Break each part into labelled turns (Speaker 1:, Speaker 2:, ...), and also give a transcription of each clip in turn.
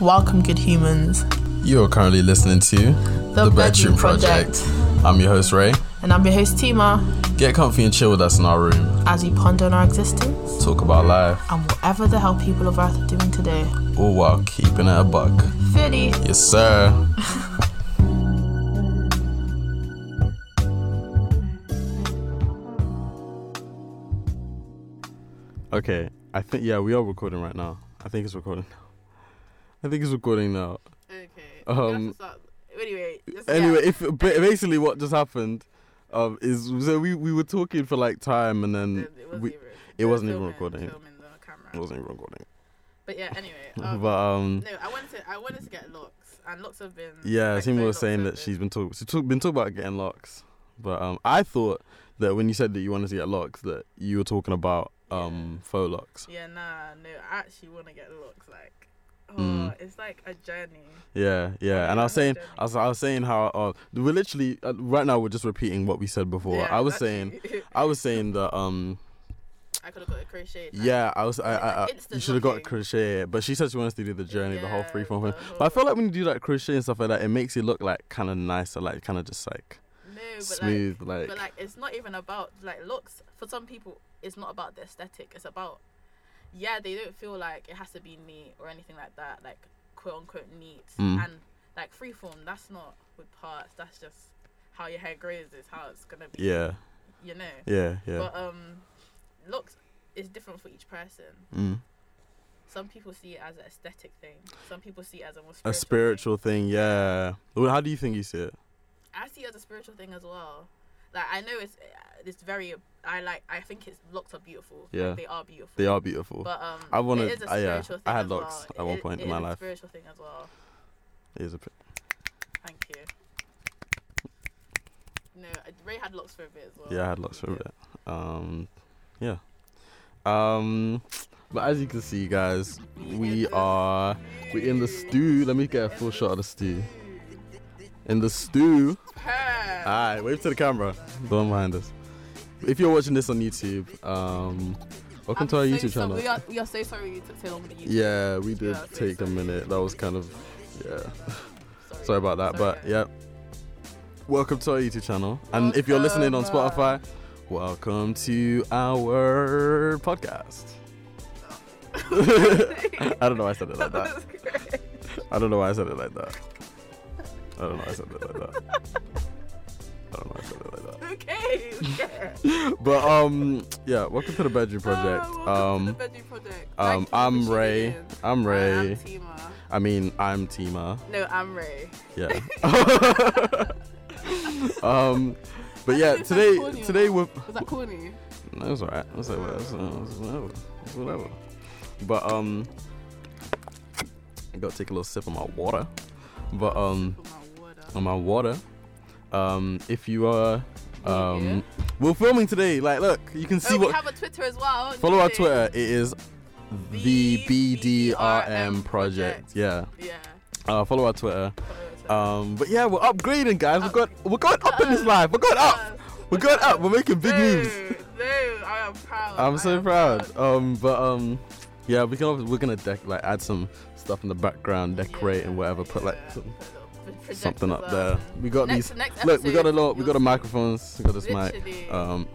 Speaker 1: Welcome, good humans.
Speaker 2: You are currently listening to The, Bedroom, Project. I'm your host, Ray.
Speaker 1: And I'm your host, Tima,
Speaker 2: Get comfy and chill with us in our room.
Speaker 1: as we ponder on our existence
Speaker 2: Talk about life,
Speaker 1: and whatever the hell people of Earth are doing today.
Speaker 2: all while keeping it a buck.
Speaker 1: Philly.
Speaker 2: Yes, sir. okay, I think, yeah, we are recording right now. I think it's recording now. I think it's recording now.
Speaker 1: Okay.
Speaker 2: Um,
Speaker 1: Anyway, just,
Speaker 2: anyway, if ba- basically what just happened um, is so we, we were talking for like time and then we, it wasn't even recording. it wasn't even recording.
Speaker 1: But yeah, anyway.
Speaker 2: but um,
Speaker 1: Oh. no, I wanted to. I wanted to get locks, and locks have been.
Speaker 2: yeah, Tima was saying that she's been talking. She talk, been talking about getting locks, but um, I thought that when you said that you wanted to get locks, that you were talking about um faux locks.
Speaker 1: Yeah, nah, no, I actually want to get looks like, oh,
Speaker 2: Mm.
Speaker 1: it's like a journey.
Speaker 2: Yeah, yeah. And I was saying, I was, I was saying how uh, we're literally uh, right now we're just repeating what we said before.
Speaker 1: Yeah,
Speaker 2: I was saying,
Speaker 1: exactly.
Speaker 2: I was saying that um,
Speaker 1: I could have got a crochet. knife.
Speaker 2: yeah, I was, I,
Speaker 1: Like,
Speaker 2: I, I you
Speaker 1: instant
Speaker 2: should have got a
Speaker 1: locking.
Speaker 2: crochet. But she said she wants to do the journey, the whole
Speaker 1: Yeah,
Speaker 2: free form thing.
Speaker 1: the
Speaker 2: But I
Speaker 1: whole-
Speaker 2: feel like when you do like crochet and stuff like that, it makes it look like kind of nicer, like kind of just like
Speaker 1: no, but
Speaker 2: smooth,
Speaker 1: Like,
Speaker 2: like,
Speaker 1: but like, it's not even about like looks. For some people, it's not about the aesthetic. It's about, yeah, they don't feel like it has to be neat or anything like that. Like quote unquote neat
Speaker 2: Mm.
Speaker 1: and like freeform. That's not with parts. That's just how your hair grows. Is how it's gonna be.
Speaker 2: yeah,
Speaker 1: You know.
Speaker 2: yeah, yeah.
Speaker 1: But um, looks is different for each person.
Speaker 2: mm.
Speaker 1: Some people see it as an aesthetic thing. Some people see it as a more spiritual
Speaker 2: A
Speaker 1: thing.
Speaker 2: spiritual thing, yeah. Well, how do you think you see it?
Speaker 1: I see it as a spiritual thing as well. Like I know it's it's very I like I think it's locks are beautiful.
Speaker 2: Yeah.
Speaker 1: Like, they are beautiful.
Speaker 2: They are beautiful.
Speaker 1: But um,
Speaker 2: I wanted-
Speaker 1: It is a
Speaker 2: I, yeah,
Speaker 1: spiritual
Speaker 2: I
Speaker 1: thing
Speaker 2: had
Speaker 1: as
Speaker 2: locks
Speaker 1: well.
Speaker 2: at one
Speaker 1: It-
Speaker 2: point in
Speaker 1: it
Speaker 2: my
Speaker 1: is a
Speaker 2: life.
Speaker 1: Spiritual thing as well.
Speaker 2: It is a p-
Speaker 1: Thank you. No, I- Ray had locks for a bit as well.
Speaker 2: yeah, I had lots of it. Um, yeah. Um, but as you can see, guys, we are we in the stew. Let me get a full shot of the stew. In the stew.
Speaker 1: Purr.
Speaker 2: Alright, wave to the camera. Don't mind us. If you're watching this on YouTube, um, welcome
Speaker 1: I'm
Speaker 2: to our
Speaker 1: so
Speaker 2: YouTube
Speaker 1: sorry-
Speaker 2: channel.
Speaker 1: We are, we are so sorry we took so long with the YouTube.
Speaker 2: Yeah, we did
Speaker 1: Yeah, so
Speaker 2: take a
Speaker 1: sorry.
Speaker 2: minute. That was kind of yeah. Sorry about that, but yeah. Welcome to our YouTube channel. And if you're listening on
Speaker 1: Welcome. uh,
Speaker 2: Spotify, welcome to our podcast. I don't know why I said it like that. I don't know why I said it like that. I don't know why I said it like that. I don't know why I said it like
Speaker 1: okay. yeah.
Speaker 2: that. But um yeah, welcome to the bedroom project.
Speaker 1: Oh, welcome to
Speaker 2: Um
Speaker 1: the Bedroom Project. Thank
Speaker 2: um
Speaker 1: you for
Speaker 2: I'm
Speaker 1: tuning
Speaker 2: Ray.
Speaker 1: in.
Speaker 2: I'm
Speaker 1: I
Speaker 2: Ray.
Speaker 1: am Tima.
Speaker 2: I mean I'm
Speaker 1: uh,
Speaker 2: Tima.
Speaker 1: No, I'm Ray.
Speaker 2: Yeah. um but yeah,
Speaker 1: That's
Speaker 2: today
Speaker 1: corny,
Speaker 2: today
Speaker 1: though.
Speaker 2: we're
Speaker 1: Was that corny?
Speaker 2: No, it's alright. It's like whatever. It's whatever. It's whatever. But um, I gotta take a little sip of my water. But um,
Speaker 1: For my water.
Speaker 2: on my water. Um, if you are, um,
Speaker 1: Yeah.
Speaker 2: we're filming today. Like, look, you can see
Speaker 1: oh, we
Speaker 2: what.
Speaker 1: have a Twitter as well.
Speaker 2: Follow our
Speaker 1: Nick.
Speaker 2: Twitter. It is the
Speaker 1: The
Speaker 2: BDRM
Speaker 1: BDRM
Speaker 2: project. Yeah.
Speaker 1: Yeah. Uh,
Speaker 2: Uh, follow our Twitter.
Speaker 1: follow our Twitter.
Speaker 2: Um, but yeah, we're upgrading, guys. We're
Speaker 1: Up.
Speaker 2: going. We're going up in this life. We're going up. We're going up. We're making big
Speaker 1: no,
Speaker 2: moves.
Speaker 1: No, I am proud. I
Speaker 2: I'm so
Speaker 1: am
Speaker 2: proud. Um, but um, yeah, we can. We're gonna dec- like add some stuff in the background, decorate and
Speaker 1: Yeah,
Speaker 2: whatever. Put like
Speaker 1: yeah.
Speaker 2: some,
Speaker 1: Put a little pro- projectors
Speaker 2: something up there. We got
Speaker 1: Next-
Speaker 2: these.
Speaker 1: next
Speaker 2: Look, we got a
Speaker 1: episode,
Speaker 2: lot. We
Speaker 1: you'll
Speaker 2: got the
Speaker 1: see.
Speaker 2: microphones. We got this mic.
Speaker 1: Literally.
Speaker 2: Um,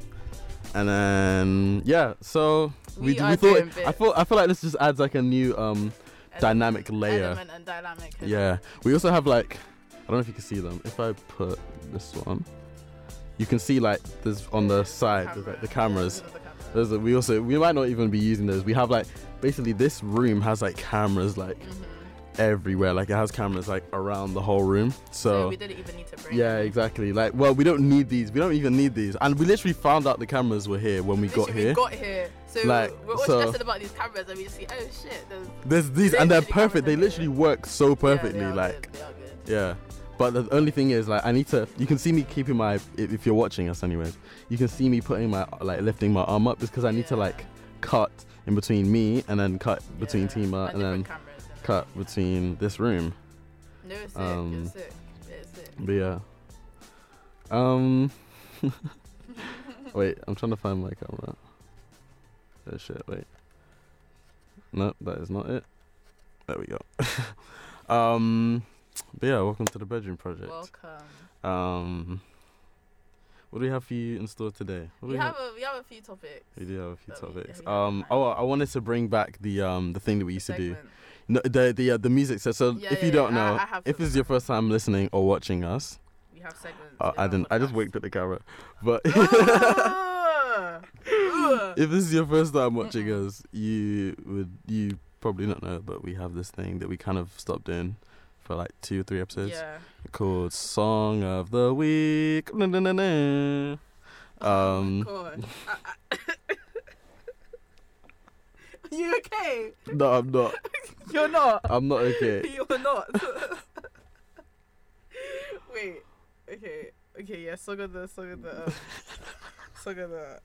Speaker 2: and then yeah, so we
Speaker 1: We
Speaker 2: d- we
Speaker 1: are
Speaker 2: thought.
Speaker 1: doing
Speaker 2: I
Speaker 1: bits.
Speaker 2: feel I feel like this just adds like a new um dynamic layer.
Speaker 1: Element and dynamic. and-
Speaker 2: Yeah, we also have like I don't know if you can see them. If I put this one, you can see like there's on the side there's, like the
Speaker 1: camera.
Speaker 2: cameras.
Speaker 1: Yeah, there's the camera.
Speaker 2: Those are, we also we might not even be using those. We have like basically this room has like cameras like
Speaker 1: Mm-hmm.
Speaker 2: everywhere. Like it has cameras like around the whole room.
Speaker 1: So
Speaker 2: So
Speaker 1: we didn't even need to bring.
Speaker 2: yeah,
Speaker 1: them.
Speaker 2: exactly. Like well, we don't need these. We don't even need these. And we literally found out the cameras were here when we got
Speaker 1: Literally,
Speaker 2: here.
Speaker 1: We got here. So
Speaker 2: Like,
Speaker 1: we're all
Speaker 2: so-
Speaker 1: stressing about these cameras, and we just see, oh shit, there's
Speaker 2: There's these and they're
Speaker 1: Literally cameras
Speaker 2: perfect. They
Speaker 1: everywhere.
Speaker 2: literally work so perfectly.
Speaker 1: Yeah, they are
Speaker 2: like
Speaker 1: good, they are good.
Speaker 2: yeah. But the only thing is, like, I need to. You can see me keeping my. if- If you're watching us, anyways, you can see me putting my like lifting my arm up because I need to
Speaker 1: Yeah.
Speaker 2: like cut in between me and then cut between
Speaker 1: Yeah,
Speaker 2: Tima and then
Speaker 1: different cameras and
Speaker 2: cut between this room.
Speaker 1: then- No, it's sick.
Speaker 2: um,
Speaker 1: it's sick. It's sick.
Speaker 2: But yeah. Um. wait, I'm trying to find my camera. Oh shit! Wait. No, that is not it. There we go. um, but yeah, welcome to the Bedroom Project.
Speaker 1: Welcome.
Speaker 2: Um, what do we have for you in store today? What do
Speaker 1: We have a we have a few topics.
Speaker 2: we do have a few
Speaker 1: that we-
Speaker 2: topics.
Speaker 1: yeah, we have
Speaker 2: Um,
Speaker 1: planned.
Speaker 2: oh, I wanted to bring back the um the thing that we used to do.
Speaker 1: Segment.
Speaker 2: No, the the uh, the music. So, so
Speaker 1: Yeah,
Speaker 2: if
Speaker 1: yeah, yeah,
Speaker 2: you don't
Speaker 1: I-
Speaker 2: know,
Speaker 1: I have
Speaker 2: if
Speaker 1: some-
Speaker 2: it's your first time listening or watching us,
Speaker 1: We have segments.
Speaker 2: uh,
Speaker 1: in
Speaker 2: I
Speaker 1: our
Speaker 2: didn't. I just
Speaker 1: podcast.
Speaker 2: winked at the camera, but.
Speaker 1: Ah! Ah!
Speaker 2: if this is your first time watching us, you would you probably not know, but we have this thing that we kind of stopped doing for like two or three episodes
Speaker 1: yeah.
Speaker 2: called Song of the Week.
Speaker 1: Oh,
Speaker 2: Na-na-na-na. Um,
Speaker 1: God. I, I... you okay?
Speaker 2: no, I'm not.
Speaker 1: You're not.
Speaker 2: I'm not okay.
Speaker 1: You're not. Wait. Okay. Okay. Yeah. Song of the. Song of the. Um, song of the.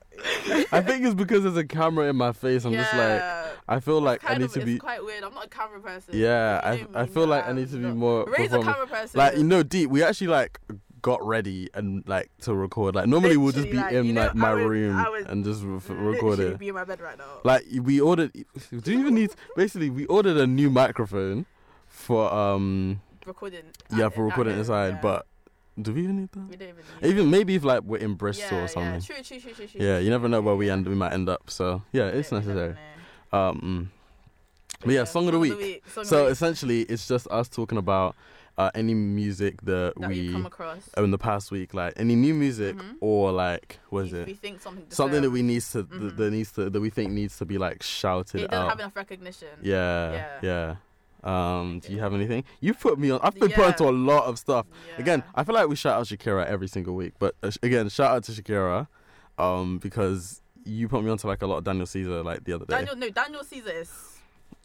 Speaker 2: I think it's because there's a camera in my face. I'm just like,
Speaker 1: Yeah.
Speaker 2: I feel like I
Speaker 1: kind
Speaker 2: need
Speaker 1: of,
Speaker 2: to be.
Speaker 1: It's quite weird. I'm not a camera person.
Speaker 2: Yeah,
Speaker 1: You know
Speaker 2: I I
Speaker 1: me,
Speaker 2: feel
Speaker 1: no,
Speaker 2: like I
Speaker 1: I'm
Speaker 2: need to be
Speaker 1: not.
Speaker 2: more
Speaker 1: Raise a
Speaker 2: performative.
Speaker 1: camera person.
Speaker 2: Like you know, deep. We actually like got ready and like to record. Like normally we'll just be
Speaker 1: Literally, like,
Speaker 2: in
Speaker 1: you know,
Speaker 2: like my
Speaker 1: I would-
Speaker 2: room
Speaker 1: I would
Speaker 2: and just re- record
Speaker 1: Literally
Speaker 2: it.
Speaker 1: Be in my bed right now.
Speaker 2: Like we ordered. Do you even need? Basically, we ordered a new microphone for um
Speaker 1: recording.
Speaker 2: yeah
Speaker 1: at-
Speaker 2: for
Speaker 1: at
Speaker 2: recording
Speaker 1: home,
Speaker 2: inside.
Speaker 1: yeah.
Speaker 2: But do we even need that?
Speaker 1: we don't even. Need
Speaker 2: Even maybe if like we're in Bristol
Speaker 1: yeah,
Speaker 2: or
Speaker 1: Yeah,
Speaker 2: something.
Speaker 1: true, true, true, true, true.
Speaker 2: Yeah, you never know where we
Speaker 1: Yeah.
Speaker 2: end. We might end up. So yeah, it's
Speaker 1: Yeah, we never
Speaker 2: necessary.
Speaker 1: know.
Speaker 2: Um, but yeah, song of the week.
Speaker 1: Song of the
Speaker 2: So
Speaker 1: week
Speaker 2: essentially, it's just us talking about uh, any music that,
Speaker 1: that
Speaker 2: we uh,
Speaker 1: we've come across.
Speaker 2: in the past week, like any new music
Speaker 1: Mhm.
Speaker 2: or like what is
Speaker 1: we,
Speaker 2: it
Speaker 1: We think something.
Speaker 2: something that
Speaker 1: deserves-
Speaker 2: we needs to
Speaker 1: Mhm.
Speaker 2: that needs to that we think needs to be like shouted
Speaker 1: it
Speaker 2: out.
Speaker 1: doesn't have enough recognition.
Speaker 2: Yeah, yeah. Um, do you have anything? You put me on. I've been put
Speaker 1: Yeah.
Speaker 2: onto a lot of stuff.
Speaker 1: Yeah.
Speaker 2: Again, I feel like we shout out Shakira every single week, but uh, sh- again, shout out to Shakira, um, because you put me onto like a lot of Daniel Caesar like the other day.
Speaker 1: Daniel, no, Daniel Caesar is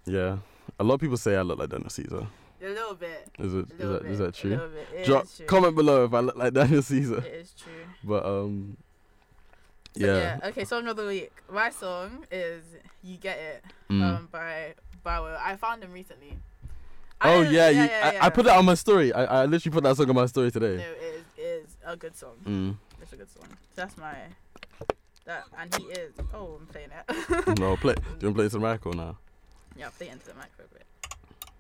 Speaker 2: Yeah, a lot of people say I look like Daniel Caesar.
Speaker 1: a little bit.
Speaker 2: Is it?
Speaker 1: A
Speaker 2: Is
Speaker 1: little
Speaker 2: that,
Speaker 1: bit,
Speaker 2: is that
Speaker 1: A
Speaker 2: true?
Speaker 1: little bit. It
Speaker 2: Drop
Speaker 1: is true.
Speaker 2: comment below if I look like Daniel Caesar.
Speaker 1: It is true.
Speaker 2: But um,
Speaker 1: So,
Speaker 2: yeah.
Speaker 1: Okay, song of the week. My song is "You Get It"
Speaker 2: Mm.
Speaker 1: um, by Bauer. I found him recently. I
Speaker 2: oh
Speaker 1: didn't-
Speaker 2: yeah,
Speaker 1: yeah,
Speaker 2: you,
Speaker 1: yeah,
Speaker 2: I, I
Speaker 1: yeah.
Speaker 2: put that on my story. I, I literally put that song on my story
Speaker 1: No,
Speaker 2: today.
Speaker 1: it is, it is a good song.
Speaker 2: Mm.
Speaker 1: It's a good song. That's my. That and he is. Oh, I'm playing it.
Speaker 2: no, play. Do you want to play some record now?
Speaker 1: Yeah, play into the mic for a bit.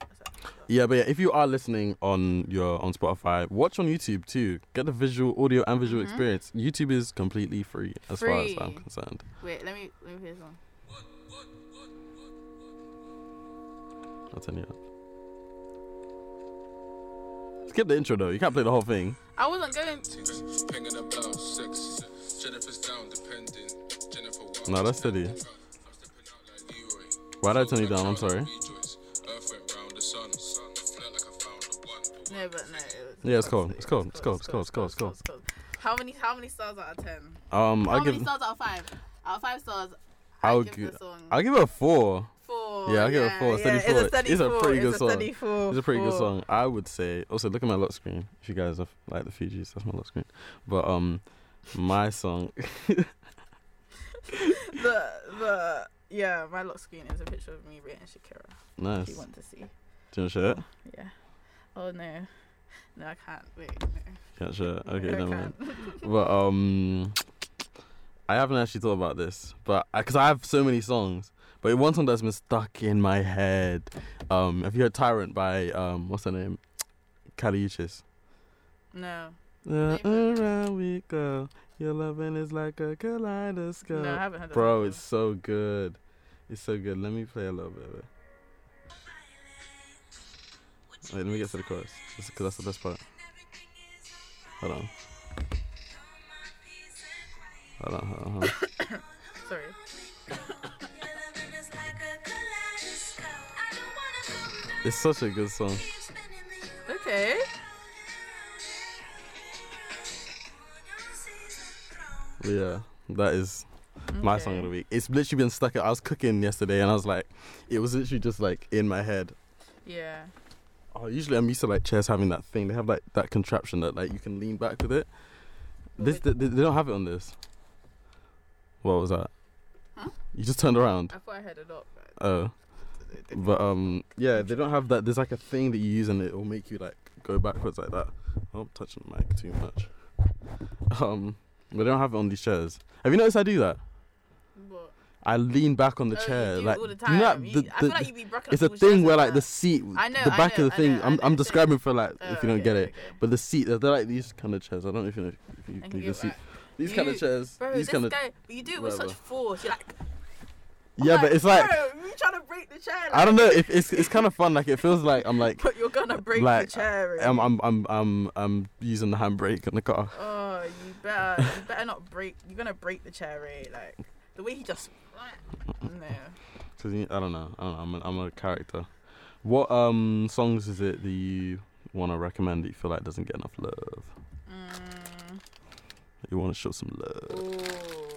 Speaker 1: That's it.
Speaker 2: Yeah, but yeah, if you are listening on your on Spotify, watch on YouTube too. Get the visual, audio, and visual
Speaker 1: Mhm.
Speaker 2: experience. YouTube is completely free as far as I'm
Speaker 1: Free.
Speaker 2: concerned.
Speaker 1: Wait, let me let me play this one.
Speaker 2: I'll turn you up. Skip the intro though. You can't play the whole thing.
Speaker 1: I wasn't going.
Speaker 3: Pinging about sex. Jennifer's down, depending. Jennifer Wild.
Speaker 2: No, that's silly.
Speaker 3: I'm stepping out like Leroy.
Speaker 2: Why did I turn you down? I'm sorry.
Speaker 3: Rejoice. Earth went round the sun. Sun. Flirt like I found the one.
Speaker 1: No, but no. It was,
Speaker 2: Yeah, it's cool.
Speaker 1: it
Speaker 2: It's
Speaker 1: was
Speaker 2: cool. It's cool. It's cool. It's cool. It's cool.
Speaker 1: It's cool. How many how many stars out of ten?
Speaker 2: Um,
Speaker 1: How
Speaker 2: I'll give
Speaker 1: many stars out of five? Out of five stars,
Speaker 2: I
Speaker 1: I
Speaker 2: would
Speaker 1: give
Speaker 2: gi-
Speaker 1: the song
Speaker 2: I'll give it a four.
Speaker 1: four.
Speaker 2: yeah, I'll give it a four, steady
Speaker 1: it's
Speaker 2: four.
Speaker 1: a steady
Speaker 2: It's a
Speaker 1: four,
Speaker 2: pretty good
Speaker 1: it's A
Speaker 2: song.
Speaker 1: steady four,
Speaker 2: It's a pretty good
Speaker 1: four.
Speaker 2: song. I would say. Also, look at my lock screen. If you guys are f- like the Fugees, that's my lock screen. But um, my song.
Speaker 1: The the yeah, my lock screen is a picture of me rating Shakira.
Speaker 2: nice.
Speaker 1: If you
Speaker 2: Do
Speaker 1: want to see,
Speaker 2: you want to share it?
Speaker 1: yeah. Oh no, no, I can't. Wait, no.
Speaker 2: Can't share it. Okay,
Speaker 1: no, I
Speaker 2: never mind.
Speaker 1: can't.
Speaker 2: But um, I haven't actually thought about this, but because I have so many songs, but one song that's been stuck in my head. Um, have you heard "Tyrant" by um, what's her name, Kali Uchis?
Speaker 1: No,
Speaker 2: Uh,
Speaker 1: Name it.
Speaker 2: around we go. Your loving is like a kaleidoscope.
Speaker 1: no, I haven't heard that.
Speaker 2: Bro,
Speaker 1: song
Speaker 2: it's so good. It's so good. Let me play a little bit of it. Wait, let me get to the chorus. Because that's the best part. Hold on. Hold on, hold on, hold on.
Speaker 1: before. Sorry.
Speaker 2: It's such a good song.
Speaker 1: Okay.
Speaker 2: But yeah, that is my song of
Speaker 1: Okay.
Speaker 2: the week. It's literally been stuck. I was cooking yesterday and I was like, it was literally just like in my head.
Speaker 1: Yeah.
Speaker 2: Oh, usually I'm used to like chairs having that thing. They have like that contraption that like you can lean back with it. This they, they don't have it on this. What was that?
Speaker 1: Huh?
Speaker 2: You just turned around.
Speaker 1: I thought I heard it up. but-
Speaker 2: Oh. But um, yeah, they don't have that. There's like a thing that you use, and it will make you like go backwards like that. Oh, I'm touching the mic too much. Um, but they don't have it on these chairs. Have you noticed I do that?
Speaker 1: But
Speaker 2: I lean back on the
Speaker 1: Oh, you
Speaker 2: chair,
Speaker 1: do
Speaker 2: like
Speaker 1: all the
Speaker 2: you know
Speaker 1: time.
Speaker 2: that-
Speaker 1: You-
Speaker 2: the-
Speaker 1: I feel
Speaker 2: the-
Speaker 1: like you be rocking
Speaker 2: it's a
Speaker 1: people's chairs
Speaker 2: thing where
Speaker 1: like
Speaker 2: like
Speaker 1: that.
Speaker 2: the seat,
Speaker 1: I know,
Speaker 2: the
Speaker 1: I
Speaker 2: back
Speaker 1: know,
Speaker 2: of the
Speaker 1: I
Speaker 2: thing.
Speaker 1: know, I
Speaker 2: I'm
Speaker 1: know,
Speaker 2: I'm
Speaker 1: so-
Speaker 2: describing for like
Speaker 1: Oh,
Speaker 2: if you don't
Speaker 1: okay,
Speaker 2: get it,
Speaker 1: okay.
Speaker 2: but the seat they're, they're like these kind of chairs. I don't know if you know if you,
Speaker 1: I
Speaker 2: if
Speaker 1: can
Speaker 2: you
Speaker 1: get
Speaker 2: can see
Speaker 1: back.
Speaker 2: these kind of
Speaker 1: You-
Speaker 2: chairs.
Speaker 1: Bro,
Speaker 2: these
Speaker 1: this
Speaker 2: kind of
Speaker 1: guy, but you do it with such
Speaker 2: whatever.
Speaker 1: force. You're like,
Speaker 2: yeah, but it's like
Speaker 1: bro, you trying to break the chair?
Speaker 2: I don't know. If it's it's kind of fun. Like it feels like I'm like
Speaker 1: But you're gonna break
Speaker 2: like,
Speaker 1: the chair. eh?"
Speaker 2: I'm I'm I'm I'm I'm using the handbrake on the car.
Speaker 1: Oh, you better, you better not break. You're gonna break the chair, right? Like the way he just. No.
Speaker 2: Cause you- I don't know. I don't know. I'm a, I'm a character. What um songs is it that you want to recommend that you feel like doesn't get enough love?
Speaker 1: Mm,
Speaker 2: You want to show some love.
Speaker 1: ooh.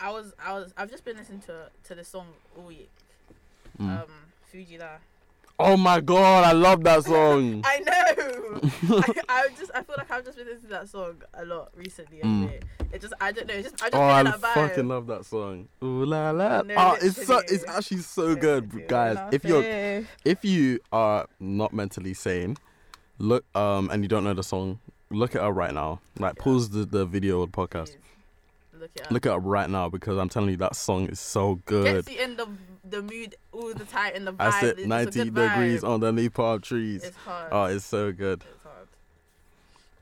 Speaker 1: I was, I was, I've just been listening to to this song all week.
Speaker 2: Mm.
Speaker 1: Um, Fuji La.
Speaker 2: oh my god, I love that song.
Speaker 1: I know. I, I just, I feel like I've just been listening to that song a lot recently.
Speaker 2: Mm.
Speaker 1: Anyway. It just, I don't know. It's just, I just
Speaker 2: Oh,
Speaker 1: feel
Speaker 2: I
Speaker 1: that vibe.
Speaker 2: fucking love that song. Ooh la la.
Speaker 1: No,
Speaker 2: Oh, it's so
Speaker 1: literally.
Speaker 2: it's actually so good, br- guys. If
Speaker 1: you
Speaker 2: you're if you are not mentally sane, look um and you don't know the song, look it up right now. Like
Speaker 1: Yeah.
Speaker 2: pause the, the video or the podcast.
Speaker 1: Look it up.
Speaker 2: Look it up right now because I'm telling you that song is so good.
Speaker 1: Gets you in the the mood all the time in the vibe.
Speaker 2: I
Speaker 1: It's a
Speaker 2: sit
Speaker 1: good
Speaker 2: 90
Speaker 1: vibe.
Speaker 2: degrees underneath palm trees.
Speaker 1: It's hard.
Speaker 2: Oh, it's so good.
Speaker 1: It's hard.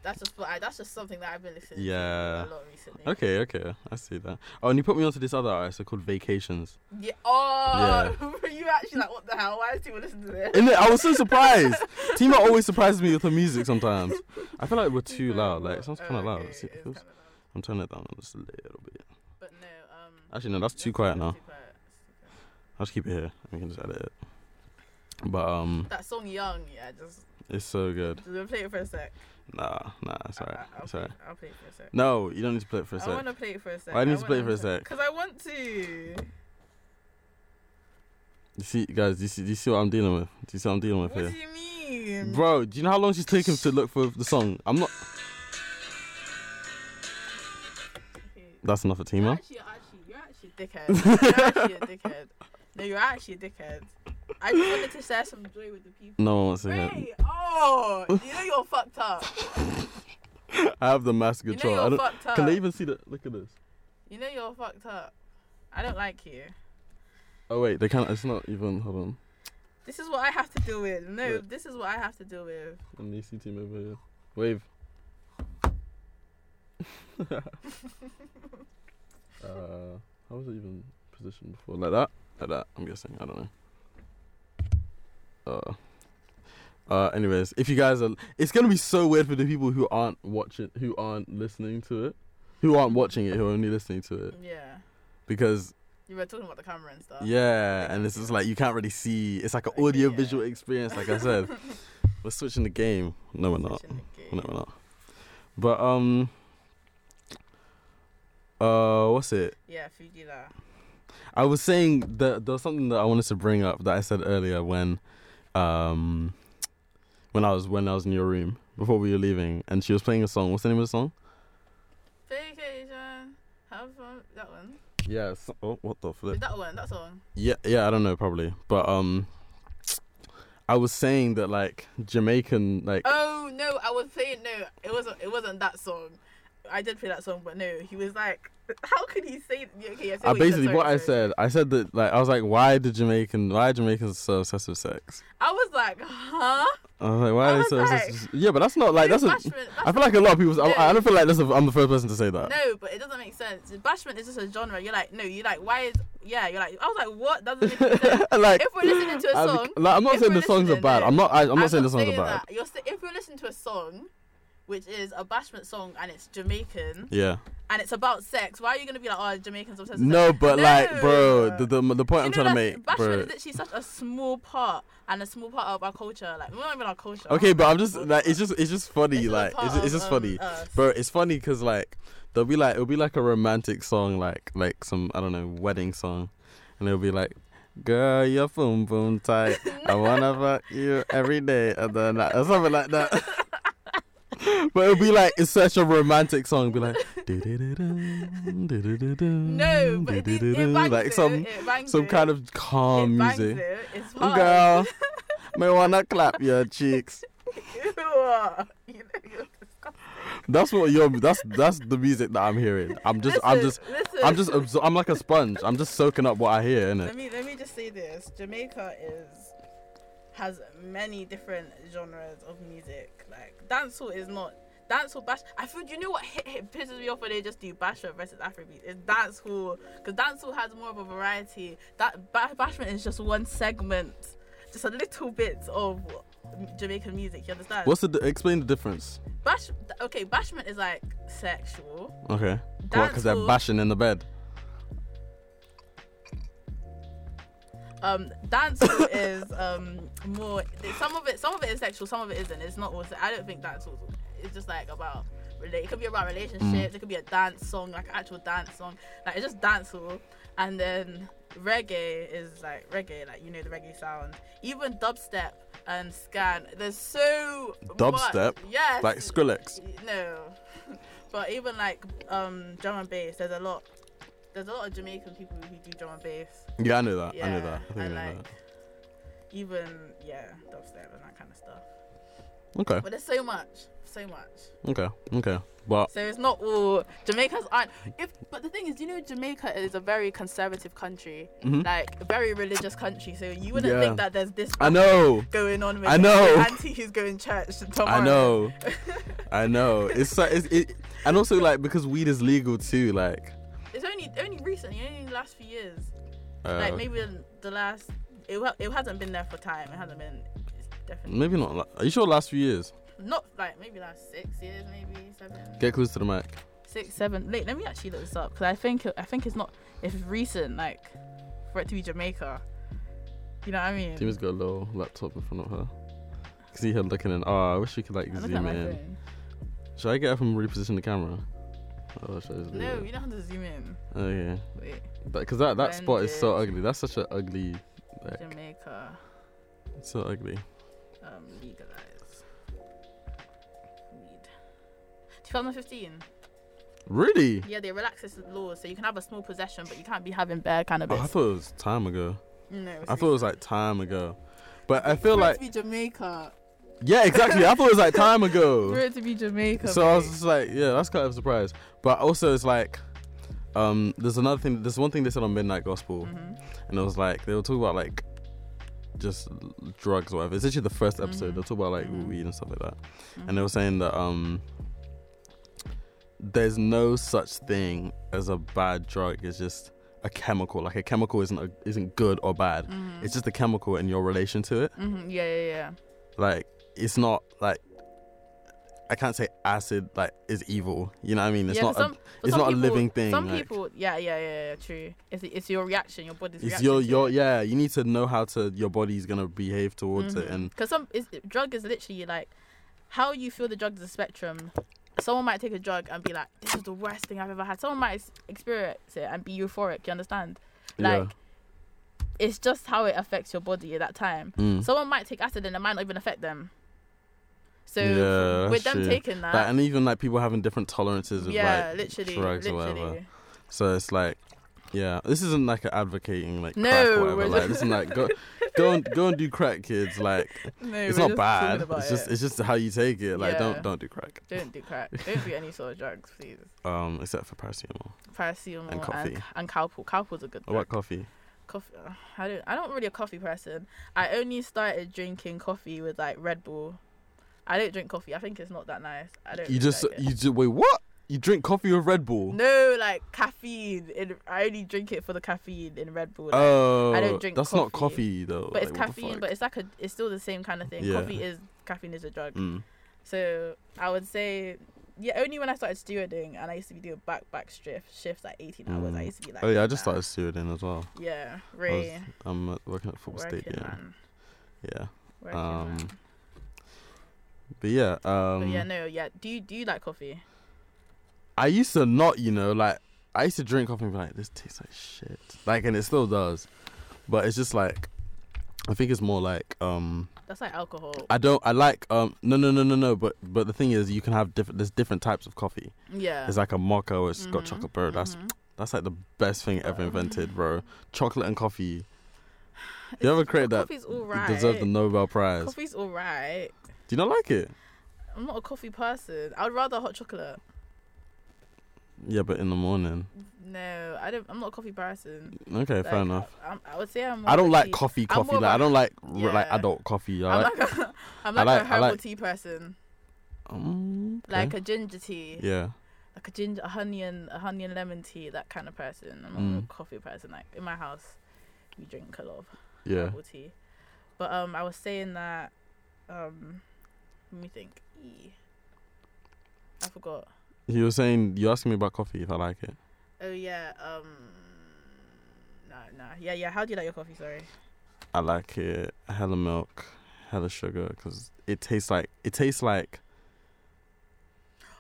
Speaker 1: That's just what I, that's just something that I've been listening
Speaker 2: Yeah.
Speaker 1: to a lot recently.
Speaker 2: Okay, okay, I see that. Oh, and you put me onto this other artist called Vacations.
Speaker 1: Yeah. Oh, were you actually like, what the hell? Why is people listening to this?
Speaker 2: In it, I was so surprised. Tima always surprises me with her music sometimes. I feel like we're too
Speaker 1: It's
Speaker 2: loud.
Speaker 1: very
Speaker 2: Like it sounds
Speaker 1: Oh,
Speaker 2: kind of loud.
Speaker 1: okay,
Speaker 2: Let's see if
Speaker 1: it
Speaker 2: it
Speaker 1: is
Speaker 2: feels-
Speaker 1: kinda loud.
Speaker 2: I'm turning it down just a little bit.
Speaker 1: But no, um.
Speaker 2: Actually, no, that's
Speaker 1: that's
Speaker 2: too quiet now.
Speaker 1: too quiet. That's too quiet.
Speaker 2: I'll just keep it here. We can just edit it. But um,
Speaker 1: That song "Young," yeah, just
Speaker 2: it's so good.
Speaker 1: just play it for a sec.
Speaker 2: Nah, nah, it's alright.
Speaker 1: I, will
Speaker 2: It's alright.
Speaker 1: I'll play it for a sec.
Speaker 2: No, you don't need to play it for a
Speaker 1: I
Speaker 2: sec.
Speaker 1: want to play it for a sec.
Speaker 2: Why do you need to play it for a sec?
Speaker 1: Because I want to.
Speaker 2: You see, guys, do you see, do you see what I'm dealing with? Do you see what I'm dealing with
Speaker 1: What
Speaker 2: here?
Speaker 1: do you mean?
Speaker 2: Bro, do you know how long she's taken to look for the song? I'm not.
Speaker 1: Okay.
Speaker 2: That's enough of
Speaker 1: You're
Speaker 2: Tima.
Speaker 1: actually, you're actually a dickhead. You're actually a dickhead. No, you're actually a dickhead. I just wanted to share some joy with the people.
Speaker 2: No one wants to hear. it.
Speaker 1: Wait, oh, you know you're fucked up.
Speaker 2: I have the mass
Speaker 1: You know
Speaker 2: control. I
Speaker 1: you're
Speaker 2: don't,
Speaker 1: fucked up.
Speaker 2: can they even see the? Look at this.
Speaker 1: You know you're fucked up. I don't like you.
Speaker 2: Oh wait, they can't. It's not even. Hold on.
Speaker 1: This is what I have to deal with. No,
Speaker 2: Wait.
Speaker 1: this is what I have to deal with.
Speaker 2: And the team over here. Wave. uh, how was it even positioned before? Like that? Like that? I'm guessing. I don't know. Uh. Uh, anyways, if you guys are, it's gonna be so weird for the people who aren't watching, who aren't listening to it, who aren't watching it, who are only listening to it,
Speaker 1: Yeah.
Speaker 2: because
Speaker 1: You were talking about the camera and stuff.
Speaker 2: yeah, and it's just like you can't really see. It's like an
Speaker 1: Okay,
Speaker 2: audio
Speaker 1: yeah.
Speaker 2: visual experience, like I said. we're switching the game. No, we're not.
Speaker 1: Switching the game.
Speaker 2: No, we're not. But um, uh, what's it?
Speaker 1: Yeah, Fuji La.
Speaker 2: I was saying that there was something that I wanted to bring up that I said earlier when, um, when I was when I was in your room before we were leaving, and she was playing a song. What's the name of the song?
Speaker 1: Vacation. Have fun. That one.
Speaker 2: Yeah. So, oh, what the flip?
Speaker 1: Is that one? That song.
Speaker 2: Yeah, yeah, I don't know, probably, but um, I was saying that like Jamaican, like
Speaker 1: Oh no, I was playing no, it wasn't it wasn't that song. I did play that song, but no, he was like, how could he say? yeah, Okay, Oh, yeah, say
Speaker 2: I
Speaker 1: what you said,
Speaker 2: basically
Speaker 1: sorry,
Speaker 2: what I
Speaker 1: sorry.
Speaker 2: said. I said that like I was like, why did Jamaican? Why are Jamaicans so obsessed with sex?
Speaker 1: I was like, huh?
Speaker 2: I was like, why
Speaker 1: I
Speaker 2: are they
Speaker 1: was
Speaker 2: so
Speaker 1: like,
Speaker 2: obsessed? with- Yeah, but that's not like
Speaker 1: Dude,
Speaker 2: that's. A,
Speaker 1: bashment,
Speaker 2: I feel like a lot of people.
Speaker 1: No.
Speaker 2: I, I don't feel like that's. A, I'm the first person to say that.
Speaker 1: no, but it doesn't make sense. Bashment is just a genre. You're like, no, you're like, why is? Yeah, you're like, I was like, what? That doesn't make sense.
Speaker 2: like
Speaker 1: If we're listening to a
Speaker 2: I
Speaker 1: song,
Speaker 2: bec- like, I'm not
Speaker 1: if
Speaker 2: saying
Speaker 1: we're
Speaker 2: the songs are
Speaker 1: listening,
Speaker 2: bad.
Speaker 1: no.
Speaker 2: I'm not. I, I'm, not saying the songs
Speaker 1: saying
Speaker 2: are bad.
Speaker 1: that. You're st- if you're listening to a song, which is a bashment song and it's Jamaican
Speaker 2: Yeah.
Speaker 1: and it's about sex, why are you gonna be like, oh, Jamaicans obsessed? with sex?
Speaker 2: No, but like, bro,
Speaker 1: No.
Speaker 2: the the, the point I'm
Speaker 1: You know,
Speaker 2: trying to
Speaker 1: that's-
Speaker 2: make,
Speaker 1: bashment
Speaker 2: bro.
Speaker 1: is literally such a small part and a small part of our culture. Like, we're not even our culture.
Speaker 2: Okay, but I'm just like it's just it's just funny
Speaker 1: This is a
Speaker 2: like
Speaker 1: part
Speaker 2: it's, it's
Speaker 1: of,
Speaker 2: just
Speaker 1: um,
Speaker 2: funny,
Speaker 1: us.
Speaker 2: bro. It's funny because like there'll be like it'll be like a romantic song like like some I don't know wedding song, and it'll be like, girl you're boom boom tight, I wanna fuck you every day of the night or something like that. but it'll be like it's such a romantic song, be like
Speaker 1: No,
Speaker 2: no,
Speaker 1: but it, it, it bangs
Speaker 2: like
Speaker 1: it,
Speaker 2: some
Speaker 1: it bangs
Speaker 2: some
Speaker 1: it,
Speaker 2: kind of calm
Speaker 1: it bangs
Speaker 2: music.
Speaker 1: It, it's hard.
Speaker 2: Girl, may wanna clap your cheeks.
Speaker 1: Ew, you know, you're disgusting.
Speaker 2: That's what you're. That's that's the music that I'm hearing. I'm just. I'm just.
Speaker 1: Listen, listen.
Speaker 2: I'm just. Absor- I'm like a sponge. I'm just soaking up what I hear.
Speaker 1: Let
Speaker 2: Innit?
Speaker 1: me let me just say this: Jamaica is has many different genres of music. Like dancehall is not dancehall bash. I feel you know what hit, hit pisses me off when they just do basher versus Afrobeat. It's dancehall because dancehall has more of a variety. That ba- bashment is just one segment, just a little bit of Jamaican music. You understand?
Speaker 2: What's the? di- Explain the difference.
Speaker 1: bash? Okay, bashment is like sexual.
Speaker 2: Okay. What? Because they're
Speaker 1: Dancehall-
Speaker 2: bashing in the bed.
Speaker 1: um dancehall is um more some of it some of it is sexual some of it isn't it's not all se- i don't think dancehall it's just like about relate it could be about
Speaker 2: Mm.
Speaker 1: relationships it could be a dance song like actual dance song like it's just dancehall and then reggae is like reggae like you know the reggae sound even dubstep and scan there's so much.
Speaker 2: Dubstep?
Speaker 1: yes
Speaker 2: Like Skrillex.
Speaker 1: no but even like um drum and bass there's a lot there's a lot of jamaican people who do drum and bass
Speaker 2: Yeah, I know that. I know
Speaker 1: Yeah,
Speaker 2: that. I think I
Speaker 1: and
Speaker 2: know
Speaker 1: like- even yeah dubstep and that kind of stuff
Speaker 2: that. Okay.
Speaker 1: but there's so much so much
Speaker 2: Okay. Okay. But
Speaker 1: so it's not all jamaicans aren't if but the thing is you know jamaica is a very conservative country
Speaker 2: Mhm.
Speaker 1: like a very religious country so you wouldn't
Speaker 2: Yeah.
Speaker 1: think that there's this
Speaker 2: I know.
Speaker 1: going on with
Speaker 2: I know.
Speaker 1: your auntie who's going to church tomorrow.
Speaker 2: I know. I know. It's so. It's, it. And also like because weed is legal too. Like.
Speaker 1: it's only only recently only in the last few years
Speaker 2: Uh,
Speaker 1: like maybe in the last it, wa- it hasn't been there for time it hasn't been it's definitely
Speaker 2: Maybe not. la- Are you sure? Last few years.
Speaker 1: not like maybe last six years maybe seven
Speaker 2: Get close to the mic.
Speaker 1: six, seven. Wait, let me actually look this up because I think I think it's not if it's recent like for it to be Jamaica. You know what I mean?
Speaker 2: Timmy's got a little laptop in front of her. I can see her looking in. Oh, I wish we could like
Speaker 1: I look at
Speaker 2: zoom
Speaker 1: my
Speaker 2: in.
Speaker 1: phone.
Speaker 2: Should I get up and reposition the camera? Oh, should I just do
Speaker 1: No, you
Speaker 2: that?
Speaker 1: don't have to zoom in.
Speaker 2: Okay.
Speaker 1: Wait,
Speaker 2: Because that, that spot is so
Speaker 1: Blended.
Speaker 2: ugly. That's such an ugly. Like,
Speaker 1: Jamaica
Speaker 2: so ugly.
Speaker 1: um, legalize weed. 2015.
Speaker 2: Really?
Speaker 1: Yeah, they relaxed this law, so you can have a small possession, but you can't be having bare
Speaker 2: Oh, I
Speaker 1: cannabis.
Speaker 2: thought it was time ago.
Speaker 1: no,
Speaker 2: Oh, I thought it was like time ago. But I feel like
Speaker 1: to be Jamaica.
Speaker 2: yeah, exactly. I thought it was like time
Speaker 1: For
Speaker 2: ago.
Speaker 1: it to be Jamaica.
Speaker 2: Oh. So I was
Speaker 1: babe.
Speaker 2: just like, yeah, that's kind of a surprise. But also, it's like, um, there's another thing. There's one thing they said on Midnight Gospel.
Speaker 1: Mhm.
Speaker 2: and it was like they were talking about like just drugs or whatever. It's actually the first episode.
Speaker 1: Mhm.
Speaker 2: They were talking about like
Speaker 1: Mhm.
Speaker 2: weed and stuff like that,
Speaker 1: Mm-hmm.
Speaker 2: and they were saying that um, there's no such thing as a bad drug. It's just a chemical. Like a chemical isn't a, isn't good or bad.
Speaker 1: Mhm.
Speaker 2: It's just a chemical and your relation to it.
Speaker 1: Mhm. Yeah, yeah, yeah.
Speaker 2: Like it's not like. I can't say acid like is evil. You know what I mean? It's
Speaker 1: Yeah,
Speaker 2: not.
Speaker 1: 'cause
Speaker 2: a-
Speaker 1: some- But
Speaker 2: it's
Speaker 1: some
Speaker 2: not a
Speaker 1: people-
Speaker 2: living thing,
Speaker 1: Some
Speaker 2: like-
Speaker 1: people, yeah, yeah, yeah, yeah, true. It's it's your reaction, your body's
Speaker 2: it's
Speaker 1: reaction.
Speaker 2: your your yeah. You need to know how to your body's gonna behave towards it, and
Speaker 1: because Mm-hmm. some is, drug is literally like how you feel the drug is a spectrum. Someone might take a drug and be like, "This is the worst thing I've ever had." Someone might ex- experience it and be euphoric. You understand? Like, it's just how it affects your body at that time.
Speaker 2: yeah. Mm.
Speaker 1: Someone might take acid and it might not even affect them. So
Speaker 2: Yeah,
Speaker 1: with
Speaker 2: that's
Speaker 1: them
Speaker 2: true.
Speaker 1: taking that,
Speaker 2: Like, and even like people having different tolerances of
Speaker 1: yeah,
Speaker 2: like
Speaker 1: literally,
Speaker 2: drugs or
Speaker 1: literally.
Speaker 2: whatever. So it's like, yeah, this isn't like an advocating like crack
Speaker 1: No,
Speaker 2: or whatever.
Speaker 1: we're
Speaker 2: Like
Speaker 1: not-
Speaker 2: this is like go, go and go and do crack, kids. Like
Speaker 1: No,
Speaker 2: it's
Speaker 1: we're
Speaker 2: not
Speaker 1: just talking
Speaker 2: bad.
Speaker 1: about
Speaker 2: It's just
Speaker 1: it.
Speaker 2: it's just how you take it. Like
Speaker 1: Yeah.
Speaker 2: don't don't do crack.
Speaker 1: don't do crack. Don't do any sort of drugs, please.
Speaker 2: Um, except for paracetamol.
Speaker 1: paracetamol
Speaker 2: And
Speaker 1: and
Speaker 2: coffee.
Speaker 1: and, cowpaw. Cowpaw's a good
Speaker 2: Or
Speaker 1: drug.
Speaker 2: what coffee?
Speaker 1: coffee. ugh, I don't. I don't really a coffee person. I only started drinking coffee with like Red Bull. I don't drink coffee. I think it's not that nice. I don't.
Speaker 2: You
Speaker 1: really
Speaker 2: just
Speaker 1: like it.
Speaker 2: you just wait what? You drink coffee with Red Bull?
Speaker 1: no like caffeine. In, I only drink it for the caffeine in Red Bull. like,
Speaker 2: oh,
Speaker 1: I don't drink
Speaker 2: that's not
Speaker 1: coffee.
Speaker 2: coffee though.
Speaker 1: but it's
Speaker 2: like, what the
Speaker 1: caffeine.
Speaker 2: fuck?
Speaker 1: But it's like a. It's still the same kind of thing.
Speaker 2: Yeah.
Speaker 1: Coffee is caffeine is a drug.
Speaker 2: Mm.
Speaker 1: So I would say. Yeah, only when I started stewarding and I used to be doing back back shift shifts like eighteen hours. I
Speaker 2: Mm.
Speaker 1: used to be like.
Speaker 2: oh yeah, I
Speaker 1: doing
Speaker 2: just
Speaker 1: that.
Speaker 2: started stewarding as well.
Speaker 1: Yeah, Ray.
Speaker 2: I'm uh, working at Football
Speaker 1: Working,
Speaker 2: Stadium.
Speaker 1: man.
Speaker 2: Yeah,
Speaker 1: Working,
Speaker 2: Um,
Speaker 1: man.
Speaker 2: but yeah. Um,
Speaker 1: But yeah, no, yeah. Do you do you like coffee?
Speaker 2: I used to not, you know, like I used to drink coffee and be like, this tastes like shit. Like and it still does. But it's just like I think it's more like um
Speaker 1: That's like alcohol.
Speaker 2: I don't I like um no no no no no but but the thing is you can have different there's different types of coffee.
Speaker 1: yeah.
Speaker 2: There's like a mocha or it's got
Speaker 1: Mhm,
Speaker 2: chocolate bro. That's
Speaker 1: mhm.
Speaker 2: that's like the best thing ever
Speaker 1: Um,
Speaker 2: invented, bro. Chocolate and coffee. You ever created that
Speaker 1: Coffee's all right.
Speaker 2: deserved the Nobel Prize.
Speaker 1: Coffee's all right.
Speaker 2: Do you not like it?
Speaker 1: I'm not a coffee person. I'd rather hot chocolate.
Speaker 2: Yeah, but in the morning.
Speaker 1: No, I don't. I'm not a coffee person.
Speaker 2: Okay,
Speaker 1: Like,
Speaker 2: fair enough.
Speaker 1: I, I'm- I would say I'm. more
Speaker 2: I don't
Speaker 1: of a
Speaker 2: like
Speaker 1: tea-
Speaker 2: coffee,
Speaker 1: I'm
Speaker 2: coffee.
Speaker 1: more
Speaker 2: Like, I
Speaker 1: of a-
Speaker 2: don't like r like
Speaker 1: yeah.
Speaker 2: adult coffee. I
Speaker 1: I'm
Speaker 2: like,
Speaker 1: like, a, I'm
Speaker 2: I
Speaker 1: like,
Speaker 2: like-
Speaker 1: a
Speaker 2: I
Speaker 1: herbal
Speaker 2: like-
Speaker 1: tea person,
Speaker 2: um, okay.
Speaker 1: like a ginger tea,
Speaker 2: yeah.
Speaker 1: like a ginger, a honey and a honey and lemon tea, that kind of person. I'm not a
Speaker 2: Mm.
Speaker 1: coffee person. Like in my house, we drink a lot of
Speaker 2: Yeah.
Speaker 1: herbal tea. But um, I was saying that um, let me think. Eee. I forgot.
Speaker 2: You were saying you asking me about coffee if I like it.
Speaker 1: Oh yeah. Um. No, no. Yeah, yeah. How do you like your coffee? Sorry.
Speaker 2: I like it hella milk, hella sugar because it tastes like it tastes like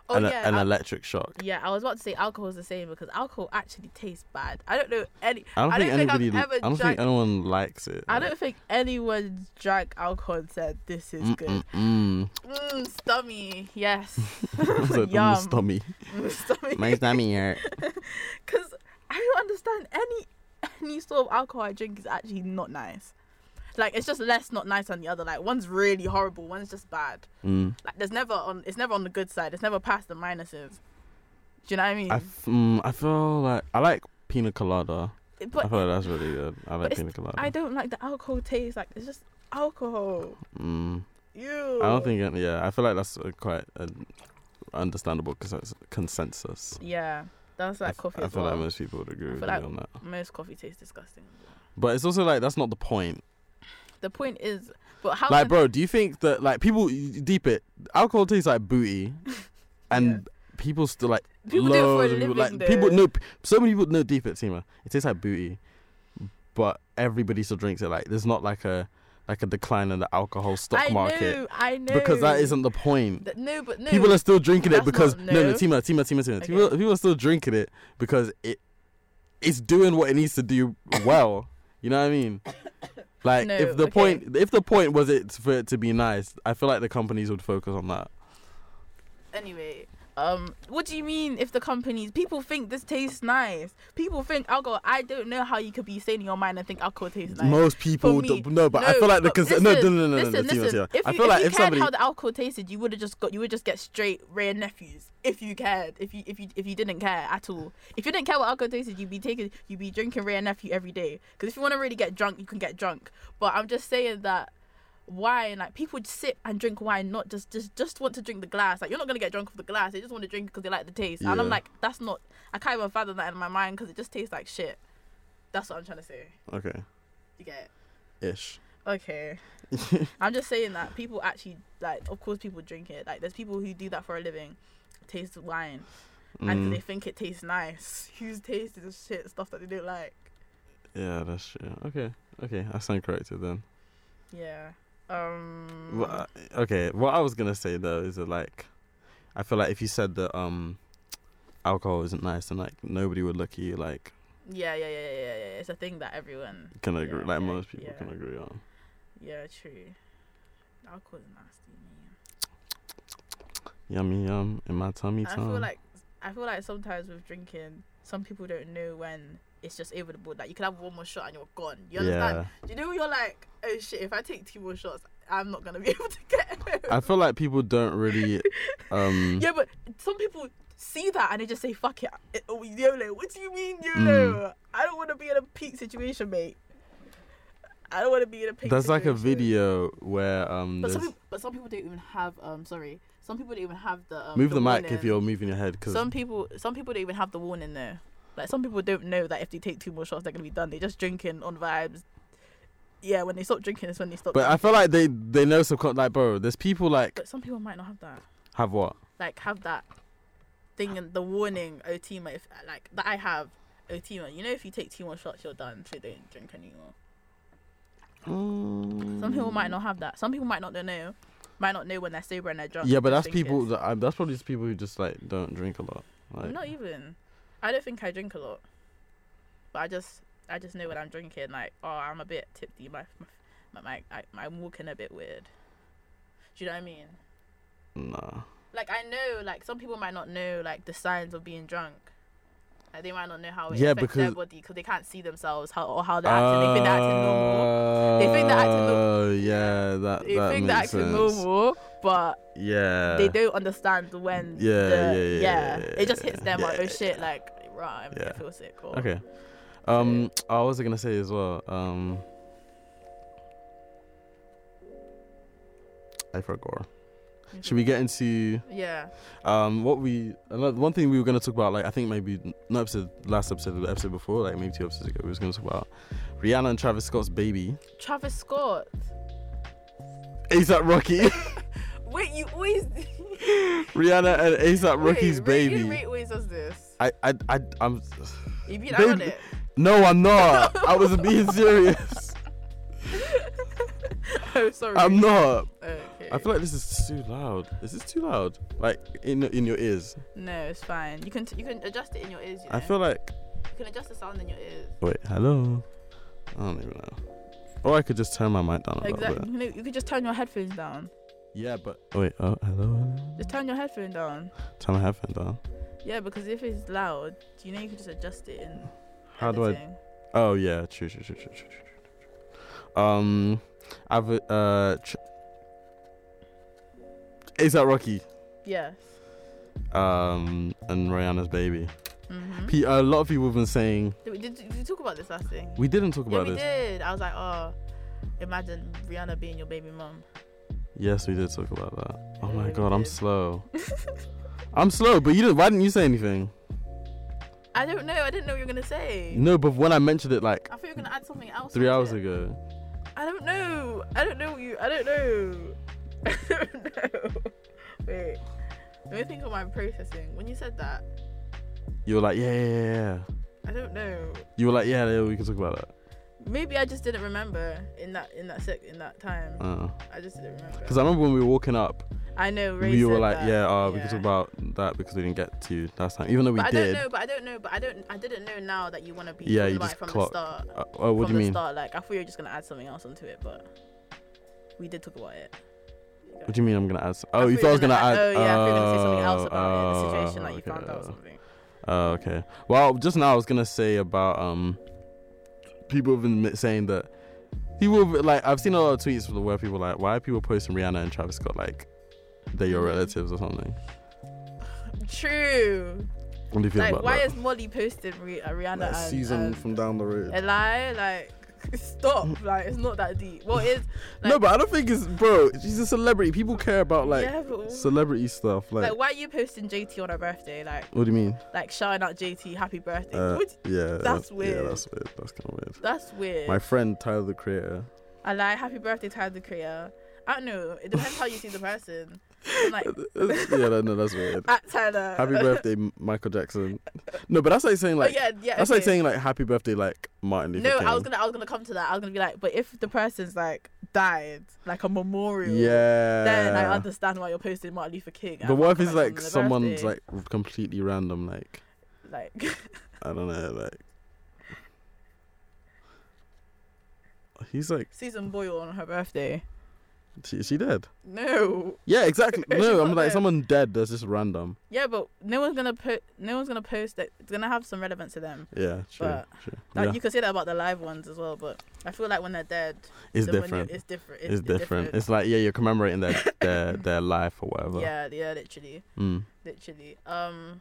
Speaker 1: Oh
Speaker 2: an,
Speaker 1: yeah.
Speaker 2: an
Speaker 1: I,
Speaker 2: electric shock.
Speaker 1: yeah, I was about to say alcohol is the same because alcohol actually tastes bad. I don't know any.
Speaker 2: I don't
Speaker 1: I
Speaker 2: think
Speaker 1: don't think I've
Speaker 2: anybody.
Speaker 1: ever
Speaker 2: I don't
Speaker 1: drank-
Speaker 2: think anyone likes it.
Speaker 1: I don't think anyone drank alcohol and said this is good.
Speaker 2: Mm,
Speaker 1: Mm, stummy. Yes.
Speaker 2: mm, mm. Said,
Speaker 1: Yum.
Speaker 2: mm, stomach.
Speaker 1: Mm, stummy.
Speaker 2: My stomach hurt.
Speaker 1: because I don't understand any any sort of alcohol I drink is actually not nice. Like it's just less not nice than the other. Like one's really horrible, one's just bad.
Speaker 2: Mm.
Speaker 1: Like there's never on it's never on the good side. It's never past the minuses. Do you know what I mean?
Speaker 2: I, f- mm, I feel like I like pina colada. I
Speaker 1: but
Speaker 2: feel like that's really good. I like
Speaker 1: it's-
Speaker 2: pina colada.
Speaker 1: I don't like the alcohol taste. Like it's just alcohol.
Speaker 2: Mm.
Speaker 1: You.
Speaker 2: I don't think. it- Yeah, I feel like that's a, quite an understandable cons- consensus.
Speaker 1: Yeah, that's like
Speaker 2: I, f-
Speaker 1: coffee.
Speaker 2: I
Speaker 1: as
Speaker 2: feel
Speaker 1: well.
Speaker 2: like most people would agree
Speaker 1: I
Speaker 2: with
Speaker 1: feel
Speaker 2: me
Speaker 1: like-
Speaker 2: on that.
Speaker 1: most coffee tastes disgusting.
Speaker 2: But it's also like that's not the point.
Speaker 1: The point is, but how?
Speaker 2: Like,
Speaker 1: can-
Speaker 2: bro, do you think that like people deep it alcohol tastes like booty, and people still like
Speaker 1: People do it for a
Speaker 2: loads of people-
Speaker 1: living,
Speaker 2: like people
Speaker 1: though.
Speaker 2: no p- so many people know deep it Tima. It tastes like booty, but everybody still drinks it. Like there's not like a like a decline in the alcohol stock
Speaker 1: I
Speaker 2: market
Speaker 1: know, I know.
Speaker 2: because that isn't the point.
Speaker 1: Th- no, but no.
Speaker 2: people are still drinking it
Speaker 1: that's
Speaker 2: because
Speaker 1: not-
Speaker 2: no no
Speaker 1: no.
Speaker 2: Tima Tima Tima Tima
Speaker 1: Okay.
Speaker 2: people, people are still drinking it because it it's doing what it needs to do well. you know what I mean? Like
Speaker 1: No,
Speaker 2: if the
Speaker 1: okay.
Speaker 2: point if the point was it for it to be nice, I feel like the companies would focus on that.
Speaker 1: anyway um what do you mean if the companies people think this tastes nice people think alcohol i don't know how you could be saying in your mind and think alcohol tastes nice
Speaker 2: Most people,
Speaker 1: me,
Speaker 2: don't, no, but I feel like the cons-
Speaker 1: listen,
Speaker 2: no, no, no, no, no,
Speaker 1: listen,
Speaker 2: no, Tima,
Speaker 1: listen.
Speaker 2: Tima.
Speaker 1: If
Speaker 2: I
Speaker 1: you-
Speaker 2: feel like
Speaker 1: you
Speaker 2: if
Speaker 1: cared
Speaker 2: somebody,
Speaker 1: how the alcohol tasted, you would have just got, you would just get straight Ray and nephews. If you cared, if you if you if you didn't care at all, if you didn't care what alcohol tasted, you'd be taking, you'd be drinking Ray and nephew every day. Because if you want to really get drunk, you can get drunk. But I'm just saying that wine, like people sip and drink wine, not just just just want to drink the glass. Like you're not gonna get drunk off the glass. They just want to drink because they like the taste. And I'm
Speaker 2: Yeah.
Speaker 1: like, that's not. I can't even fathom that in my mind because it just tastes like shit. That's what I'm trying to say.
Speaker 2: okay,
Speaker 1: You get. it?
Speaker 2: ish.
Speaker 1: Okay. I'm just saying that people actually like. Of course, people drink it. Like, there's people who do that for a living, taste wine, and 'cause
Speaker 2: Mm,
Speaker 1: they think it tastes nice. Who's tasted the shit stuff that they don't like?
Speaker 2: yeah, that's true. Okay, okay, I sound corrected then.
Speaker 1: Yeah. Um.
Speaker 2: Well, I- okay, what I was gonna say though is that like, I feel like if you said that um, alcohol isn't nice, then like nobody would look at you like
Speaker 1: yeah, yeah, yeah, yeah, yeah, yeah. It's a thing that everyone.
Speaker 2: can agree,
Speaker 1: Yeah,
Speaker 2: like
Speaker 1: yeah,
Speaker 2: most people
Speaker 1: yeah.
Speaker 2: can agree on.
Speaker 1: Yeah, true. Alcohol is nasty, man.
Speaker 2: Yummy yum in my tummy
Speaker 1: I
Speaker 2: time.
Speaker 1: feel like I feel like sometimes with drinking, some people don't know when it's just over the board. Like you can have one more shot and you're gone. You understand?
Speaker 2: yeah,
Speaker 1: You know, you're like, oh shit, if I take two more shots, I'm not gonna be able to get home.
Speaker 2: I feel like people don't really um.
Speaker 1: yeah, but some people see that and they just say, fuck it, it- oh, YOLO. What do you mean
Speaker 2: Mm.
Speaker 1: YOLO? I don't want to be in a peak situation, mate. I don't want to be in a peak
Speaker 2: There's like a
Speaker 1: situation.
Speaker 2: video where um.
Speaker 1: But some,
Speaker 2: there's-
Speaker 1: people, but some people don't even have, um, sorry, some people don't even have the. Um,
Speaker 2: move the, mic if
Speaker 1: warning.
Speaker 2: you're moving your head because
Speaker 1: Some people, some people don't even have the warning there. Like some people don't know that if they take two more shots, they're gonna be done. They're just drinking on vibes. Yeah, when they stop drinking, is when they stop.
Speaker 2: But I
Speaker 1: drinking.
Speaker 2: feel like they they know subcon like bro. There's people like
Speaker 1: but some people might not have that.
Speaker 2: have what?
Speaker 1: like have that thing and the warning Otima if like that I have Otima. You know if you take two more shots you're done, so don't drink anymore. Some
Speaker 2: Um,
Speaker 1: people
Speaker 2: Mm.
Speaker 1: might not have that. Some people might not don't know, might not know when they're sober and they're drunk.
Speaker 2: Yeah, but
Speaker 1: they're
Speaker 2: that's
Speaker 1: drinking.
Speaker 2: people. That, I, that's probably just people who just like don't drink a lot. Like,
Speaker 1: Not even. I don't think I drink a lot, but I just I just know when I'm drinking. Like oh I'm a bit tipsy. My my my, I, I'm walking a bit weird. Do you know what I mean?
Speaker 2: nah.
Speaker 1: Like I know like some people might not know like the signs of being drunk. Like they might not know how it
Speaker 2: Yeah,
Speaker 1: affects their
Speaker 2: because- Ah,
Speaker 1: body because they can't see themselves how or how they're acting. They think they're acting normal. They think they're acting normal.
Speaker 2: Oh yeah, that
Speaker 1: They
Speaker 2: that
Speaker 1: think they're
Speaker 2: makes
Speaker 1: acting
Speaker 2: sense.
Speaker 1: normal, but
Speaker 2: yeah.
Speaker 1: they don't understand when.
Speaker 2: Yeah,
Speaker 1: the-
Speaker 2: yeah, yeah, yeah,
Speaker 1: It just hits them like,
Speaker 2: yeah,
Speaker 1: oh shit, like, right, I'm
Speaker 2: Yeah.
Speaker 1: gonna feel sick. Or,
Speaker 2: Okay. Um, I was I gonna say as well. Um, I forgot.
Speaker 1: Mm-hmm.
Speaker 2: Should we get into
Speaker 1: Yeah.
Speaker 2: um what we another one thing we were gonna talk about? Like I think maybe n- not episode last episode, but the episode before, like maybe two episodes ago, we was gonna talk about Rihanna and Travis Scott's baby.
Speaker 1: Travis Scott.
Speaker 2: ASAP Rocky,
Speaker 1: Wait, you always.
Speaker 2: Rihanna and ASAP Rocky's
Speaker 1: Wait, Ray-
Speaker 2: baby.
Speaker 1: You Ray always does this.
Speaker 2: I, I, I, I'm.
Speaker 1: You beat out on
Speaker 2: Baby-
Speaker 1: it.
Speaker 2: No, I'm not. I was being serious.
Speaker 1: oh, sorry.
Speaker 2: I'm not.
Speaker 1: Okay.
Speaker 2: I feel like this is too loud. Is this too loud? Like in in your ears?
Speaker 1: no, it's fine. You can you can adjust it in your ears. You know?
Speaker 2: I feel like.
Speaker 1: you can adjust the sound in your ears.
Speaker 2: Wait, hello. I don't even know. Or I could just turn my mic down a little
Speaker 1: Exactly.
Speaker 2: bit.
Speaker 1: You, know, you could just turn your headphones down.
Speaker 2: Yeah, but wait. Oh, hello.
Speaker 1: Just turn your headphone down.
Speaker 2: Turn my headphone down.
Speaker 1: Yeah, because if it's loud, you know you can just adjust it in.
Speaker 2: How do I?
Speaker 1: editing.
Speaker 2: Oh yeah, true, true, true, true, true, true, true. Um, I've uh. Tr- is that Rocky?
Speaker 1: Yes.
Speaker 2: Um, and Rihanna's baby.
Speaker 1: Mm-hmm.
Speaker 2: P- a lot of people have been saying
Speaker 1: did, we, did, did we talk about this last thing?
Speaker 2: we didn't talk
Speaker 1: yeah,
Speaker 2: about
Speaker 1: we
Speaker 2: this.
Speaker 1: did. I was like, oh, imagine Rihanna being your baby mom.
Speaker 2: Yes, we did talk about that. Oh
Speaker 1: Yeah,
Speaker 2: my
Speaker 1: we
Speaker 2: god, I'm
Speaker 1: did.
Speaker 2: slow. I'm slow, but you didn't. Why didn't you say anything?
Speaker 1: I don't know. I didn't know what you were gonna say.
Speaker 2: No, but when I mentioned it like
Speaker 1: I thought you were gonna add something else.
Speaker 2: three
Speaker 1: onto
Speaker 2: hours
Speaker 1: it.
Speaker 2: ago,
Speaker 1: I don't know. I don't know you. I don't know. I don't know. Wait. Let me think of my processing. When you said that,
Speaker 2: you were like, yeah, yeah, yeah, yeah.
Speaker 1: I don't know.
Speaker 2: You were like, yeah, yeah, we can talk about that.
Speaker 1: Maybe I just didn't remember in that in that sec in that time.
Speaker 2: Uh.
Speaker 1: I just didn't remember.
Speaker 2: Because Uh-uh. I remember when we were walking up,
Speaker 1: I know. Ray
Speaker 2: we
Speaker 1: said
Speaker 2: were like,
Speaker 1: that.
Speaker 2: yeah, uh, we can talk about that because we didn't get to last time, even though we
Speaker 1: but I
Speaker 2: did.
Speaker 1: don't know. But I don't know. But I don't. I didn't know now that you want to be.
Speaker 2: Yeah,
Speaker 1: talking
Speaker 2: you
Speaker 1: about
Speaker 2: just
Speaker 1: it from
Speaker 2: clocked.
Speaker 1: the start.
Speaker 2: Uh, oh, what do
Speaker 1: from
Speaker 2: you
Speaker 1: the
Speaker 2: mean?
Speaker 1: start, like I thought you were just gonna add something else onto it, but we did talk about it.
Speaker 2: What do you mean? I'm gonna ask.
Speaker 1: I
Speaker 2: Oh,
Speaker 1: you
Speaker 2: you thought I
Speaker 1: were
Speaker 2: was gonna add?
Speaker 1: Oh yeah, I thought you were gonna say something else
Speaker 2: oh,
Speaker 1: about it, the situation
Speaker 2: oh,
Speaker 1: that you
Speaker 2: okay,
Speaker 1: found out or
Speaker 2: oh.
Speaker 1: something.
Speaker 2: Oh, okay. Well, just now I was gonna say about um, people have been mi- saying that people have- like I've seen a lot of tweets from where people are like why are people posting Rihanna and Travis Scott like they're your
Speaker 1: Mhm.
Speaker 2: relatives or something.
Speaker 1: True.
Speaker 2: What do you feel
Speaker 1: Like,
Speaker 2: about
Speaker 1: why
Speaker 2: that?
Speaker 1: is Molly posting Rih- uh, Rihanna and, and
Speaker 2: down the road.
Speaker 1: a lie? Like, stop. Like, it's not that deep. Well, it's
Speaker 2: no, but I don't think it's bro. She's a celebrity. People care about like
Speaker 1: yeah, but,
Speaker 2: celebrity stuff. Like,
Speaker 1: like, why are you posting JT on her birthday? Like,
Speaker 2: what do you mean?
Speaker 1: like shouting out JT, happy birthday.
Speaker 2: Uh,
Speaker 1: What-
Speaker 2: yeah,
Speaker 1: that's
Speaker 2: Yeah,
Speaker 1: weird.
Speaker 2: that's weird. That's kind of weird.
Speaker 1: That's weird.
Speaker 2: My friend Tyler the Creator.
Speaker 1: I like happy birthday, Tyler the Creator. I don't know. It depends how you see the person. I'm like
Speaker 2: yeah, no, no, that's weird.
Speaker 1: at Tyler.
Speaker 2: Happy birthday, M- Michael Jackson. No, but that's like saying like
Speaker 1: oh, yeah, yeah.
Speaker 2: that's
Speaker 1: okay.
Speaker 2: like saying like happy birthday like Martin Luther
Speaker 1: No,
Speaker 2: King.
Speaker 1: I was gonna, I was gonna come to that. I was gonna be like, but if the person's like died, like a memorial,
Speaker 2: yeah.
Speaker 1: then I understand why you're posting Martin Luther King.
Speaker 2: but
Speaker 1: and
Speaker 2: what if
Speaker 1: come
Speaker 2: it's
Speaker 1: back
Speaker 2: like
Speaker 1: on the
Speaker 2: someone's
Speaker 1: birthday.
Speaker 2: like completely random like
Speaker 1: like
Speaker 2: I don't know like he's like
Speaker 1: Susan Boyle on her birthday?
Speaker 2: she, is she dead?
Speaker 1: No,
Speaker 2: Yeah, exactly.
Speaker 1: She's
Speaker 2: No,
Speaker 1: not
Speaker 2: I'm like
Speaker 1: dead.
Speaker 2: someone dead that's just random.
Speaker 1: yeah, but no one's gonna put, no one's gonna post that. It's gonna have some relevance to them.
Speaker 2: Yeah, true.
Speaker 1: But,
Speaker 2: true.
Speaker 1: Like
Speaker 2: yeah.
Speaker 1: you can say that about the live ones as well, but I feel like when they're dead,
Speaker 2: it's
Speaker 1: then when you-
Speaker 2: different.
Speaker 1: It's different.
Speaker 2: It's, different. It's like yeah, you're commemorating their their, their life or whatever.
Speaker 1: yeah, yeah, literally,
Speaker 2: Mm.
Speaker 1: literally. Um,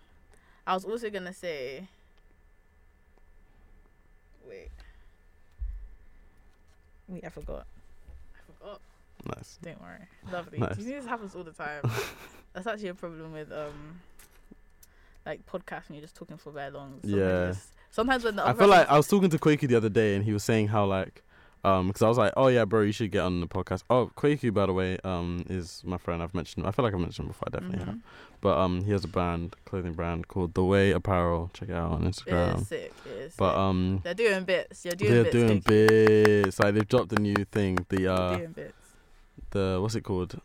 Speaker 1: I was also gonna say. Wait. Wait, I forgot. I forgot.
Speaker 2: Nice.
Speaker 1: Don't worry. Lovely.
Speaker 2: Nice.
Speaker 1: Do you see this happens all the time? That's actually a problem with um, like podcasts when you're just talking for very long. Sometimes
Speaker 2: Yeah.
Speaker 1: it's- Sometimes when the
Speaker 2: I
Speaker 1: other
Speaker 2: feel like
Speaker 1: person's-
Speaker 2: I was talking to Quakey the other day, and he was saying how like, um, because I was like, oh yeah, bro, you should get on the podcast. Oh, Quakey, by the way, um, is my friend. I've mentioned. I feel like I've mentioned before. I definitely have.
Speaker 1: Mhm.
Speaker 2: But um, he has a brand, clothing brand called The Way Apparel. Check it out on
Speaker 1: It
Speaker 2: Instagram.
Speaker 1: is sick. It is
Speaker 2: um, But
Speaker 1: sick.
Speaker 2: um,
Speaker 1: they're doing bits. You're doing
Speaker 2: they're
Speaker 1: bits.
Speaker 2: doing
Speaker 1: Koki.
Speaker 2: bits. Like they've dropped a new thing. The
Speaker 1: They're
Speaker 2: uh,
Speaker 1: doing bits.
Speaker 2: the what's it called?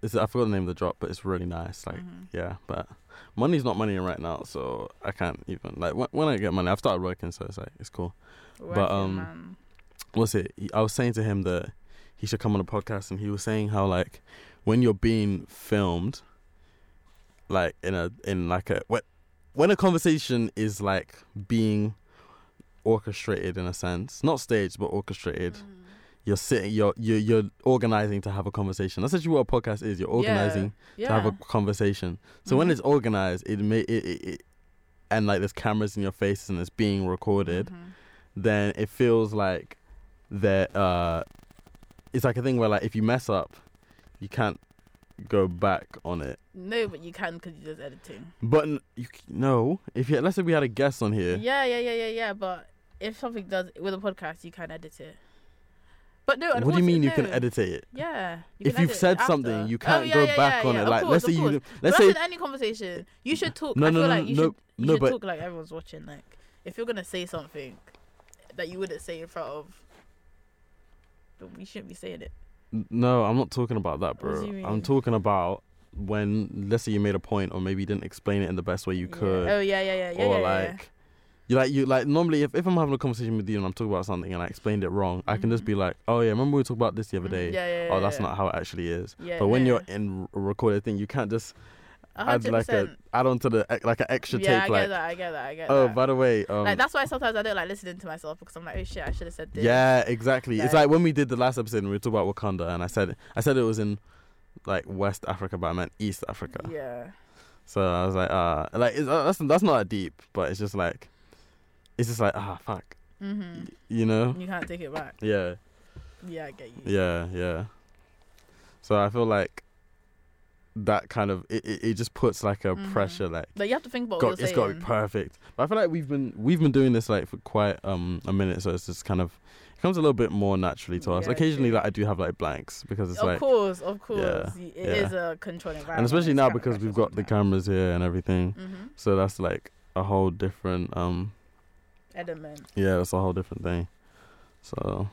Speaker 2: Is I forgot the name of the drop, but it's really nice. Like
Speaker 1: Mhm.
Speaker 2: yeah, but money's not money right now, so I can't even like when, when I get money. I've started working, so it's like it's cool.
Speaker 1: Working,
Speaker 2: but, um,
Speaker 1: man.
Speaker 2: what's it? I was saying to him that he should come on a podcast, and he was saying how like when you're being filmed, like in a in like a when when a conversation is
Speaker 4: Mm.
Speaker 1: Mm-hmm.
Speaker 2: like being orchestrated in a sense, not staged but orchestrated, you're sitting, you're you're you're organizing to have a conversation. That's actually what a podcast is. You're organizing
Speaker 4: yeah. Mm-hmm.
Speaker 2: to have a conversation. So when it's organized, it may it, it, it and like there's cameras in your face and it's being recorded,
Speaker 1: Mm-hmm.
Speaker 2: then it feels like that. Uh, it's like a thing where like if you mess up, you can't go back on it.
Speaker 1: No, but you can because you're just editing.
Speaker 2: But n- you, c- no, if you, let's say we had a guest on here,
Speaker 1: Yeah, yeah, yeah, yeah, yeah. But if something does with a podcast, you can edit it. But no,
Speaker 2: what do you
Speaker 1: unfortunately,
Speaker 2: mean you can
Speaker 1: no.
Speaker 2: edit it?
Speaker 1: Yeah.
Speaker 2: if you've
Speaker 1: edit it
Speaker 2: said
Speaker 1: after.
Speaker 2: something, you
Speaker 1: Oh,
Speaker 2: can't
Speaker 1: yeah,
Speaker 2: go
Speaker 1: yeah,
Speaker 2: back
Speaker 1: yeah,
Speaker 2: on
Speaker 1: yeah,
Speaker 2: it.
Speaker 1: of
Speaker 2: Like,
Speaker 1: course,
Speaker 2: let's say
Speaker 1: of course.
Speaker 2: you,
Speaker 1: But
Speaker 2: let's
Speaker 1: that's
Speaker 2: say,
Speaker 1: in any conversation. You should talk.
Speaker 2: No,
Speaker 1: I
Speaker 2: no,
Speaker 1: feel
Speaker 2: no,
Speaker 1: like you
Speaker 2: no,
Speaker 1: should, you
Speaker 2: no,
Speaker 1: should
Speaker 2: but-
Speaker 1: talk like everyone's watching. Like, if you're gonna say something that you wouldn't say in front of, then we shouldn't be saying it.
Speaker 2: no, I'm not talking about that,
Speaker 1: What do you
Speaker 2: bro.
Speaker 1: mean?
Speaker 2: I'm talking about when, let's say you made a point, or maybe you didn't explain it in the best way you
Speaker 1: Yeah.
Speaker 2: could,
Speaker 1: Oh yeah, yeah, yeah, yeah. yeah, yeah,
Speaker 2: or
Speaker 1: yeah.
Speaker 2: like, you like you like normally if, if I'm having a conversation with you and I'm talking about something and I explained it wrong, I can just
Speaker 1: Mhm.
Speaker 2: be like, oh yeah, remember we talked about this the other
Speaker 1: Mhm.
Speaker 2: day.
Speaker 1: Yeah, yeah, yeah,
Speaker 2: Oh, that's
Speaker 1: yeah.
Speaker 2: not how it actually is.
Speaker 1: Yeah,
Speaker 2: but when
Speaker 1: no.
Speaker 2: you're in a recorded thing, you can't just
Speaker 1: A
Speaker 2: add
Speaker 1: hundred
Speaker 2: like a
Speaker 1: percent.
Speaker 2: add on to the like an extra
Speaker 1: Yeah, I
Speaker 2: take
Speaker 1: get
Speaker 2: like
Speaker 1: that. I get that. I get
Speaker 2: oh
Speaker 1: that.
Speaker 2: by the way um,
Speaker 1: like that's why sometimes I don't like listening to myself because I'm like, oh shit, I should have said this.
Speaker 2: yeah exactly it's
Speaker 1: Like-
Speaker 2: like when we did the last episode and we talked about Wakanda and I said I said it was in like West Africa but I meant East Africa
Speaker 1: Yeah.
Speaker 2: so I was like uh like it's, uh, that's that's not that deep but it's just like it's just like ah fuck
Speaker 1: Mhm.
Speaker 2: you know
Speaker 1: You can't take it back.
Speaker 2: yeah
Speaker 1: Yeah, I get you.
Speaker 2: Yeah, yeah. So I feel like that kind of it, it, it just puts like a
Speaker 1: Mhm.
Speaker 2: pressure like
Speaker 1: But you have to think about
Speaker 2: got,
Speaker 1: what you're
Speaker 2: it's
Speaker 1: saying.
Speaker 2: got to be perfect. But I feel like we've been we've been doing this like for quite um a minute, so it's just kind of it comes a little bit more naturally to us.
Speaker 1: Yeah,
Speaker 2: Occasionally,
Speaker 1: true.
Speaker 2: like I do have like blanks because it's
Speaker 1: of
Speaker 2: like
Speaker 1: course, of course,
Speaker 2: yeah,
Speaker 1: Y- it is
Speaker 2: yeah.
Speaker 1: a controlled environment,
Speaker 2: and especially now because we've got the cameras here and everything,
Speaker 1: mm-hmm.
Speaker 2: so that's like a whole different um
Speaker 1: element.
Speaker 2: yeah, that's a whole different thing. So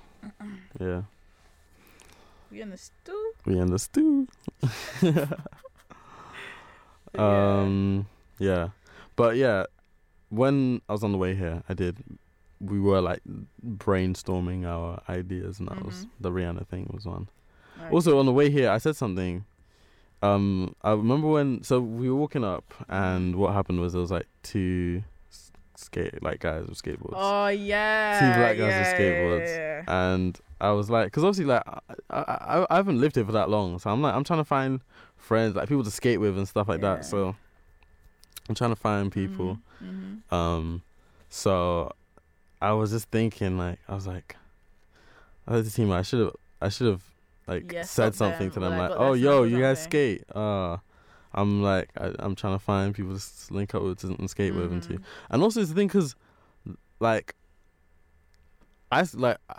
Speaker 2: yeah,
Speaker 1: We in the stew.
Speaker 2: we in the stew.
Speaker 1: Yeah.
Speaker 2: Um, yeah, but yeah, when I was on the way here, I did. We were like brainstorming our ideas, and that was
Speaker 1: Mhm.
Speaker 2: the Rihanna thing was one.
Speaker 1: Alright.
Speaker 2: Also, on the way here, I said something. Um, I remember when so we were walking up, and what happened was there was like two s- skate like guys with skateboards,
Speaker 1: oh yeah,
Speaker 2: black guys with
Speaker 1: yeah,
Speaker 2: skateboards.
Speaker 1: Yeah, yeah.
Speaker 2: and I was like, because obviously like I, I I haven't lived here for that long, so I'm like I'm trying to find friends like people to skate with and stuff like
Speaker 1: Yeah.
Speaker 2: that. So I'm trying to find people.
Speaker 1: Mm-hmm.
Speaker 2: Um, so I was just thinking, like, I was like, I was the team. I should have, I should have, like,
Speaker 1: Yeah,
Speaker 2: said
Speaker 1: stopped
Speaker 2: something
Speaker 1: them
Speaker 2: to
Speaker 1: or,
Speaker 2: them,
Speaker 1: like, got
Speaker 2: like,
Speaker 1: their
Speaker 2: oh, yo,
Speaker 1: snaps or
Speaker 2: you guys
Speaker 1: something."
Speaker 2: skate. Uh, I'm like, I, I'm trying to find people to s- link up with and skate with
Speaker 1: Mm-hmm.
Speaker 2: and to. And also, it's the thing, cause, like, I s- like, I-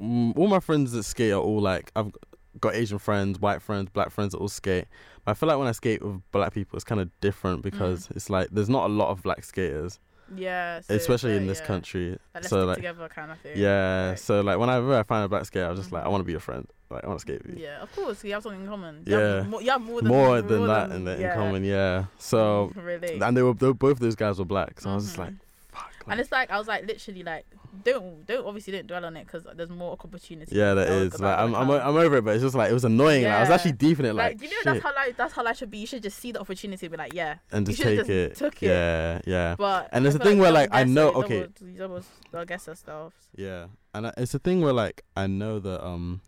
Speaker 2: m- all my friends that skate are all like, I've got Asian friends, white friends, black friends that all skate. But I feel like when I skate with black people, it's kind of different because
Speaker 1: Mm.
Speaker 2: it's like there's not a lot of black skaters
Speaker 1: Mm-hmm. Yeah, so it's
Speaker 2: especially
Speaker 1: like,
Speaker 2: in this
Speaker 1: yeah.
Speaker 2: country.
Speaker 1: Like, let's
Speaker 2: so
Speaker 1: stick
Speaker 2: like,
Speaker 1: together kind of thing.
Speaker 2: yeah.
Speaker 1: Like,
Speaker 2: So like, whenever I find a black skater, I'm just like, I
Speaker 1: Mhm.
Speaker 2: want to be your friend. Like, I want to skate with you.
Speaker 1: yeah, of course, you have something in common. You have
Speaker 2: Yeah.
Speaker 1: more, you have more than
Speaker 2: More than
Speaker 1: more
Speaker 2: that,
Speaker 1: than,
Speaker 2: and in,
Speaker 1: yeah.
Speaker 2: in common, yeah. So,
Speaker 1: really,
Speaker 2: and they were, they were- both those guys were black. So I was just
Speaker 1: Mhm.
Speaker 2: like, fuck.
Speaker 1: and
Speaker 2: like-
Speaker 1: it's like I was like literally like don't don't obviously don't dwell on it because there's more opportunities.
Speaker 2: yeah, that
Speaker 1: that'll-
Speaker 2: is.
Speaker 1: that'll
Speaker 2: Like, I'm, I'm,
Speaker 1: come.
Speaker 2: I'm over it, but it's just like it was annoying. Like, I was
Speaker 1: Yeah.
Speaker 2: actually deep in it,
Speaker 1: like,
Speaker 2: like,
Speaker 1: you know
Speaker 2: shit,
Speaker 1: that's how life that's how life should be. You should just see the opportunity and be like, yeah.
Speaker 2: and
Speaker 1: you
Speaker 2: just
Speaker 1: should've
Speaker 2: take it.
Speaker 1: just took it.
Speaker 2: Yeah, yeah,
Speaker 1: But
Speaker 2: And there's
Speaker 1: I
Speaker 2: a
Speaker 1: feel
Speaker 2: thing where,
Speaker 1: you
Speaker 2: like, I
Speaker 1: double-guess
Speaker 2: know-
Speaker 1: it, you
Speaker 2: okay.
Speaker 1: double- you double they'll guess their stuff.
Speaker 2: yeah. And I, it's a thing where like I know that um,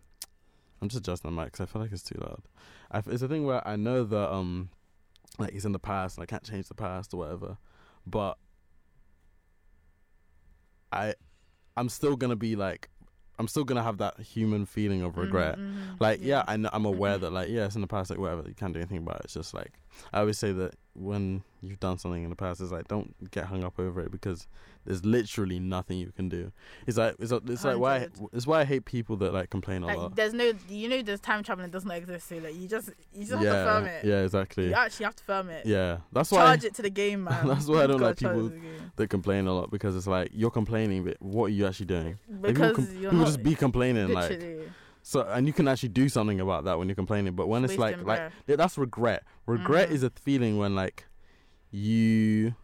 Speaker 2: I'm just adjusting the mic because I feel like it's too loud. I f it's a thing where I know that um, like it's in the past and I can't change the past or whatever. but I I'm still gonna be like I'm still gonna have that human feeling of regret.
Speaker 1: Mhm,
Speaker 2: Like
Speaker 1: mhm,
Speaker 2: yeah, I know, I'm aware that like yeah, it's in the past, like whatever, you can't do anything about it. It's just like I always say that when you've done something in the past, it's like don't get hung up over it because there's literally nothing you can do. It's like it's, like- it's like why
Speaker 1: Hundred.
Speaker 2: it's why I hate people that like complain a
Speaker 1: Like
Speaker 2: lot.
Speaker 1: there's no, you know, there's time traveling does not exist. So like you just, you just have to firm
Speaker 2: Yeah,
Speaker 1: it.
Speaker 2: yeah, exactly.
Speaker 1: You
Speaker 2: Yeah,
Speaker 1: actually have to firm it.
Speaker 2: that's why
Speaker 1: Charge it to the game, man.
Speaker 2: That's why I don't
Speaker 1: Gotta
Speaker 2: like
Speaker 1: charge it
Speaker 2: people
Speaker 1: to the game.
Speaker 2: they complain a lot because it's like you're complaining, but what are you actually doing? Like,
Speaker 1: Because
Speaker 2: people, com-
Speaker 1: you're
Speaker 2: people
Speaker 1: not-
Speaker 2: just be complaining, like
Speaker 1: literally.
Speaker 2: so, and you can actually do something about that when you're complaining. But when it's
Speaker 1: Wasting
Speaker 2: like, like
Speaker 1: breath.
Speaker 2: yeah, that's regret. Regret
Speaker 1: Mhm.
Speaker 2: is a feeling when like you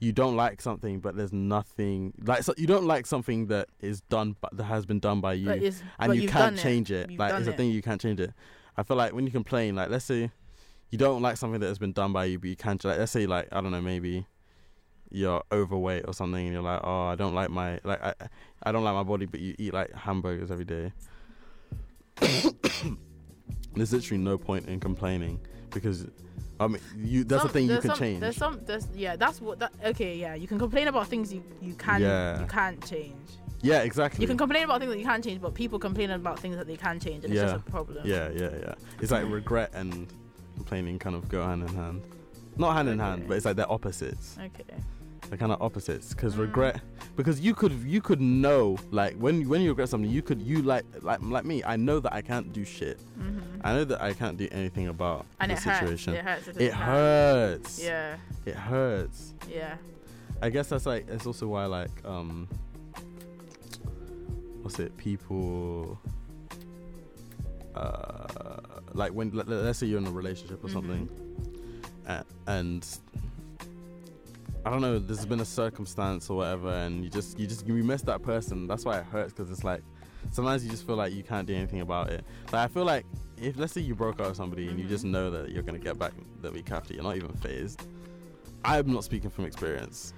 Speaker 2: you don't like something, but there's nothing like so you don't like something that is done, but that has been done by you,
Speaker 1: but it's,
Speaker 2: and
Speaker 1: but
Speaker 2: you
Speaker 1: you've
Speaker 2: can't
Speaker 1: done
Speaker 2: change it.
Speaker 1: You've
Speaker 2: Like
Speaker 1: done
Speaker 2: it's a
Speaker 1: it.
Speaker 2: thing you can't change it. I feel like when you complain, like let's say you don't like something that has been done by you, but you can't. Like let's say like I don't know maybe you're overweight or something, and you're like oh I don't like my like I I don't like my body, but you eat like hamburgers every day. there's literally no point in complaining because I mean you that's
Speaker 1: Some-
Speaker 2: the thing you
Speaker 1: there's
Speaker 2: can
Speaker 1: some-
Speaker 2: change.
Speaker 1: There's some, there's, yeah, that's what. That, okay, yeah, you can complain about things you you can
Speaker 2: Yeah.
Speaker 1: you can't change.
Speaker 2: yeah, exactly.
Speaker 1: You can complain about things that you can't change, but people complain about things that they can change, and it's
Speaker 2: Yeah.
Speaker 1: just a problem.
Speaker 2: yeah, yeah, yeah. It's like regret and complaining kind of go hand in hand. Not hand in hand,
Speaker 1: Okay.
Speaker 2: but it's like they're opposites.
Speaker 1: Okay.
Speaker 2: They're kind of opposites because
Speaker 1: Mm.
Speaker 2: regret because you could you could know like when when you regret something you could you like like like me I know that I can't do shit
Speaker 1: hmm
Speaker 2: I know that I can't do anything about
Speaker 1: And
Speaker 2: the
Speaker 1: it hurts.
Speaker 2: situation
Speaker 1: It hurts. doesn't
Speaker 2: it hurts
Speaker 1: Yeah.
Speaker 2: it hurts
Speaker 1: Yeah.
Speaker 2: I guess that's like that's also why like um what's it people uh like when let, let- let's say you're in a relationship or
Speaker 1: Mhm.
Speaker 2: something a- and I don't know there's been a circumstance or whatever and you just you just you miss that person that's why it hurts because it's like sometimes you just feel like you can't do anything about it like I feel like if let's say you broke up with somebody and you
Speaker 1: Mhm.
Speaker 2: just know that you're gonna get back the week after you're not even phased I'm not speaking from experience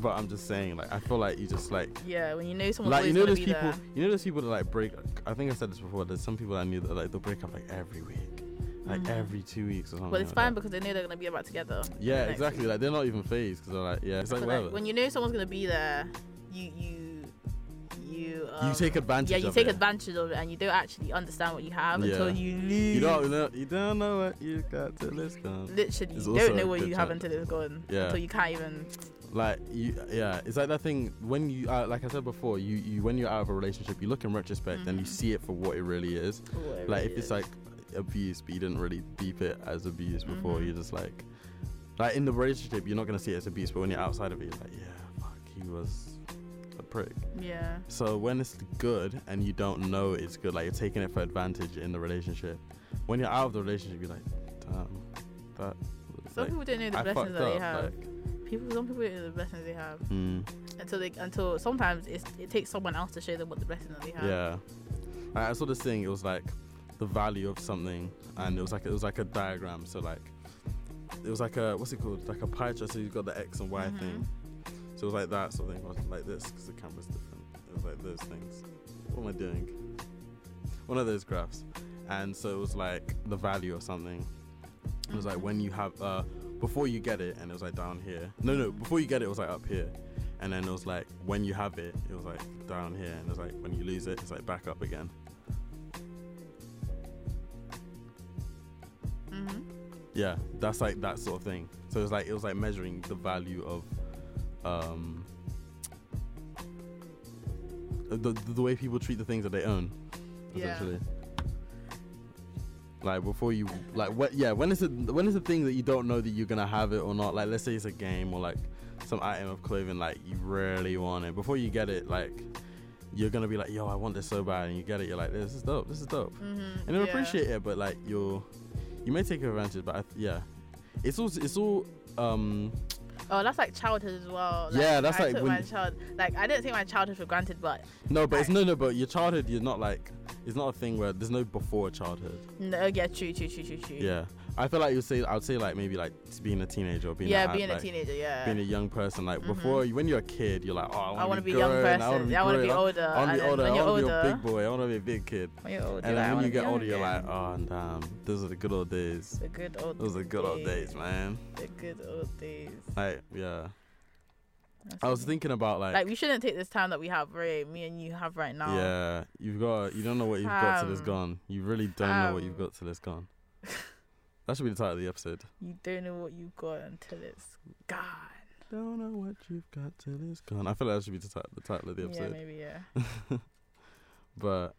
Speaker 2: but I'm just saying, like, I feel like you just like,
Speaker 1: Yeah. When you know someone's
Speaker 2: like you
Speaker 1: always
Speaker 2: know
Speaker 1: gonna
Speaker 2: those
Speaker 1: be
Speaker 2: people,
Speaker 1: there.
Speaker 2: you know those people that like break. I think I said this before. There's some people I knew that like they'll break up like every week, like
Speaker 1: Mhm.
Speaker 2: every two weeks or something.
Speaker 1: But it's
Speaker 2: like
Speaker 1: fine
Speaker 2: that.
Speaker 1: because they know they're gonna be about together.
Speaker 2: Oh, yeah,
Speaker 1: next
Speaker 2: exactly.
Speaker 1: week.
Speaker 2: Like they're not even phased because they're like, yeah, it's like
Speaker 1: But, like,
Speaker 2: whatever.
Speaker 1: when you know someone's gonna be there, you you you. Um,
Speaker 2: you take advantage.
Speaker 1: Yeah, you
Speaker 2: of
Speaker 1: take
Speaker 2: it.
Speaker 1: advantage of it, and you don't actually understand what you have until
Speaker 2: Yeah.
Speaker 1: you lose.
Speaker 2: You don't know. You don't know what you got till it's gone.
Speaker 1: Literally,
Speaker 2: It's
Speaker 1: you
Speaker 2: also
Speaker 1: don't
Speaker 2: a
Speaker 1: know what
Speaker 2: good
Speaker 1: you have
Speaker 2: chance.
Speaker 1: until it's gone.
Speaker 2: Yeah.
Speaker 1: Until you can't even.
Speaker 2: Like you, yeah. It's like that thing when you, uh, like I said before, you, you when you're out of a relationship, you look in retrospect and you
Speaker 1: Mhm.
Speaker 2: see it for what it really is. like if it's like abuse but you didn't really deep it as abuse before
Speaker 1: Mhm.
Speaker 2: you're just like like in the relationship you're not gonna see it as abuse but when you're outside of it you're like yeah fuck he was a prick
Speaker 1: Yeah.
Speaker 2: so when it's good and you don't know it's good like you're taking it for advantage in the relationship when you're out of the relationship you're like damn that was
Speaker 1: Some
Speaker 2: like,
Speaker 1: people don't know the
Speaker 2: I fucked
Speaker 1: blessings that they
Speaker 2: up
Speaker 1: have.
Speaker 2: like
Speaker 1: people, some people don't know the blessings they have
Speaker 2: mm,
Speaker 1: until they until sometimes it's, it takes someone else to show them what the blessing that they have.
Speaker 2: yeah I, I saw this thing it was like the value of something and it was like it was like a diagram so like it was like a what's it called like a pie chart so you've got the x and y
Speaker 1: Mhm.
Speaker 2: thing so it was like that sort of thing or like this because the camera's different it was like those things what am i doing one of those graphs and so it was like the value of something it was like when you have uh before you get it and it was like down here no no before you get it it was like up here and then it was like when you have it it was like down here and it was like when you lose it it's like back up again
Speaker 1: Mhm.
Speaker 2: yeah that's like that sort of thing so it was like it was like measuring the value of um the, the way people treat the things that they own
Speaker 1: Yeah.
Speaker 2: essentially like before you like what yeah when is it when is the thing that you don't know that you're gonna have it or not like let's say it's a game or like some item of clothing like you really want it before you get it like you're gonna be like yo i want this so bad and you get it you're like this is dope this is dope
Speaker 1: Mhm.
Speaker 2: and they'll
Speaker 1: Yeah.
Speaker 2: appreciate it. But like you're, you may take advantage. But I, th- yeah, it's all it's all um
Speaker 1: Oh, that's like childhood as well. Like,
Speaker 2: Yeah, that's
Speaker 1: I
Speaker 2: like
Speaker 1: took
Speaker 2: when-
Speaker 1: my child. Like I didn't take my childhood for granted, but
Speaker 2: no, but it's no no. But your childhood, you're not like it's not a thing where there's no before childhood.
Speaker 1: no, oh, yeah, true, true, true, true, true.
Speaker 2: Yeah, I feel like you say I would say like maybe like being a teenager or being
Speaker 1: yeah,
Speaker 2: a,
Speaker 1: being a
Speaker 2: like,
Speaker 1: teenager, yeah.
Speaker 2: being a young person. Like before, when you're a kid, you're like oh I
Speaker 1: I
Speaker 2: want to
Speaker 1: be a young person. I want to be, older. and
Speaker 2: grown, I want to be
Speaker 1: then
Speaker 2: older. I
Speaker 1: When you're
Speaker 2: want to be a
Speaker 1: older,
Speaker 2: big boy. I want to be a big kid.
Speaker 1: when you're older,
Speaker 2: and
Speaker 1: like, I
Speaker 2: then when
Speaker 1: wanna
Speaker 2: you
Speaker 1: be
Speaker 2: get
Speaker 1: young
Speaker 2: older, you're like,
Speaker 1: again.
Speaker 2: oh damn, those are the good old days.
Speaker 1: the good old.
Speaker 2: Those are the good old days, man.
Speaker 1: The good old days.
Speaker 2: Like, yeah.
Speaker 1: That's
Speaker 2: I was
Speaker 1: it.
Speaker 2: thinking about like
Speaker 1: like we shouldn't take this time that we have, right? Me and you have right now.
Speaker 2: Yeah, you've got. You don't know what you've got till it's
Speaker 1: Fam.
Speaker 2: gone. You really don't know what you've
Speaker 1: Fam.
Speaker 2: got till it's gone. That should be the title of the episode.
Speaker 1: You don't know what you got until it's gone.
Speaker 2: Don't know what you've got till it's gone. I feel like that should be the, ti- the title of the
Speaker 1: Yeah,
Speaker 2: episode.
Speaker 1: maybe yeah.
Speaker 2: but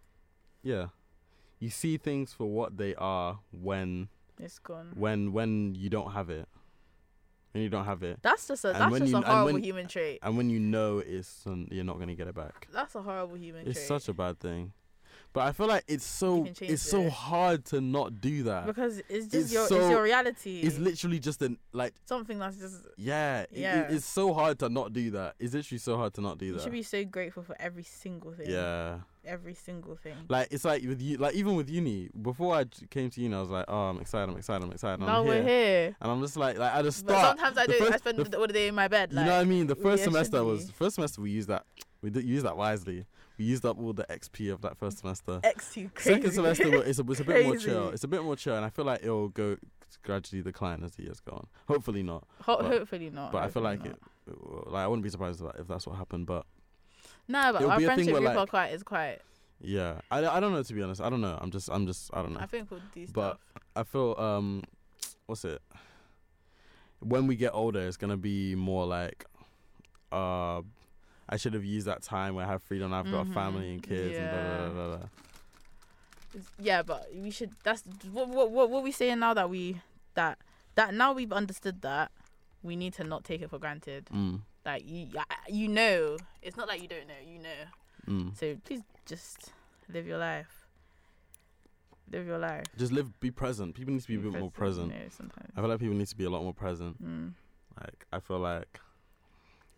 Speaker 2: yeah, you see things for what they are when
Speaker 1: It's gone.
Speaker 2: when when you don't have it. When you don't have it,
Speaker 1: That's just a
Speaker 2: And
Speaker 1: that's
Speaker 2: when
Speaker 1: just
Speaker 2: you-
Speaker 1: a
Speaker 2: and
Speaker 1: horrible
Speaker 2: when-
Speaker 1: human trait.
Speaker 2: and when you know it's um, you're not gonna get it back.
Speaker 1: That's a horrible human
Speaker 2: It's
Speaker 1: trait.
Speaker 2: such a bad thing. But I feel like it's so
Speaker 1: can change
Speaker 2: it's so
Speaker 1: it.
Speaker 2: hard to not do that.
Speaker 1: because it's just
Speaker 2: it's
Speaker 1: your
Speaker 2: so-
Speaker 1: it's your reality.
Speaker 2: it's literally just an like
Speaker 1: Something that's just
Speaker 2: Yeah, it- it-
Speaker 1: Yeah.
Speaker 2: it's so hard to not do that. It's literally so hard to not do
Speaker 1: you
Speaker 2: that.
Speaker 1: should be so grateful for every single thing.
Speaker 2: yeah,
Speaker 1: Every single thing.
Speaker 2: like it's like with you, like even with uni. Before I j- came to uni, I was like, oh, I'm excited, I'm excited, I'm excited.
Speaker 1: now
Speaker 2: I'm
Speaker 1: we're
Speaker 2: here.
Speaker 1: here.
Speaker 2: and I'm just like, like I just
Speaker 1: But
Speaker 2: start.
Speaker 1: sometimes I
Speaker 2: the
Speaker 1: do. I
Speaker 2: first-
Speaker 1: spend
Speaker 2: the
Speaker 1: all the day in my bed.
Speaker 2: you
Speaker 1: Like,
Speaker 2: know what I mean? The
Speaker 1: we-
Speaker 2: first
Speaker 1: I should
Speaker 2: semester was
Speaker 1: be.
Speaker 2: first semester we used that We did use that wisely. We used up all the XP of that first semester.
Speaker 1: XT crazy.
Speaker 2: Second semester, well, it's a, it's a bit more chill.
Speaker 1: Crazy.
Speaker 2: It's a bit more chill, and I feel like it'll go gradually decline as the years go on. Hopefully not,
Speaker 1: Ho-
Speaker 2: but-
Speaker 1: hopefully not.
Speaker 2: but I
Speaker 1: hopefully
Speaker 2: feel like
Speaker 1: not.
Speaker 2: it, it will- Like I wouldn't be surprised if that- if that's what happened, but
Speaker 1: Nah, but
Speaker 2: it'll
Speaker 1: our
Speaker 2: be a thing
Speaker 1: friendship
Speaker 2: where,
Speaker 1: group are
Speaker 2: like-
Speaker 1: quite is quite.
Speaker 2: yeah, I, I don't know to be honest. I don't know. I'm just I'm just I don't know.
Speaker 1: I think we'll do
Speaker 2: But-
Speaker 1: stuff.
Speaker 2: I feel um, what's it? When we get older, it's gonna be more like, uh, I should have used that time where I have freedom. I've got a
Speaker 1: Mhm,
Speaker 2: family and kids and da da da da. da.
Speaker 1: It's- Yeah, but we should. That's what what what, what we saying now that we that that now we've understood that we need to not take it for granted.
Speaker 2: Mm,
Speaker 1: Like you I- you know, it's not like you don't know. You know.
Speaker 2: mm.
Speaker 1: So please just live your life. Live your life.
Speaker 2: Just live, be present. People need to be a bit more present.
Speaker 1: you know, sometimes.
Speaker 2: I feel like people need to be a lot more present.
Speaker 1: Mm.
Speaker 2: Like I feel like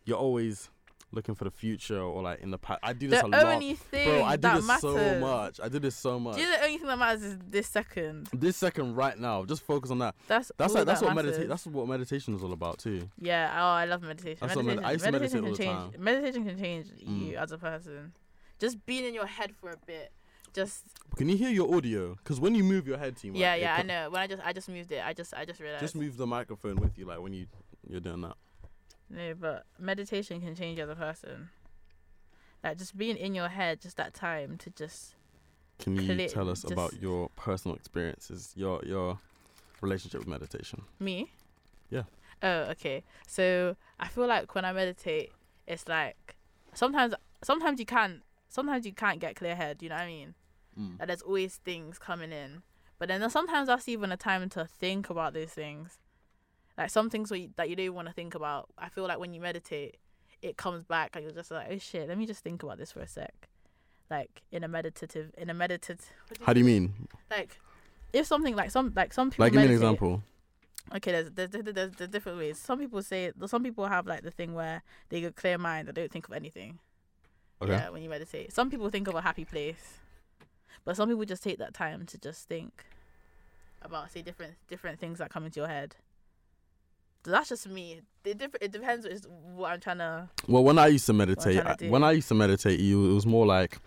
Speaker 2: you're always looking for the future or like in the past. I do this
Speaker 1: the
Speaker 2: a lot,
Speaker 1: only thing
Speaker 2: bro. I do
Speaker 1: that
Speaker 2: this
Speaker 1: matters.
Speaker 2: so much. I do this so much.
Speaker 1: Do you know the only thing that matters is this second.
Speaker 2: This second right now, just focus on that.
Speaker 1: That's
Speaker 2: That's
Speaker 1: all
Speaker 2: like that's
Speaker 1: that
Speaker 2: what
Speaker 1: matters.
Speaker 2: medita- That's what meditation is all about too.
Speaker 1: Yeah, oh, I love meditation.
Speaker 2: That's what med-
Speaker 1: meditation,
Speaker 2: I used to meditate
Speaker 1: meditation
Speaker 2: all the Mm.
Speaker 1: can change. Meditation can change you as a person. Just being in your head for a bit. Just
Speaker 2: Can you hear your audio? Because when you move your head, team.
Speaker 1: yeah, yeah, I know. When I just I just moved it, I just I just realized.
Speaker 2: Just move the microphone with you, like when you you're doing that.
Speaker 1: No, but meditation can change you as a person. Like just being in your head, just that time to just
Speaker 2: Can you
Speaker 1: Clear-
Speaker 2: tell us
Speaker 1: just-
Speaker 2: about your personal experiences, your your relationship with meditation?
Speaker 1: me.
Speaker 2: Yeah.
Speaker 1: Oh, okay. So I feel like when I meditate, it's like sometimes sometimes you can't sometimes you can't get clear head. You know what I mean?
Speaker 2: Mm.
Speaker 1: Like there's always things coming in, but then sometimes that's even a time to think about those things. Like some things where you- that you don't want to think about. I feel like when you meditate, it comes back. Like you're just like, oh shit, let me just think about this for a sec. Like in a meditative, in a meditative.
Speaker 2: How do you mean?
Speaker 1: Like if something like some like some people
Speaker 2: Like, give me an
Speaker 1: meditate-
Speaker 2: example.
Speaker 1: okay there's there's, there's there's there's different ways some people say some people have like the thing where they go clear mind they don't think of anything
Speaker 2: Okay.
Speaker 1: yeah, when you meditate some people think of a happy place but some people just take that time to just think about say different different things that come into your head so that's just me it, diff- it depends what, is- what i'm trying to
Speaker 2: Well, when I used to meditate,
Speaker 1: trying to
Speaker 2: I-
Speaker 1: do.
Speaker 2: when I used to meditate, you it was more like,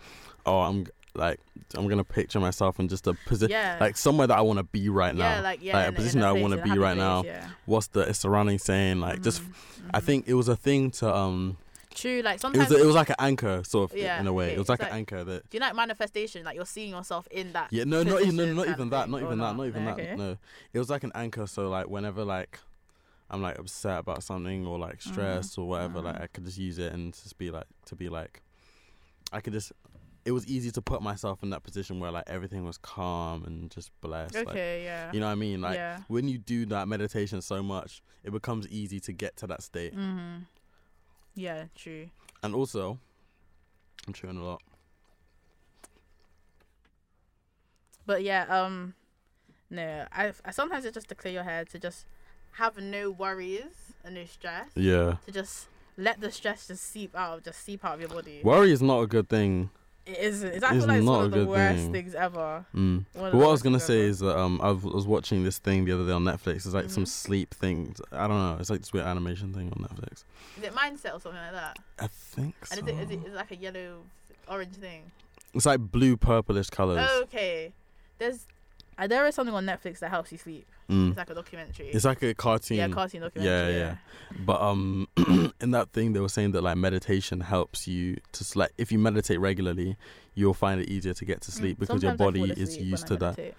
Speaker 2: oh, I'm g- like I'm gonna picture myself in just a position,
Speaker 1: yeah
Speaker 2: like somewhere that I want to be right
Speaker 1: yeah
Speaker 2: now.
Speaker 1: like yeah
Speaker 2: like a
Speaker 1: in
Speaker 2: position
Speaker 1: in
Speaker 2: that I
Speaker 1: place,
Speaker 2: wanna
Speaker 1: in a
Speaker 2: be
Speaker 1: happy
Speaker 2: right
Speaker 1: place,
Speaker 2: now.
Speaker 1: yeah.
Speaker 2: What's the surrounding saying? Like, just
Speaker 1: Mhm,
Speaker 2: I
Speaker 1: mhm.
Speaker 2: think it was a thing to um,
Speaker 1: Mm-hmm. true like
Speaker 2: it
Speaker 1: sometimes
Speaker 2: was a, it was like an anchor sort of
Speaker 1: Yeah,
Speaker 2: in a way.
Speaker 1: okay,
Speaker 2: It was like
Speaker 1: it's
Speaker 2: an
Speaker 1: like-
Speaker 2: anchor that
Speaker 1: do you know, like manifestation like you're seeing yourself in that
Speaker 2: Yeah, no, not even no,
Speaker 1: position
Speaker 2: not
Speaker 1: kind
Speaker 2: even
Speaker 1: of
Speaker 2: that,
Speaker 1: thing,
Speaker 2: not
Speaker 1: or
Speaker 2: even that, not even
Speaker 1: oh Okay.
Speaker 2: that. No, it was like an anchor. So like whenever like I'm like upset about something or
Speaker 1: Mm-hmm.
Speaker 2: like stressed or whatever, like
Speaker 1: mhm.
Speaker 2: I could just use it and just be like to be like, I could just. It was easy to put myself in that position where like everything was calm and just blessed. Like,
Speaker 1: Okay, yeah.
Speaker 2: you know what I mean? Like
Speaker 1: yeah.
Speaker 2: when you do that meditation so much, it becomes easy to get to that state.
Speaker 1: Mm-hmm. Yeah, true.
Speaker 2: And also, I'm chewing a lot.
Speaker 1: But yeah, um, no, I, I sometimes it's just to clear your head, to just have no worries and no stress,
Speaker 2: Yeah,
Speaker 1: to just let the stress just seep out, just seep out of your body.
Speaker 2: worry is not a good thing.
Speaker 1: It isn't. It's, I feel
Speaker 2: It's
Speaker 1: like it's
Speaker 2: not
Speaker 1: one
Speaker 2: a
Speaker 1: of the
Speaker 2: good
Speaker 1: worst
Speaker 2: thing.
Speaker 1: things ever.
Speaker 2: Mm.
Speaker 1: One of
Speaker 2: But
Speaker 1: the
Speaker 2: what I was
Speaker 1: worst
Speaker 2: gonna
Speaker 1: things
Speaker 2: say
Speaker 1: ever.
Speaker 2: is that um, I was- was watching this thing the other day on Netflix. It's like some
Speaker 1: Mhm.
Speaker 2: sleep thing. I don't know. It's like this weird animation thing on Netflix.
Speaker 1: is it mindset or something like that?
Speaker 2: I think so.
Speaker 1: And is it, is it is it like a yellow, orange thing?
Speaker 2: It's like blue purplish colors.
Speaker 1: Okay, there's. Uh, there is something on Netflix that helps you sleep. It's
Speaker 2: Mm.
Speaker 1: like a documentary.
Speaker 2: It's like a cartoon.
Speaker 1: yeah, cartoon documentary.
Speaker 2: yeah.
Speaker 1: yeah.
Speaker 2: but um, in that thing they were saying that like meditation helps you to sleep. If you meditate regularly, you'll find it easier to get to sleep because your
Speaker 1: Mm. Sometimes I fall
Speaker 2: body is
Speaker 1: asleep when
Speaker 2: used
Speaker 1: I
Speaker 2: to that.
Speaker 1: meditate.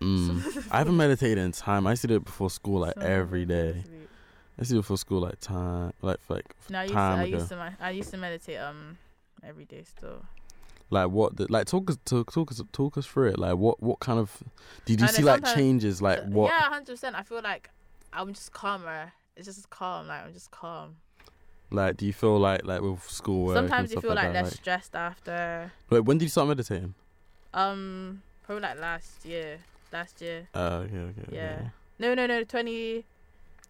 Speaker 2: Mm. I haven't meditated in time. I used to do it before school, like
Speaker 1: Sometimes
Speaker 2: every
Speaker 1: I fall
Speaker 2: day.
Speaker 1: asleep.
Speaker 2: I used to do it before school, like time, like for, like
Speaker 1: No, I used, to,
Speaker 2: time
Speaker 1: I
Speaker 2: ago.
Speaker 1: used to med- I used to meditate um every day still.
Speaker 2: like what the, like talk us talk, talk us talk us through it like what what kind of did you
Speaker 1: And
Speaker 2: see
Speaker 1: it's
Speaker 2: like
Speaker 1: sometimes-
Speaker 2: changes like
Speaker 1: So-
Speaker 2: what
Speaker 1: Yeah, hundred percent. I feel like I'm just calmer. It's just calm. Like I'm just calm.
Speaker 2: like do you feel like like with school
Speaker 1: Sometimes you
Speaker 2: stuff
Speaker 1: feel like,
Speaker 2: that,
Speaker 1: less stressed after.
Speaker 2: like, wait, when did you start meditating
Speaker 1: Um, probably like last year. Last year.
Speaker 2: uh okay okay okay,
Speaker 1: Yeah.
Speaker 2: okay.
Speaker 1: No, no, no. 20,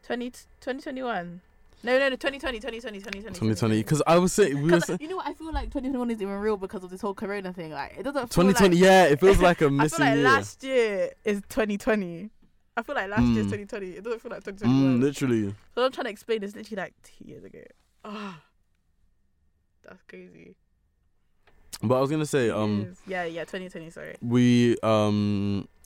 Speaker 1: 20 2021. No, no, no. 2020, 2020, 2020.
Speaker 2: 2020 because i was saying we were
Speaker 1: 'Cause
Speaker 2: saying,
Speaker 1: you know what? I feel like 2021 isn't even real because of this whole Corona thing. Like it doesn't. Feel
Speaker 2: 2020
Speaker 1: Like,
Speaker 2: yeah it feels like a
Speaker 1: I feel
Speaker 2: missing
Speaker 1: like
Speaker 2: year
Speaker 1: last year is 2020. I feel like last year's
Speaker 2: Mm.
Speaker 1: 2020. It doesn't feel like 2021.
Speaker 2: mm, literally
Speaker 1: So what I'm trying to explain is literally like two years ago. Ah, That's crazy.
Speaker 2: But I was gonna say,
Speaker 1: It
Speaker 2: um,
Speaker 1: is. yeah, yeah, 2020. Sorry.
Speaker 2: we um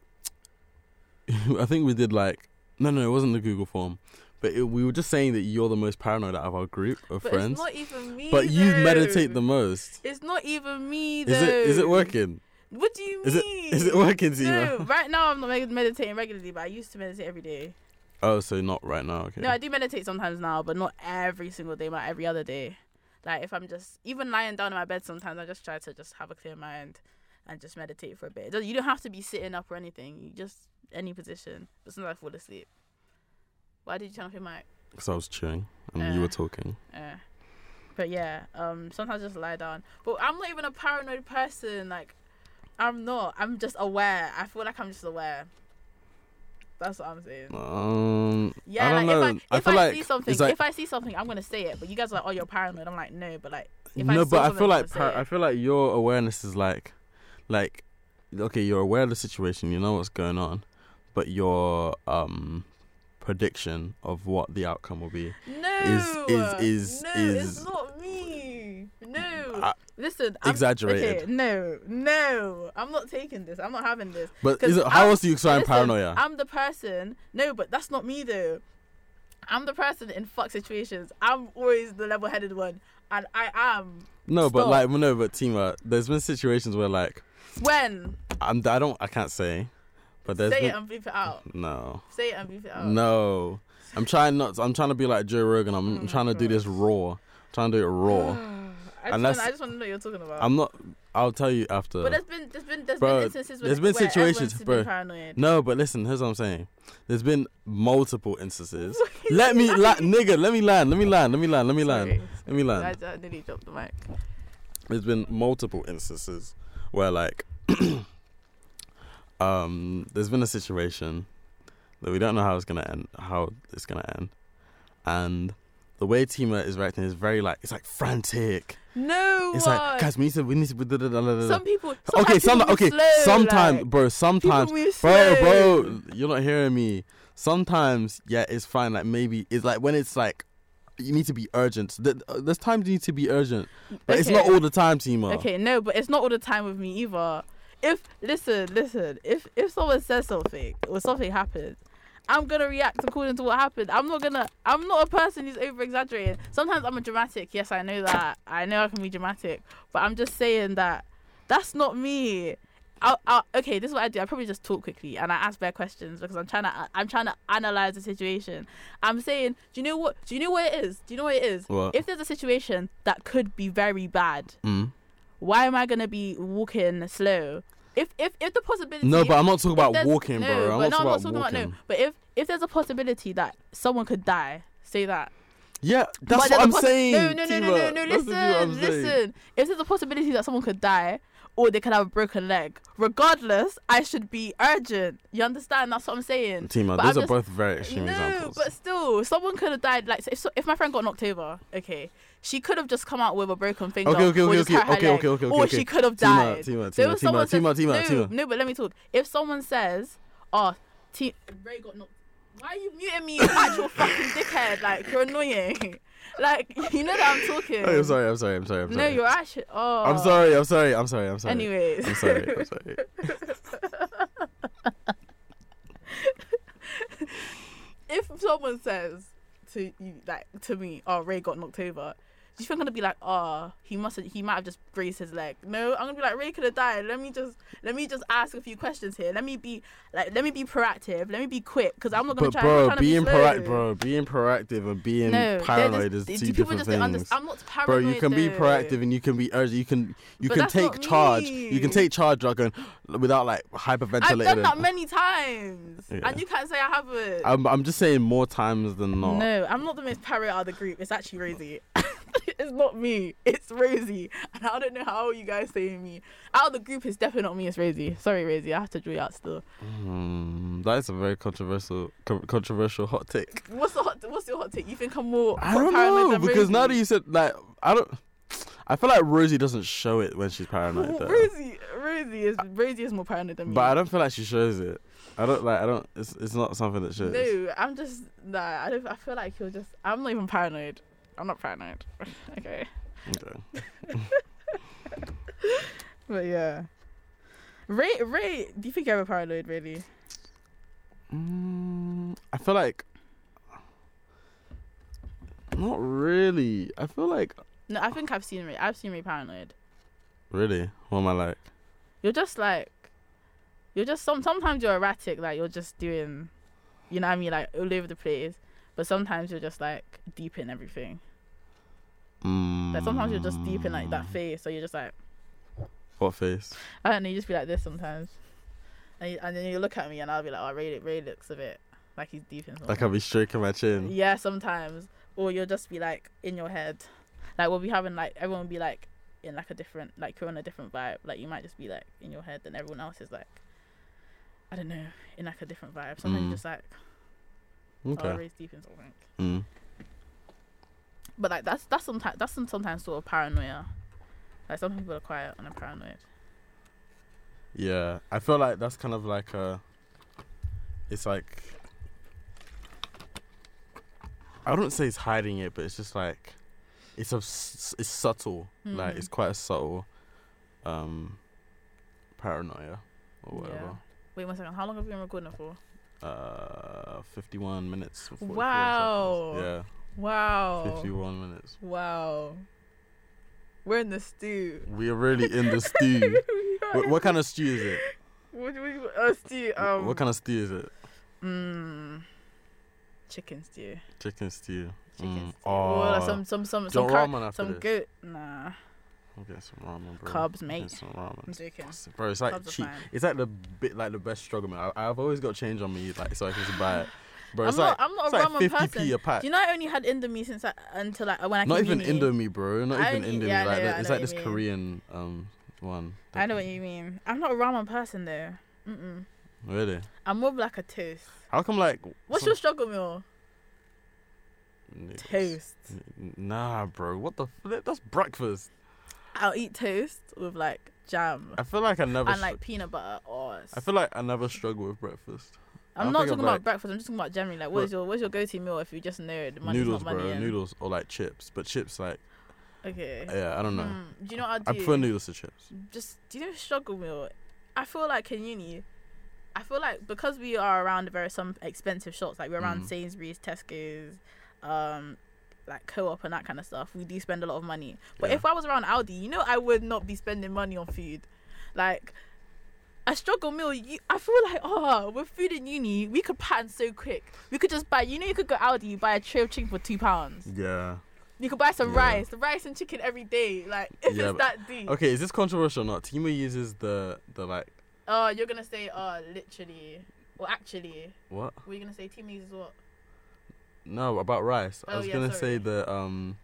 Speaker 2: I think we did like no no it wasn't the Google form but it, we were just saying that you're the most paranoid out of our group of
Speaker 1: But
Speaker 2: friends
Speaker 1: it's not even me.
Speaker 2: but you meditate
Speaker 1: though.
Speaker 2: the most
Speaker 1: It's not even me. Though.
Speaker 2: is it is it working
Speaker 1: What do you
Speaker 2: is it
Speaker 1: mean?
Speaker 2: is it working Zima?
Speaker 1: No, right now I'm not med- meditating regularly, but I used to meditate every day.
Speaker 2: oh so not right now okay
Speaker 1: No, I do meditate sometimes now, but not every single day, but every other day. Like if I'm just even lying down in my bed sometimes I just try to just have a clear mind and just meditate for a bit. It doesn't- You don't have to be sitting up or anything. You just any position. But sometimes I fall asleep. Why did you turn off your mic?
Speaker 2: because I was chewing and you
Speaker 1: Uh.
Speaker 2: were talking
Speaker 1: Uh, but yeah, um, sometimes just lie down. But I'm not even a paranoid person. Like, I'm not. I'm just aware. I feel like I'm just aware. That's what I'm saying.
Speaker 2: um
Speaker 1: Yeah,
Speaker 2: I don't
Speaker 1: like
Speaker 2: know.
Speaker 1: if I
Speaker 2: I
Speaker 1: if I,
Speaker 2: feel
Speaker 1: see
Speaker 2: like
Speaker 1: something,
Speaker 2: it's like-
Speaker 1: if I see something, I'm gonna say it. But you guys are like, oh, you're paranoid. I'm like, no. But like, if I
Speaker 2: no
Speaker 1: see
Speaker 2: but I
Speaker 1: something,
Speaker 2: feel
Speaker 1: I'm
Speaker 2: like
Speaker 1: gonna
Speaker 2: par-
Speaker 1: say
Speaker 2: I
Speaker 1: it.
Speaker 2: feel like your awareness is like like okay you're aware of the situation you know what's going on but your um prediction of what the outcome will be
Speaker 1: no,
Speaker 2: is- is-
Speaker 1: no,
Speaker 2: is-
Speaker 1: it's not me. No,
Speaker 2: I-
Speaker 1: listen, I'm,
Speaker 2: Exaggerated.
Speaker 1: Okay, no, no, I'm not taking this. I'm not having this.
Speaker 2: But
Speaker 1: 'Cause
Speaker 2: is it, how
Speaker 1: I'm-
Speaker 2: else do you explain
Speaker 1: Listen,
Speaker 2: paranoia?
Speaker 1: I'm the person. No, but that's not me though. I'm the person in fuck situations. I'm always the level-headed one, and I am.
Speaker 2: no, but
Speaker 1: stop.
Speaker 2: like no, but Tima, there's been situations where like
Speaker 1: When
Speaker 2: I'm I don't I can't say, but there's
Speaker 1: say it
Speaker 2: been,
Speaker 1: and beep it out.
Speaker 2: no
Speaker 1: Say it and beep it out.
Speaker 2: no. I'm trying not. I'm trying to be like Joe Rogan. I'm,
Speaker 1: Mm,
Speaker 2: I'm trying to do this raw. trying to do it raw.
Speaker 1: I just,
Speaker 2: And
Speaker 1: wanna,
Speaker 2: that's-
Speaker 1: I just want to know what you're talking about.
Speaker 2: I'm not. I'll tell you after.
Speaker 1: but there's been there's been there's
Speaker 2: Bro,
Speaker 1: been instances where
Speaker 2: there's been
Speaker 1: where everyone's
Speaker 2: situations,
Speaker 1: been
Speaker 2: bro.
Speaker 1: paranoid.
Speaker 2: no, but listen. Here's what I'm saying. There's been multiple instances. let me, la- nigga. Let me land. Let me land. Let me land. Let me land.
Speaker 1: Sorry.
Speaker 2: Let me land.
Speaker 1: I, I nearly dropped the mic.
Speaker 2: there's been multiple instances where like um there's been a situation that we don't know how it's gonna end how it's gonna end and the way Tima is reacting is very like it's like frantic.
Speaker 1: No
Speaker 2: It's
Speaker 1: one.
Speaker 2: like guys, we need to we need to. da- da- da- da- da- da."
Speaker 1: some people.
Speaker 2: okay,
Speaker 1: sometimes people move
Speaker 2: okay,
Speaker 1: slow,
Speaker 2: sometimes,
Speaker 1: like,
Speaker 2: bro, sometimes,
Speaker 1: people move
Speaker 2: bro,
Speaker 1: slow.
Speaker 2: bro, you're not hearing me. Sometimes, yeah, it's fine. Like maybe it's like when it's like you need to be urgent. Th- There's times you need to be urgent, but it's not
Speaker 1: Okay.
Speaker 2: all the time, Tima.
Speaker 1: Okay, no, but it's not all the time with me either. If listen, listen, if if someone says something or something happens, I'm gonna react according to what happened. I'm not gonna. I'm not a person who's over exaggerating. Sometimes I'm a dramatic. Yes, I know that. I know I can be dramatic, but I'm just saying that that's not me. I'll, I'll, okay, this is what I do. I probably just talk quickly and I ask bare questions because I'm trying to. I'm trying to analyze the situation. I'm saying, do you know what? Do you know what it is? Do you know what it is?
Speaker 2: What?
Speaker 1: If there's a situation that could be very bad,
Speaker 2: Mm.
Speaker 1: why am I gonna be walking slow? If if if the possibility
Speaker 2: No, but I'm not talking
Speaker 1: if
Speaker 2: about
Speaker 1: there's-
Speaker 2: walking,
Speaker 1: no,
Speaker 2: bro. I'm
Speaker 1: but
Speaker 2: not talking
Speaker 1: no,
Speaker 2: about walking.
Speaker 1: no. But if if there's a possibility that someone could die, say that.
Speaker 2: Yeah, that's
Speaker 1: But
Speaker 2: what
Speaker 1: there's a
Speaker 2: I'm
Speaker 1: possi-
Speaker 2: saying.
Speaker 1: No, no, no, no, no,
Speaker 2: Tima.
Speaker 1: no.
Speaker 2: That's literally what I'm
Speaker 1: Listen,
Speaker 2: saying.
Speaker 1: listen. If there's a possibility that someone could die or they could have a broken leg, regardless, I should be urgent. You understand? That's what I'm saying.
Speaker 2: Tima,
Speaker 1: But
Speaker 2: those
Speaker 1: I'm
Speaker 2: are
Speaker 1: just-
Speaker 2: both very extreme
Speaker 1: no,
Speaker 2: examples.
Speaker 1: but still, someone could have died. Like, so if, so, if my friend got knocked over, okay, she could have just come out with a broken finger.
Speaker 2: Okay, okay,
Speaker 1: or
Speaker 2: okay,
Speaker 1: just
Speaker 2: okay,
Speaker 1: hurt her
Speaker 2: okay,
Speaker 1: leg,
Speaker 2: okay, okay,
Speaker 1: Or
Speaker 2: okay.
Speaker 1: she could have
Speaker 2: Tima,
Speaker 1: died.
Speaker 2: Tima,
Speaker 1: So
Speaker 2: Tima,
Speaker 1: if someone
Speaker 2: Tima,
Speaker 1: says-
Speaker 2: Tima, Tima,
Speaker 1: no,
Speaker 2: Tima.
Speaker 1: no, but let me talk. If someone says, "Oh, T- Ray got knocked," why are you muting me, you actual fucking dickhead? Like, you're annoying. like, you know that I'm talking.
Speaker 2: Oh, I'm sorry. I'm sorry. I'm sorry. I'm
Speaker 1: No,
Speaker 2: sorry.
Speaker 1: you're actually. Oh,
Speaker 2: I'm sorry. I'm sorry. I'm sorry. I'm sorry.
Speaker 1: Anyways,
Speaker 2: I'm sorry. I'm sorry.
Speaker 1: if someone says to you like to me, oh Ray got knocked over, do you think I'm gonna be like, oh he must have he might have just grazed his leg? No, I'm gonna be like Ray could have died. Let me just let me just ask a few questions here. Let me be like let me be proactive. Let me be quick because I'm not gonna
Speaker 2: But
Speaker 1: try. I'm not
Speaker 2: bro,
Speaker 1: trying to be
Speaker 2: being
Speaker 1: slow.
Speaker 2: proactive, bro, being proactive and being
Speaker 1: No,
Speaker 2: paranoid
Speaker 1: they're just,
Speaker 2: is
Speaker 1: do
Speaker 2: two
Speaker 1: people
Speaker 2: different
Speaker 1: just don't
Speaker 2: things.
Speaker 1: understand? I'm not paranoid.
Speaker 2: Bro, you can be
Speaker 1: though.
Speaker 2: proactive and you can be urgent. You can
Speaker 1: But
Speaker 2: you can
Speaker 1: that's not
Speaker 2: take charge. You can
Speaker 1: me.
Speaker 2: take charge like, and- without like hyperventilating.
Speaker 1: I've done that many times,
Speaker 2: Yeah.
Speaker 1: and you can't say I haven't.
Speaker 2: I'm I'm just saying more times than not.
Speaker 1: No, I'm not the most paranoid out of the group. It's actually Rosie. it's not me. It's Rosie. And I don't know how you guys saying me. Out of the group, it's definitely not me. It's Rosie. Sorry, Rosie. I have to draw you out still.
Speaker 2: Mm, that is a very controversial co- controversial hot take.
Speaker 1: What's the hot? What's your hot take? You think I'm more
Speaker 2: I don't
Speaker 1: paranoid
Speaker 2: know
Speaker 1: than
Speaker 2: because now that
Speaker 1: Rosie?
Speaker 2: you said like I don't. I feel like Rosie doesn't show it when she's paranoid, though.
Speaker 1: Rosie, Rosie is Rosie is more paranoid than me.
Speaker 2: but I don't feel like she shows it. I don't like. I don't. It's it's not something that shows.
Speaker 1: No, I'm just nah. I don't. I feel like you're just. I'm not even paranoid. I'm not paranoid. okay.
Speaker 2: Okay.
Speaker 1: But yeah. Ray, Ray, do you think you're ever paranoid, really?
Speaker 2: Mm, I feel like not really. I feel like
Speaker 1: No, I think I've seen Ray. I've seen Ray paranoid.
Speaker 2: really. What am I like?
Speaker 1: You're just like, you're just some. Sometimes you're erratic, like you're just doing, you know what I mean, like all over the place. But sometimes you're just like deep in everything.
Speaker 2: Mm,
Speaker 1: Like sometimes you're just deep in like that face, so you're just like,
Speaker 2: What face?
Speaker 1: I don't know. You just be like this sometimes, and, you, and then you look at me, and I'll be like, oh, Ray, Ray looks a bit like he's deep in. Something.
Speaker 2: Like I'll be stroking my chin.
Speaker 1: Yeah, sometimes. Or you'll just be like in your head. Like we'll be having like everyone will be like in like a different like you're on a different vibe. Like you might just be like in your head and everyone else is like I don't know, in like a different vibe. Sometimes
Speaker 2: Mm.
Speaker 1: just like oh,
Speaker 2: Okay.
Speaker 1: raised deep in something.
Speaker 2: Mm.
Speaker 1: But like that's that's sometimes that's some, sometimes sort of paranoia. Like some people are quiet and are paranoid.
Speaker 2: Yeah. I feel like that's kind of like a. It's like. I wouldn't say it's hiding it, but it's just like, it's a, s- it's subtle. Like
Speaker 1: Mhm.
Speaker 2: it's quite a subtle, um, paranoia or whatever.
Speaker 1: Yeah. Wait one second, how long have we been recording it for?
Speaker 2: Uh, 51 minutes. and 44
Speaker 1: Wow. Oh.
Speaker 2: Seconds. Yeah,
Speaker 1: Wow.
Speaker 2: 51 minutes.
Speaker 1: Wow. We're in the stew.
Speaker 2: We are really in the stew. what, what kind of stew is it?
Speaker 1: What do we uh, stew?
Speaker 2: Wh-
Speaker 1: Um,
Speaker 2: what kind of stew is it?
Speaker 1: Mm. Chicken stew.
Speaker 2: Chicken stew.
Speaker 1: Chicken
Speaker 2: Mm.
Speaker 1: stew. Or like
Speaker 2: Oh,
Speaker 1: some some some
Speaker 2: do
Speaker 1: some,
Speaker 2: you
Speaker 1: car-
Speaker 2: want ramen after
Speaker 1: some
Speaker 2: this?
Speaker 1: goat. Nah,
Speaker 2: I'm getting some ramen, bro.
Speaker 1: carbs,
Speaker 2: I'm getting
Speaker 1: mate.
Speaker 2: some
Speaker 1: I'm
Speaker 2: ramen.
Speaker 1: joking.
Speaker 2: Bro, it's like
Speaker 1: Carbs are
Speaker 2: cheap.
Speaker 1: fine.
Speaker 2: It's like the bit like the best struggle man. I, I've always got change on me, like so I can just buy it. Bro,
Speaker 1: I'm
Speaker 2: it's
Speaker 1: not
Speaker 2: like
Speaker 1: I'm not
Speaker 2: it's
Speaker 1: a
Speaker 2: like
Speaker 1: ramen
Speaker 2: 50p
Speaker 1: person.
Speaker 2: a pack.
Speaker 1: Do you know I only had Indomie since I, until like when I
Speaker 2: not
Speaker 1: came
Speaker 2: even
Speaker 1: uni.
Speaker 2: Indomie, bro. Not
Speaker 1: I
Speaker 2: even
Speaker 1: only-
Speaker 2: Indomie.
Speaker 1: yeah, I
Speaker 2: like
Speaker 1: know,
Speaker 2: the,
Speaker 1: I
Speaker 2: it's
Speaker 1: know
Speaker 2: like
Speaker 1: what
Speaker 2: this
Speaker 1: you mean.
Speaker 2: Korean um one.
Speaker 1: I know what you mean. I'm not a ramen person though. Mm-mm.
Speaker 2: Really?
Speaker 1: I'm more of like a toast.
Speaker 2: How come like
Speaker 1: What's
Speaker 2: some-
Speaker 1: your struggle meal?
Speaker 2: Niggas.
Speaker 1: Toast.
Speaker 2: N- Nah, bro. What the? F- that's breakfast.
Speaker 1: I'll eat toast with like jam
Speaker 2: I feel like I never.
Speaker 1: and
Speaker 2: str-
Speaker 1: like peanut butter or.
Speaker 2: I feel like I never struggle with breakfast.
Speaker 1: I'm
Speaker 2: I'm
Speaker 1: not
Speaker 2: thinking
Speaker 1: talking
Speaker 2: of,
Speaker 1: about
Speaker 2: like-
Speaker 1: breakfast. I'm just talking about generally. Like, what's
Speaker 2: Look.
Speaker 1: your what's your go-to meal if you just know the money's
Speaker 2: noodles,
Speaker 1: not money?
Speaker 2: bro.
Speaker 1: in?
Speaker 2: Noodles or like chips, but chips like
Speaker 1: Okay.
Speaker 2: yeah, I don't know.
Speaker 1: Mm, do you know what I do?
Speaker 2: I prefer noodles to chips.
Speaker 1: just do you know struggle meal? I feel like in uni, I feel like because we are around very some expensive shops, like we're around
Speaker 2: Mm.
Speaker 1: Sainsbury's, Tesco's, um, like co-op and that kind of stuff. We do spend a lot of money. But
Speaker 2: Yeah.
Speaker 1: if I was around Aldi, you know, I would not be spending money on food, like. A struggle meal, you, I feel like, oh, with food in uni, we could pattern so quick. We could just buy, you know, you could go Aldi, you buy a tray of chicken for two pounds.
Speaker 2: Yeah.
Speaker 1: You could buy some
Speaker 2: Yeah.
Speaker 1: rice, the rice and chicken every day. Like, if
Speaker 2: Yeah,
Speaker 1: it's
Speaker 2: but-
Speaker 1: that deep.
Speaker 2: Okay, is this controversial or not? Timo uses the the like
Speaker 1: Oh, you're gonna say oh, literally or actually.
Speaker 2: what?
Speaker 1: We're gonna say team uses what?
Speaker 2: No, about rice. I
Speaker 1: Oh,
Speaker 2: was
Speaker 1: yeah,
Speaker 2: gonna
Speaker 1: sorry.
Speaker 2: say the um.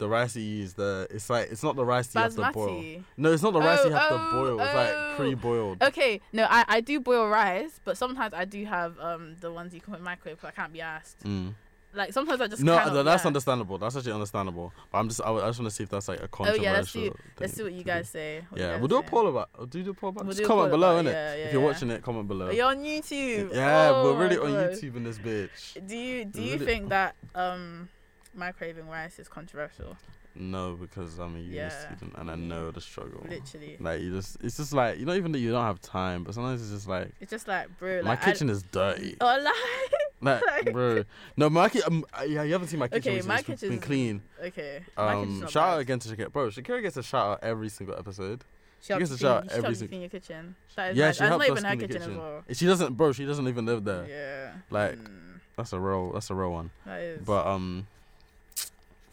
Speaker 2: The rice you use, the it's like it's not the rice you have to boil.
Speaker 1: Basmati.
Speaker 2: No, it's not the rice you
Speaker 1: Oh,
Speaker 2: have
Speaker 1: oh,
Speaker 2: to boil. It's
Speaker 1: oh.
Speaker 2: like pre-boiled.
Speaker 1: Okay, no, I, I do boil rice, but sometimes I do have um the ones you can put in the microwave, but I can't be asked.
Speaker 2: Mm.
Speaker 1: Like sometimes I just
Speaker 2: no,
Speaker 1: cannot,
Speaker 2: th- that's
Speaker 1: yeah.
Speaker 2: understandable. That's actually understandable. But I'm just, I, I just want to see if that's like a
Speaker 1: Oh
Speaker 2: controversial.
Speaker 1: yeah, let's do
Speaker 2: thing
Speaker 1: let's see what
Speaker 2: to
Speaker 1: you
Speaker 2: do.
Speaker 1: guys say. what you
Speaker 2: yeah,
Speaker 1: guys
Speaker 2: we'll do a
Speaker 1: say.
Speaker 2: poll about. We'll do the poll about.
Speaker 1: We'll
Speaker 2: just
Speaker 1: do a
Speaker 2: comment
Speaker 1: poll
Speaker 2: below,
Speaker 1: about it,
Speaker 2: innit?
Speaker 1: yeah, yeah,
Speaker 2: if you're
Speaker 1: yeah.
Speaker 2: watching it, comment below.
Speaker 1: You're on YouTube.
Speaker 2: Yeah,
Speaker 1: Oh,
Speaker 2: we're really
Speaker 1: my
Speaker 2: on
Speaker 1: God.
Speaker 2: YouTube in this bitch.
Speaker 1: Do you do
Speaker 2: We're
Speaker 1: you
Speaker 2: really-
Speaker 1: think that um microwaving rice is controversial?
Speaker 2: No, because I'm a uni
Speaker 1: Yeah.
Speaker 2: student and I know the struggle.
Speaker 1: Literally.
Speaker 2: Like you just, it's just like you know, even that you don't have time, but sometimes it's just like
Speaker 1: It's just like bro like
Speaker 2: my
Speaker 1: I-
Speaker 2: kitchen is dirty.
Speaker 1: Oh like
Speaker 2: like,
Speaker 1: like-
Speaker 2: bro, no, my kitchen. yeah, you haven't seen my kitchen.
Speaker 1: Okay,
Speaker 2: recently.
Speaker 1: my
Speaker 2: It's been- been
Speaker 1: kitchen's-
Speaker 2: clean.
Speaker 1: Okay. my kitchen's
Speaker 2: Um,
Speaker 1: not
Speaker 2: shout out
Speaker 1: bad.
Speaker 2: again to Shakira, bro. Shakira gets a shout out every single episode.
Speaker 1: She helped
Speaker 2: gets
Speaker 1: you
Speaker 2: a shout
Speaker 1: clean-
Speaker 2: out
Speaker 1: she helped
Speaker 2: every
Speaker 1: you
Speaker 2: sing-
Speaker 1: clean your kitchen. That is
Speaker 2: Yeah,
Speaker 1: nice.
Speaker 2: she
Speaker 1: And it's
Speaker 2: helped
Speaker 1: not
Speaker 2: us
Speaker 1: even her
Speaker 2: clean the
Speaker 1: kitchen, as
Speaker 2: kitchen.
Speaker 1: well.
Speaker 2: She doesn't, bro. She doesn't even live there.
Speaker 1: Yeah.
Speaker 2: Like
Speaker 1: Mm,
Speaker 2: that's a real, that's a real one.
Speaker 1: that is.
Speaker 2: But um,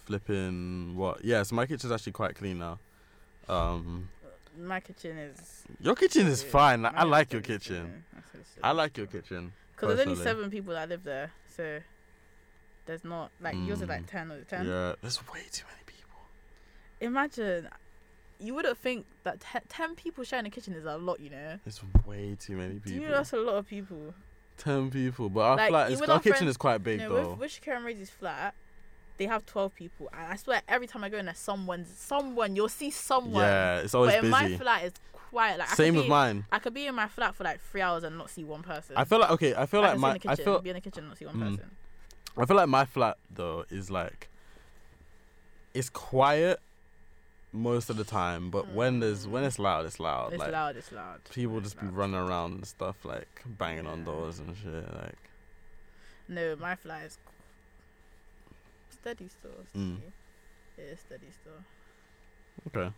Speaker 2: flipping what? Yeah, so my kitchen's actually quite clean now. Um,
Speaker 1: my kitchen is.
Speaker 2: your kitchen is
Speaker 1: Yeah,
Speaker 2: fine. Like, I
Speaker 1: mine is
Speaker 2: like your
Speaker 1: dirty, so
Speaker 2: kitchen.
Speaker 1: that's what it's
Speaker 2: I like your kitchen.
Speaker 1: Because there's only
Speaker 2: personally.
Speaker 1: seven people that live there, so there's not like yours is like
Speaker 2: Mm.
Speaker 1: ten or ten.
Speaker 2: Yeah, there's way too many people.
Speaker 1: Imagine, you wouldn't think that te- ten people sharing a kitchen is a lot, you know.
Speaker 2: There's way too many people.
Speaker 1: Do you know that's a lot of people?
Speaker 2: Ten people, but I
Speaker 1: Like,
Speaker 2: feel like
Speaker 1: even
Speaker 2: it's,
Speaker 1: with
Speaker 2: our
Speaker 1: our
Speaker 2: kitchen
Speaker 1: friends-
Speaker 2: is quite big
Speaker 1: no,
Speaker 2: though.
Speaker 1: with, with Shakira and Rosie's flat, they have twelve people, and I swear every time I go in there, someone's someone you'll see someone.
Speaker 2: yeah, it's
Speaker 1: but
Speaker 2: always
Speaker 1: in my
Speaker 2: busy.
Speaker 1: flat, it's quiet. Like I could
Speaker 2: Same with
Speaker 1: be-
Speaker 2: mine.
Speaker 1: I could be in my flat for like three hours and not see one person.
Speaker 2: I feel like okay. I feel
Speaker 1: I
Speaker 2: like
Speaker 1: can sit
Speaker 2: my.
Speaker 1: in the
Speaker 2: I
Speaker 1: kitchen,
Speaker 2: feel.
Speaker 1: be in the kitchen and not see one
Speaker 2: Mm.
Speaker 1: person.
Speaker 2: I feel like my flat though is like. It's quiet, most of the time, but when there's when it's loud, it's loud.
Speaker 1: Mm. It's
Speaker 2: like
Speaker 1: loud, it's loud.
Speaker 2: people
Speaker 1: it's
Speaker 2: just be
Speaker 1: loud.
Speaker 2: running around and stuff, like banging on
Speaker 1: Yeah.
Speaker 2: doors and shit. Like,
Speaker 1: No, my fly is steady still. Steady.
Speaker 2: Mm.
Speaker 1: It is steady still.
Speaker 2: okay,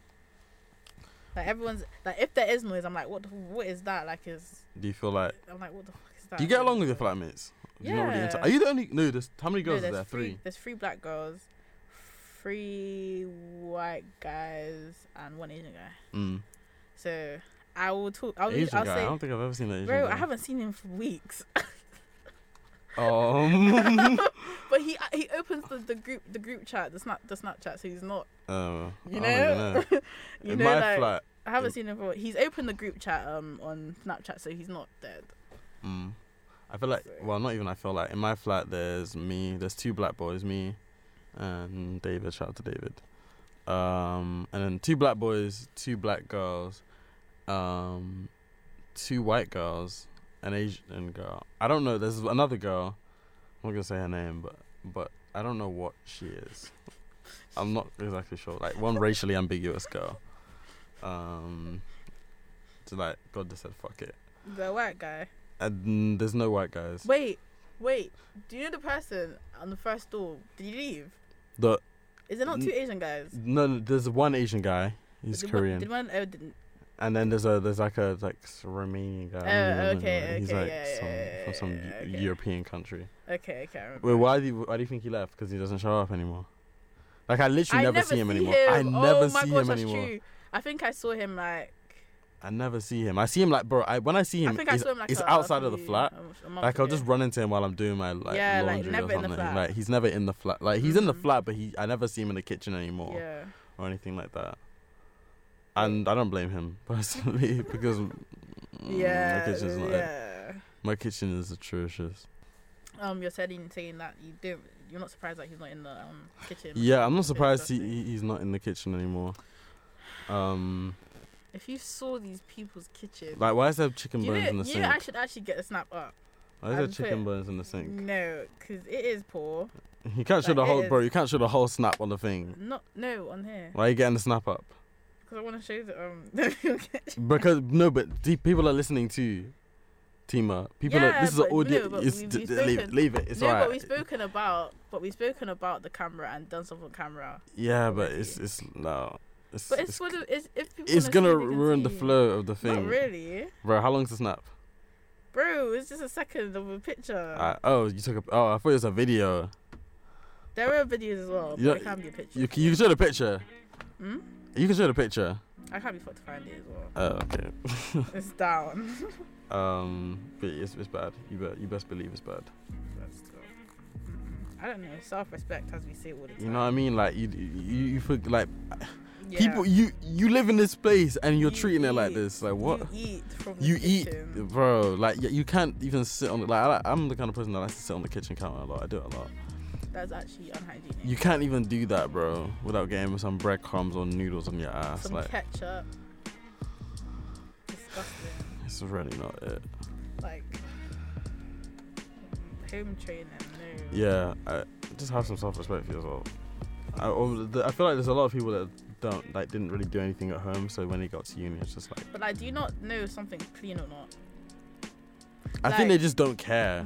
Speaker 1: Like everyone's like, if there is noise, I'm like, what? The, what is that? Like, is
Speaker 2: do you feel like
Speaker 1: I'm like, what the fuck is that?
Speaker 2: do you get along with your flatmates? Do you not really inter-
Speaker 1: Yeah.
Speaker 2: Are you the only? No, there's how many
Speaker 1: No,
Speaker 2: girls is
Speaker 1: there's
Speaker 2: there? Three.
Speaker 1: There's three black girls, three white guys, and one Asian guy.
Speaker 2: Mm.
Speaker 1: So I will talk. I'll,
Speaker 2: Asian
Speaker 1: I'll
Speaker 2: guy. I
Speaker 1: say,
Speaker 2: don't think I've ever seen an Asian
Speaker 1: bro,
Speaker 2: guy.
Speaker 1: I haven't seen him for weeks.
Speaker 2: Um.
Speaker 1: but he uh, he opens the, the group the group chat, the snap the Snapchat. So he's not.
Speaker 2: uh,
Speaker 1: You
Speaker 2: I don't even
Speaker 1: know. you
Speaker 2: in
Speaker 1: know,
Speaker 2: my
Speaker 1: like
Speaker 2: flat.
Speaker 1: I haven't
Speaker 2: in-
Speaker 1: seen him for. He's opened the group chat um on Snapchat, so he's not dead.
Speaker 2: Mm, I feel like
Speaker 1: Sorry.
Speaker 2: well, not even. I feel like in my flat there's me. There's two black boys, me and David. Shout out to David. Um, and then two black boys, two black girls, um, two white girls, an Asian girl. I don't know. There's another girl. I'm not gonna say her name, but but I don't know what she is. I'm not exactly sure. Like one racially ambiguous girl. Um, so like God just said, fuck it.
Speaker 1: The white guy.
Speaker 2: And there's no white guys.
Speaker 1: Wait, wait. Do you know the person on the first door? Did he leave?
Speaker 2: The
Speaker 1: Is it not
Speaker 2: N-
Speaker 1: two Asian guys?
Speaker 2: no, no, there's one Asian guy. He's
Speaker 1: Did one-
Speaker 2: Korean.
Speaker 1: did one? Oh, didn't.
Speaker 2: and then there's a there's like a like s- Romanian guy. I don't
Speaker 1: Oh,
Speaker 2: even know
Speaker 1: okay,
Speaker 2: his name. He's
Speaker 1: okay,
Speaker 2: like
Speaker 1: yeah,
Speaker 2: some,
Speaker 1: yeah,
Speaker 2: from some
Speaker 1: yeah,
Speaker 2: Eu-
Speaker 1: okay.
Speaker 2: European country.
Speaker 1: Okay, okay. I remember.
Speaker 2: Wait, why do you, why do you think he left? Because he doesn't show up anymore. Like I literally
Speaker 1: I
Speaker 2: never, see him anymore. I
Speaker 1: him.
Speaker 2: never
Speaker 1: oh my
Speaker 2: see
Speaker 1: gosh,
Speaker 2: him
Speaker 1: that's
Speaker 2: anymore.
Speaker 1: True. I think I saw him like.
Speaker 2: I never see him. I see him like bro. I when I see
Speaker 1: I
Speaker 2: him,
Speaker 1: think
Speaker 2: he's,
Speaker 1: I saw him like.
Speaker 2: he's
Speaker 1: a-
Speaker 2: outside
Speaker 1: a
Speaker 2: of the
Speaker 1: few-
Speaker 2: flat.
Speaker 1: a- a month
Speaker 2: Like I'll
Speaker 1: ago.
Speaker 2: just run into him while I'm doing my like
Speaker 1: Yeah, like,
Speaker 2: laundry
Speaker 1: never
Speaker 2: or
Speaker 1: in the
Speaker 2: something.
Speaker 1: flat.
Speaker 2: Like he's never in the flat. Like he's in the
Speaker 1: Mm.
Speaker 2: flat, but he I never see him in the kitchen anymore.
Speaker 1: Yeah.
Speaker 2: or anything like that. And I don't blame him personally because mm,
Speaker 1: Yeah.
Speaker 2: my kitchen's not
Speaker 1: yeah.
Speaker 2: my kitchen is atrocious.
Speaker 1: Um, you're saying saying that you don't. You're not surprised that he's not in the um kitchen.
Speaker 2: Yeah, I'm not
Speaker 1: It's a bit
Speaker 2: surprised he,
Speaker 1: disgusting.
Speaker 2: he- he's not in the kitchen anymore. Um,
Speaker 1: If you saw these people's kitchen.
Speaker 2: like why is there chicken
Speaker 1: you know,
Speaker 2: bones in the
Speaker 1: you know, I
Speaker 2: sink?
Speaker 1: should actually get a snap up.
Speaker 2: Why is there
Speaker 1: I'd put-
Speaker 2: chicken bones in the sink?
Speaker 1: No, because it is poor.
Speaker 2: You can't show
Speaker 1: Mm. Like,
Speaker 2: the
Speaker 1: it
Speaker 2: whole
Speaker 1: is-
Speaker 2: bro. You can't show the whole snap on the thing.
Speaker 1: Not no on here
Speaker 2: Why are you getting the snap up?
Speaker 1: because I want to show the um.
Speaker 2: Because no, but the people are listening to you, Tima. People, are,
Speaker 1: Yeah,
Speaker 2: this is an
Speaker 1: but
Speaker 2: audio.
Speaker 1: no, but
Speaker 2: it's,
Speaker 1: we-
Speaker 2: d-
Speaker 1: we've
Speaker 2: d- leave, it,
Speaker 1: spoken.
Speaker 2: leave it. It's
Speaker 1: no,
Speaker 2: alright.
Speaker 1: but we've spoken about, but we've spoken about the camera and done stuff on camera.
Speaker 2: yeah, but
Speaker 1: already.
Speaker 2: it's it's no. It's,
Speaker 1: But
Speaker 2: it's
Speaker 1: it's, for the, it's if people
Speaker 2: It's
Speaker 1: wanna see,
Speaker 2: gonna
Speaker 1: they can
Speaker 2: ruin the
Speaker 1: see.
Speaker 2: flow of the thing.
Speaker 1: Not really,
Speaker 2: Bro, how long's the snap?
Speaker 1: bro. It's just a second of a picture.
Speaker 2: Uh, oh, you took a. Oh, I thought it was a video.
Speaker 1: there are videos as well.
Speaker 2: You
Speaker 1: But it
Speaker 2: know-
Speaker 1: can be a picture.
Speaker 2: You, c- you can show the picture.
Speaker 1: Hmm?
Speaker 2: You can show the picture.
Speaker 1: I can't be fucked to find it as well.
Speaker 2: Oh, okay.
Speaker 1: It's down.
Speaker 2: Um, but it's, it's bad. You be, you best believe it's bad.
Speaker 1: That's cool. Mm-mm. I don't know. Self-respect, as we say all the time.
Speaker 2: You know what I mean? Like you you, you feel like
Speaker 1: Yeah.
Speaker 2: people you you live in this place and you're
Speaker 1: You
Speaker 2: treating it like
Speaker 1: eat.
Speaker 2: this. Like what?
Speaker 1: You eat from the
Speaker 2: You eat,
Speaker 1: kitchen.
Speaker 2: bro. Like y- you can't even sit on. the Like I, like- I'm the kind of person that likes to sit on the kitchen counter a lot. I do it a lot.
Speaker 1: That's actually unhygienic.
Speaker 2: You can't even do that, bro, without getting some breadcrumbs or noodles on your ass.
Speaker 1: Some
Speaker 2: like
Speaker 1: ketchup. Disgusting.
Speaker 2: this is really not it.
Speaker 1: Like home training. No.
Speaker 2: Yeah, I just have some self-respect for yourself. I, or the- I feel like there's a lot of people that don't like didn't really do anything at home, so when they got to uni, it's just like
Speaker 1: But like, do you not know if something's clean or not?
Speaker 2: I think they
Speaker 1: Like-
Speaker 2: just don't care.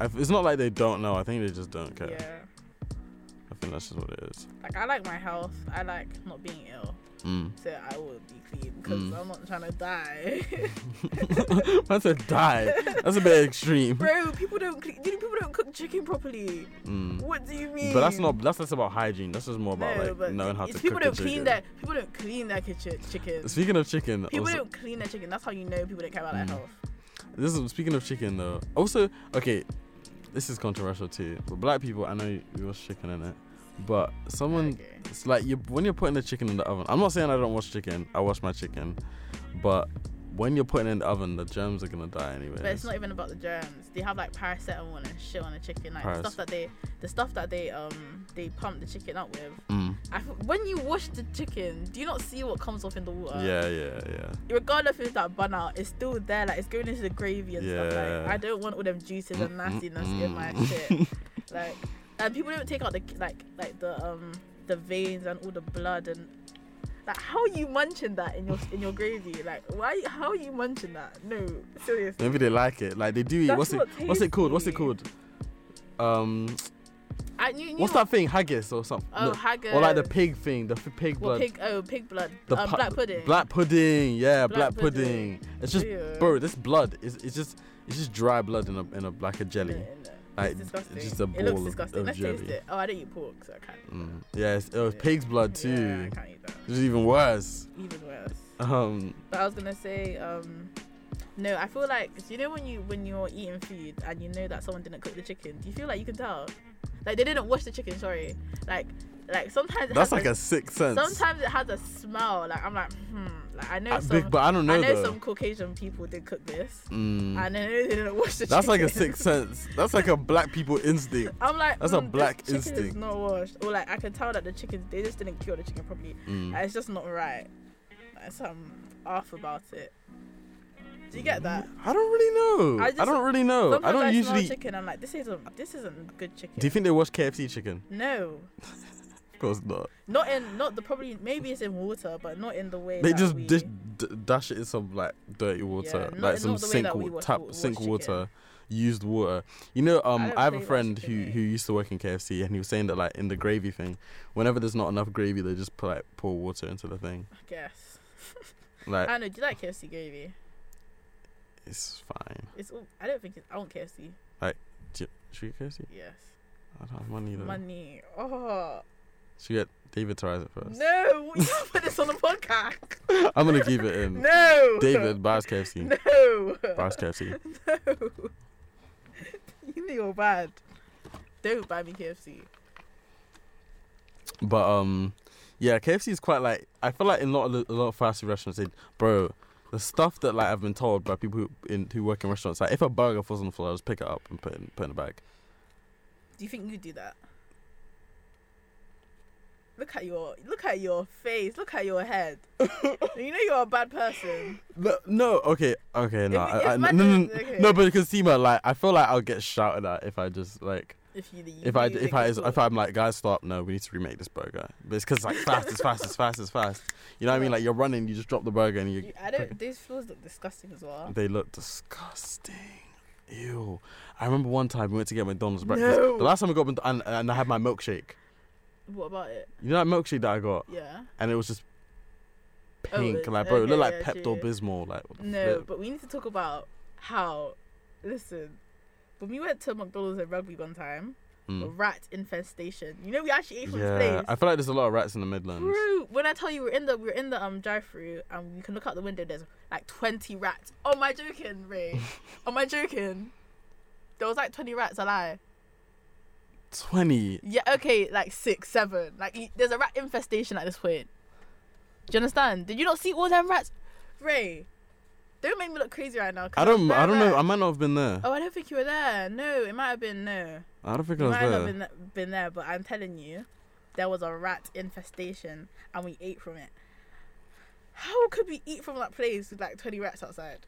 Speaker 2: I, it's not like they don't know. I think they just don't care.
Speaker 1: Yeah.
Speaker 2: I think that's just what it is.
Speaker 1: Like I like my health. I like not being ill,
Speaker 2: Mm.
Speaker 1: so I will be clean because
Speaker 2: Mm.
Speaker 1: I'm not trying to die.
Speaker 2: that's a die. That's a bit extreme.
Speaker 1: Bro, people don't clean. You know, people don't cook chicken properly.
Speaker 2: Mm.
Speaker 1: What do you mean?
Speaker 2: But that's not. That's less about hygiene. That's just more about like
Speaker 1: but
Speaker 2: knowing how
Speaker 1: it's
Speaker 2: to
Speaker 1: people
Speaker 2: cook a
Speaker 1: don't
Speaker 2: chicken.
Speaker 1: clean their people don't clean their kitchen chicken.
Speaker 2: Speaking of chicken,
Speaker 1: People
Speaker 2: also-
Speaker 1: don't clean their chicken. That's how you know people don't care about
Speaker 2: Mm.
Speaker 1: their health.
Speaker 2: This is speaking of chicken though. Also, okay, this is controversial too. But black people, I know you you wash chicken in it, but someone,
Speaker 1: Okay.
Speaker 2: it's like you when you're putting the chicken in the oven. I'm not saying I don't wash chicken. I wash my chicken, but when you're putting it in the oven, the germs are gonna die anyway.
Speaker 1: But it's not even about the germs. They have like paracetamol and shit on the chicken, like the
Speaker 2: Paras-
Speaker 1: stuff that they, the stuff that they um they pump the chicken up with.
Speaker 2: Mm.
Speaker 1: I f when you wash the chicken, do you not see what comes off in the water?
Speaker 2: yeah, yeah, yeah.
Speaker 1: Regardless if it's that bun out, it's still there. Like it's going into the gravy and stuff.
Speaker 2: Yeah.
Speaker 1: Like I don't want all them juices and
Speaker 2: Mm,
Speaker 1: nastiness
Speaker 2: mm,
Speaker 1: in my
Speaker 2: mm.
Speaker 1: shit. Like, and people don't take out the like like the um the veins and all the blood and like how are you munching that in your in your gravy? Like why how are you munching that? No, seriously.
Speaker 2: Maybe they like it. Like they do eat.
Speaker 1: That's
Speaker 2: What's it?
Speaker 1: not
Speaker 2: What's it called? What's it
Speaker 1: tasty.
Speaker 2: called? Um,
Speaker 1: I knew, knew
Speaker 2: what's that thing? Haggis or something?
Speaker 1: Oh, haggis.
Speaker 2: Or like the pig thing, the f- pig
Speaker 1: Well,
Speaker 2: blood.
Speaker 1: pig oh pig blood.
Speaker 2: The
Speaker 1: um,
Speaker 2: pu-
Speaker 1: black pudding.
Speaker 2: Black pudding, yeah,
Speaker 1: Black
Speaker 2: black, pudding. It's just,
Speaker 1: Ew.
Speaker 2: bro, this blood is it's just it's just dry blood in a in a like a jelly.
Speaker 1: No, no.
Speaker 2: Like,
Speaker 1: it's disgusting.
Speaker 2: just a
Speaker 1: it
Speaker 2: ball
Speaker 1: looks
Speaker 2: of-
Speaker 1: disgusting.
Speaker 2: of
Speaker 1: Let's taste
Speaker 2: jelly.
Speaker 1: it. Oh, I don't eat pork, so I can't.
Speaker 2: Mm. Yeah, it's, it was pig's blood too.
Speaker 1: Yeah, I can't eat that.
Speaker 2: It's even worse.
Speaker 1: Even worse.
Speaker 2: Um,
Speaker 1: But I was gonna say, um, no, I feel like do you know when you when you're eating food and you know that someone didn't cook the chicken, do you feel like you can tell? Like they didn't wash the chicken, sorry. Like like sometimes it
Speaker 2: that's
Speaker 1: has
Speaker 2: like a sixth sense.
Speaker 1: sometimes it has a smell. Like I'm like, hmm. Like I know
Speaker 2: Uh,
Speaker 1: some
Speaker 2: big, but I don't know,
Speaker 1: I know
Speaker 2: though.
Speaker 1: some Caucasian people did cook this.
Speaker 2: Mm.
Speaker 1: And I know they didn't wash the
Speaker 2: That's like a
Speaker 1: chicken.
Speaker 2: sixth sense. That's like a black people instinct.
Speaker 1: I'm like,
Speaker 2: That's a
Speaker 1: "Mm,
Speaker 2: black
Speaker 1: this chicken Is
Speaker 2: instinct."
Speaker 1: not washed, or like I can tell that the chicken they just didn't cure the chicken properly.
Speaker 2: Mm.
Speaker 1: Like, it's just not right. Like some off about it. Do you get that?
Speaker 2: I don't really know. I,
Speaker 1: I just-
Speaker 2: don't really know. I
Speaker 1: Sometimes
Speaker 2: don't
Speaker 1: smell
Speaker 2: usually.
Speaker 1: chicken. I'm like, this isn't this isn't good chicken.
Speaker 2: Do you think they wash KFC chicken?
Speaker 1: no,
Speaker 2: Of course not.
Speaker 1: not in not the probably maybe it's in water, but not in the way
Speaker 2: They
Speaker 1: that
Speaker 2: just
Speaker 1: we,
Speaker 2: dish, d- dash it in some like dirty water,
Speaker 1: not-
Speaker 2: like
Speaker 1: not
Speaker 2: some
Speaker 1: the way
Speaker 2: sink
Speaker 1: that we
Speaker 2: wa-
Speaker 1: wash-
Speaker 2: tap
Speaker 1: wa- wash
Speaker 2: sink
Speaker 1: chicken.
Speaker 2: water, used water. You know, um,
Speaker 1: don't
Speaker 2: I, have a
Speaker 1: really wash
Speaker 2: friend who
Speaker 1: chicken, eh?
Speaker 2: who used to work in KFC, and he was saying that like in the gravy thing, whenever there's not enough gravy, they just put, like pour water into the thing.
Speaker 1: I guess.
Speaker 2: Like
Speaker 1: I know. Do you like KFC gravy?
Speaker 2: it's fine.
Speaker 1: It's all, I don't think it's, I want KFC.
Speaker 2: Should we get KFC?
Speaker 1: Yes.
Speaker 2: I don't have money though.
Speaker 1: Money. Oh
Speaker 2: Should we get David to rise it first?
Speaker 1: no! You can't put this on the podcast.
Speaker 2: I'm gonna keep it in.
Speaker 1: No.
Speaker 2: David buys KFC.
Speaker 1: No.
Speaker 2: Buys KFC.
Speaker 1: No. you think you're bad. Don't buy me KFC.
Speaker 2: But um, yeah, KFC is quite like I feel like in a lot of the- a lot of fast food restaurants, they, bro, the stuff that like I've been told by people who in who work in restaurants, like if a burger falls on the floor, I just pick it up and put it in, put it in a bag.
Speaker 1: Do you think you do that? Look at your look at your face. Look at your head. you know you're a bad person.
Speaker 2: No, no, okay, okay, no,
Speaker 1: If-
Speaker 2: I,
Speaker 1: if
Speaker 2: I, no,
Speaker 1: my
Speaker 2: no,
Speaker 1: name-
Speaker 2: no,
Speaker 1: okay.
Speaker 2: no, but because Seema, like I feel like I'll get shouted at if I just like
Speaker 1: If you, you
Speaker 2: if I
Speaker 1: do
Speaker 2: if
Speaker 1: think
Speaker 2: I
Speaker 1: it's
Speaker 2: if
Speaker 1: cool.
Speaker 2: I'm like guys, stop, no, we need to remake this burger. But it's because like fast, it's fast, it's fast, it's fast. You know what I mean? Like you're running, you just drop the burger and you.
Speaker 1: You- I don't. These floors look disgusting as well.
Speaker 2: They look disgusting. Ew. I remember one time we went to get McDonald's breakfast.
Speaker 1: No.
Speaker 2: The last time I got McDo- and, and I had my milkshake.
Speaker 1: What about it?
Speaker 2: You know that milkshake that I got,
Speaker 1: Yeah.
Speaker 2: and it was just
Speaker 1: Oh,
Speaker 2: pink.
Speaker 1: it-
Speaker 2: like, bro, it
Speaker 1: okay,
Speaker 2: looked like
Speaker 1: yeah,
Speaker 2: Pepto
Speaker 1: true.
Speaker 2: Bismol. Like, what the
Speaker 1: No,
Speaker 2: uh, flip?
Speaker 1: but we need to talk about how. Listen, when we went to McDonald's and rugby one time, a
Speaker 2: Mm.
Speaker 1: rat infestation. You know we actually ate from
Speaker 2: yeah.
Speaker 1: this place.
Speaker 2: I feel like there's a lot of rats in the Midlands.
Speaker 1: Bro, when I tell you we're in the we're in the um drive through and you can look out the window, there's like twenty rats. Oh my joking, Ray. Am I joking? There was like twenty rats alive.
Speaker 2: Twenty.
Speaker 1: Yeah, okay, like six, seven. Like you- there's a rat infestation at this point. Do you understand? Did you not see all them rats? Ray, don't make me look crazy right now. 'cause
Speaker 2: I don't.
Speaker 1: was
Speaker 2: I don't
Speaker 1: there.
Speaker 2: know. I might not have been there.
Speaker 1: Oh, I don't think you were there. No, it might have been no.
Speaker 2: I don't think I
Speaker 1: You
Speaker 2: was
Speaker 1: might not have
Speaker 2: there.
Speaker 1: been, th- been there, but I'm telling you, there was a rat infestation and we ate from it. How could we eat from that place with like 20 rats outside?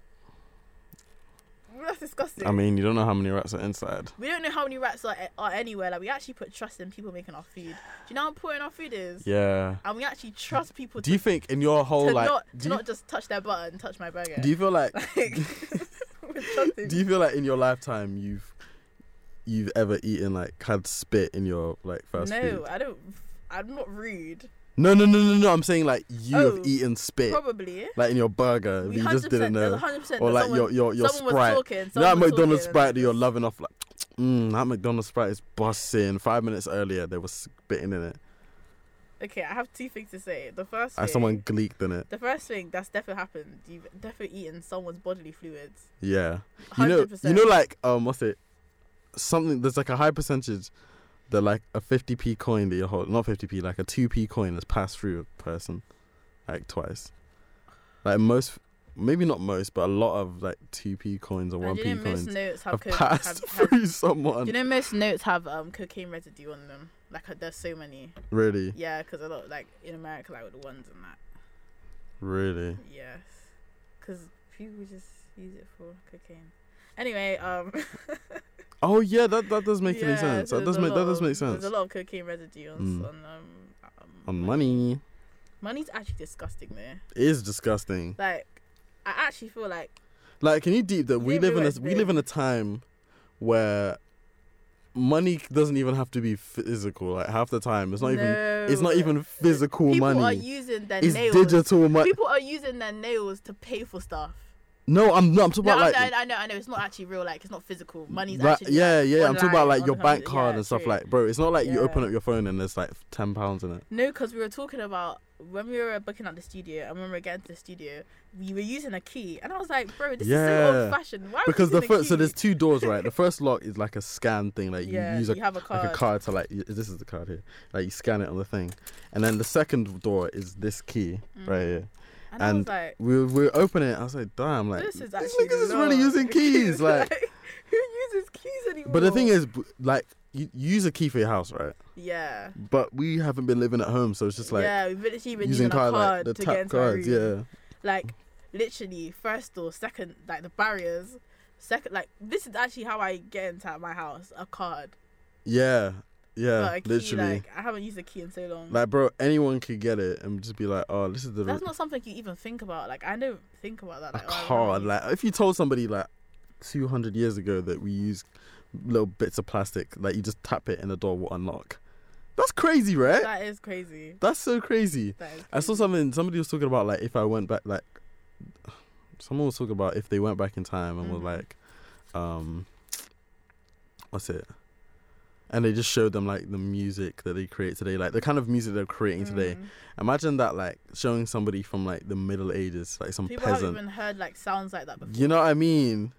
Speaker 1: That's disgusting.
Speaker 2: I mean, you don't know how many rats are inside.
Speaker 1: we don't know how many rats are, eh, are anywhere. Like, we actually put trust in people making our food. Do you know how important our food is?
Speaker 2: Yeah.
Speaker 1: And we actually trust people
Speaker 2: Do you
Speaker 1: to,
Speaker 2: think in your whole
Speaker 1: to
Speaker 2: like?
Speaker 1: not, to
Speaker 2: do, you,
Speaker 1: not just touch their butt and touch my burger.
Speaker 2: do you feel like?
Speaker 1: Like, we're trusting.
Speaker 2: do you feel like in your lifetime you've you've ever eaten like had spit in your like fast
Speaker 1: no,
Speaker 2: food?
Speaker 1: I don't. I'm not rude.
Speaker 2: No, no, no, no, no. I'm saying like you
Speaker 1: Oh,
Speaker 2: have eaten spit,
Speaker 1: Probably.
Speaker 2: like in your burger, but
Speaker 1: We
Speaker 2: you just
Speaker 1: 100%
Speaker 2: didn't
Speaker 1: there's
Speaker 2: know.
Speaker 1: 100%
Speaker 2: Or
Speaker 1: that
Speaker 2: like
Speaker 1: someone-
Speaker 2: your your your
Speaker 1: someone
Speaker 2: sprite.
Speaker 1: Was talking,
Speaker 2: You know that
Speaker 1: someone was
Speaker 2: McDonald's
Speaker 1: talking.
Speaker 2: sprite that you're loving off, like mm, that McDonald's sprite is busting. Five minutes earlier, they were spitting in it,
Speaker 1: Okay, I have two things to say. The first,
Speaker 2: and
Speaker 1: thing-
Speaker 2: someone gleeked in it.
Speaker 1: the first thing that's definitely happened. You've definitely eaten someone's bodily fluids.
Speaker 2: Yeah, you know,
Speaker 1: 100%.
Speaker 2: you know, like um, what's it? Something there's like a high percentage that like a 50p coin that you hold, not 50p, like a 2p coin that's passed through a person, like twice. Like most, maybe not most, but a lot of like 2p coins or
Speaker 1: And
Speaker 2: 1p
Speaker 1: do you know
Speaker 2: coins.
Speaker 1: most notes have,
Speaker 2: have
Speaker 1: co- have,
Speaker 2: passed
Speaker 1: have
Speaker 2: through
Speaker 1: do you
Speaker 2: someone.
Speaker 1: know most notes have um cocaine residue on them? Like uh, there's so many.
Speaker 2: Really,
Speaker 1: Yeah, because a lot like in America, like with the ones and that.
Speaker 2: really.
Speaker 1: Yes, because people just use it for cocaine. Anyway, um.
Speaker 2: Oh yeah, that that does make any
Speaker 1: yeah,
Speaker 2: sense.
Speaker 1: so
Speaker 2: That does
Speaker 1: there's a
Speaker 2: make that
Speaker 1: lot
Speaker 2: does
Speaker 1: of-
Speaker 2: make sense.
Speaker 1: There's a lot of cocaine residue on,
Speaker 2: Mm.
Speaker 1: on um
Speaker 2: on money
Speaker 1: Money's actually disgusting, man.
Speaker 2: is disgusting.
Speaker 1: Like, I actually feel like
Speaker 2: Like, can you deep that we
Speaker 1: Leave
Speaker 2: live
Speaker 1: it
Speaker 2: in a
Speaker 1: with
Speaker 2: we
Speaker 1: it.
Speaker 2: live in a time where money doesn't even have to be physical. Like half the time, it's not even it's not
Speaker 1: No.
Speaker 2: even physical
Speaker 1: people are
Speaker 2: money.
Speaker 1: using their
Speaker 2: It's
Speaker 1: nails.
Speaker 2: digital money.
Speaker 1: People are using their nails to pay for stuff.
Speaker 2: No, I'm not. I'm talking
Speaker 1: No,
Speaker 2: about
Speaker 1: I'm-
Speaker 2: like
Speaker 1: I, know, I know. It's not actually real. Like, it's not physical. Money's
Speaker 2: Right,
Speaker 1: actually.
Speaker 2: yeah,
Speaker 1: like,
Speaker 2: yeah. I'm talking
Speaker 1: online
Speaker 2: about like
Speaker 1: on
Speaker 2: your
Speaker 1: the
Speaker 2: bank
Speaker 1: computer.
Speaker 2: card
Speaker 1: Yeah,
Speaker 2: and stuff
Speaker 1: true.
Speaker 2: like, bro. It's not like you
Speaker 1: Yeah.
Speaker 2: open up your phone and there's like ten pounds in it.
Speaker 1: No, because we were talking about when we were booking out the studio. I remember getting to the studio, we were using a key, and I was like, "Bro, this is so
Speaker 2: Yeah.
Speaker 1: old-fashioned. Why are we
Speaker 2: Because the
Speaker 1: using a
Speaker 2: first, so
Speaker 1: key?"
Speaker 2: there's two doors, right? The first lock is like a scan thing, like
Speaker 1: yeah,
Speaker 2: you use a,
Speaker 1: have a card.
Speaker 2: like a card to like y- this is the card here, like you scan it on the thing, and then the second door is this key
Speaker 1: Mm.
Speaker 2: right here.
Speaker 1: and, I was
Speaker 2: and
Speaker 1: like,
Speaker 2: We we open it. I was like, damn, like
Speaker 1: "This is
Speaker 2: these
Speaker 1: actually
Speaker 2: niggas is really
Speaker 1: low."
Speaker 2: using keys, like.
Speaker 1: who uses keys anymore?
Speaker 2: But the thing is, b- like you you use a key for your house, right?
Speaker 1: yeah,
Speaker 2: But we haven't been living at home, so it's just like
Speaker 1: yeah, we've literally been using,
Speaker 2: using
Speaker 1: a card
Speaker 2: card like the
Speaker 1: to get
Speaker 2: tap
Speaker 1: into our
Speaker 2: cards,
Speaker 1: room.
Speaker 2: yeah.
Speaker 1: like literally first door, second like the barriers, second like this is actually how I get into my house a card,
Speaker 2: Yeah, yeah,
Speaker 1: But a key,
Speaker 2: literally. Like,
Speaker 1: Like I haven't used a key in so long.
Speaker 2: bro, anyone could get it and just be like, oh, this is the
Speaker 1: That's not something you even think about. Like I don't think about that.
Speaker 2: a
Speaker 1: Like, oh, I don't
Speaker 2: card.
Speaker 1: know.
Speaker 2: Like, if you told somebody like 200 years ago that we use little bits of plastic, like you just tap it and the door will unlock. That's crazy, right?
Speaker 1: that is crazy.
Speaker 2: That's so crazy.
Speaker 1: That is. Crazy.
Speaker 2: I saw something. Somebody was talking about like if I went back, like someone was talking about if they went back in time and
Speaker 1: Mhm.
Speaker 2: were like, um, what's it? And they just showed them like the music that they create today, like the kind of music they're creating today.
Speaker 1: Mm.
Speaker 2: Imagine that, like showing somebody from like the Middle Ages, like some
Speaker 1: People
Speaker 2: peasant.
Speaker 1: haven't even heard like sounds like that before.
Speaker 2: You know what I mean?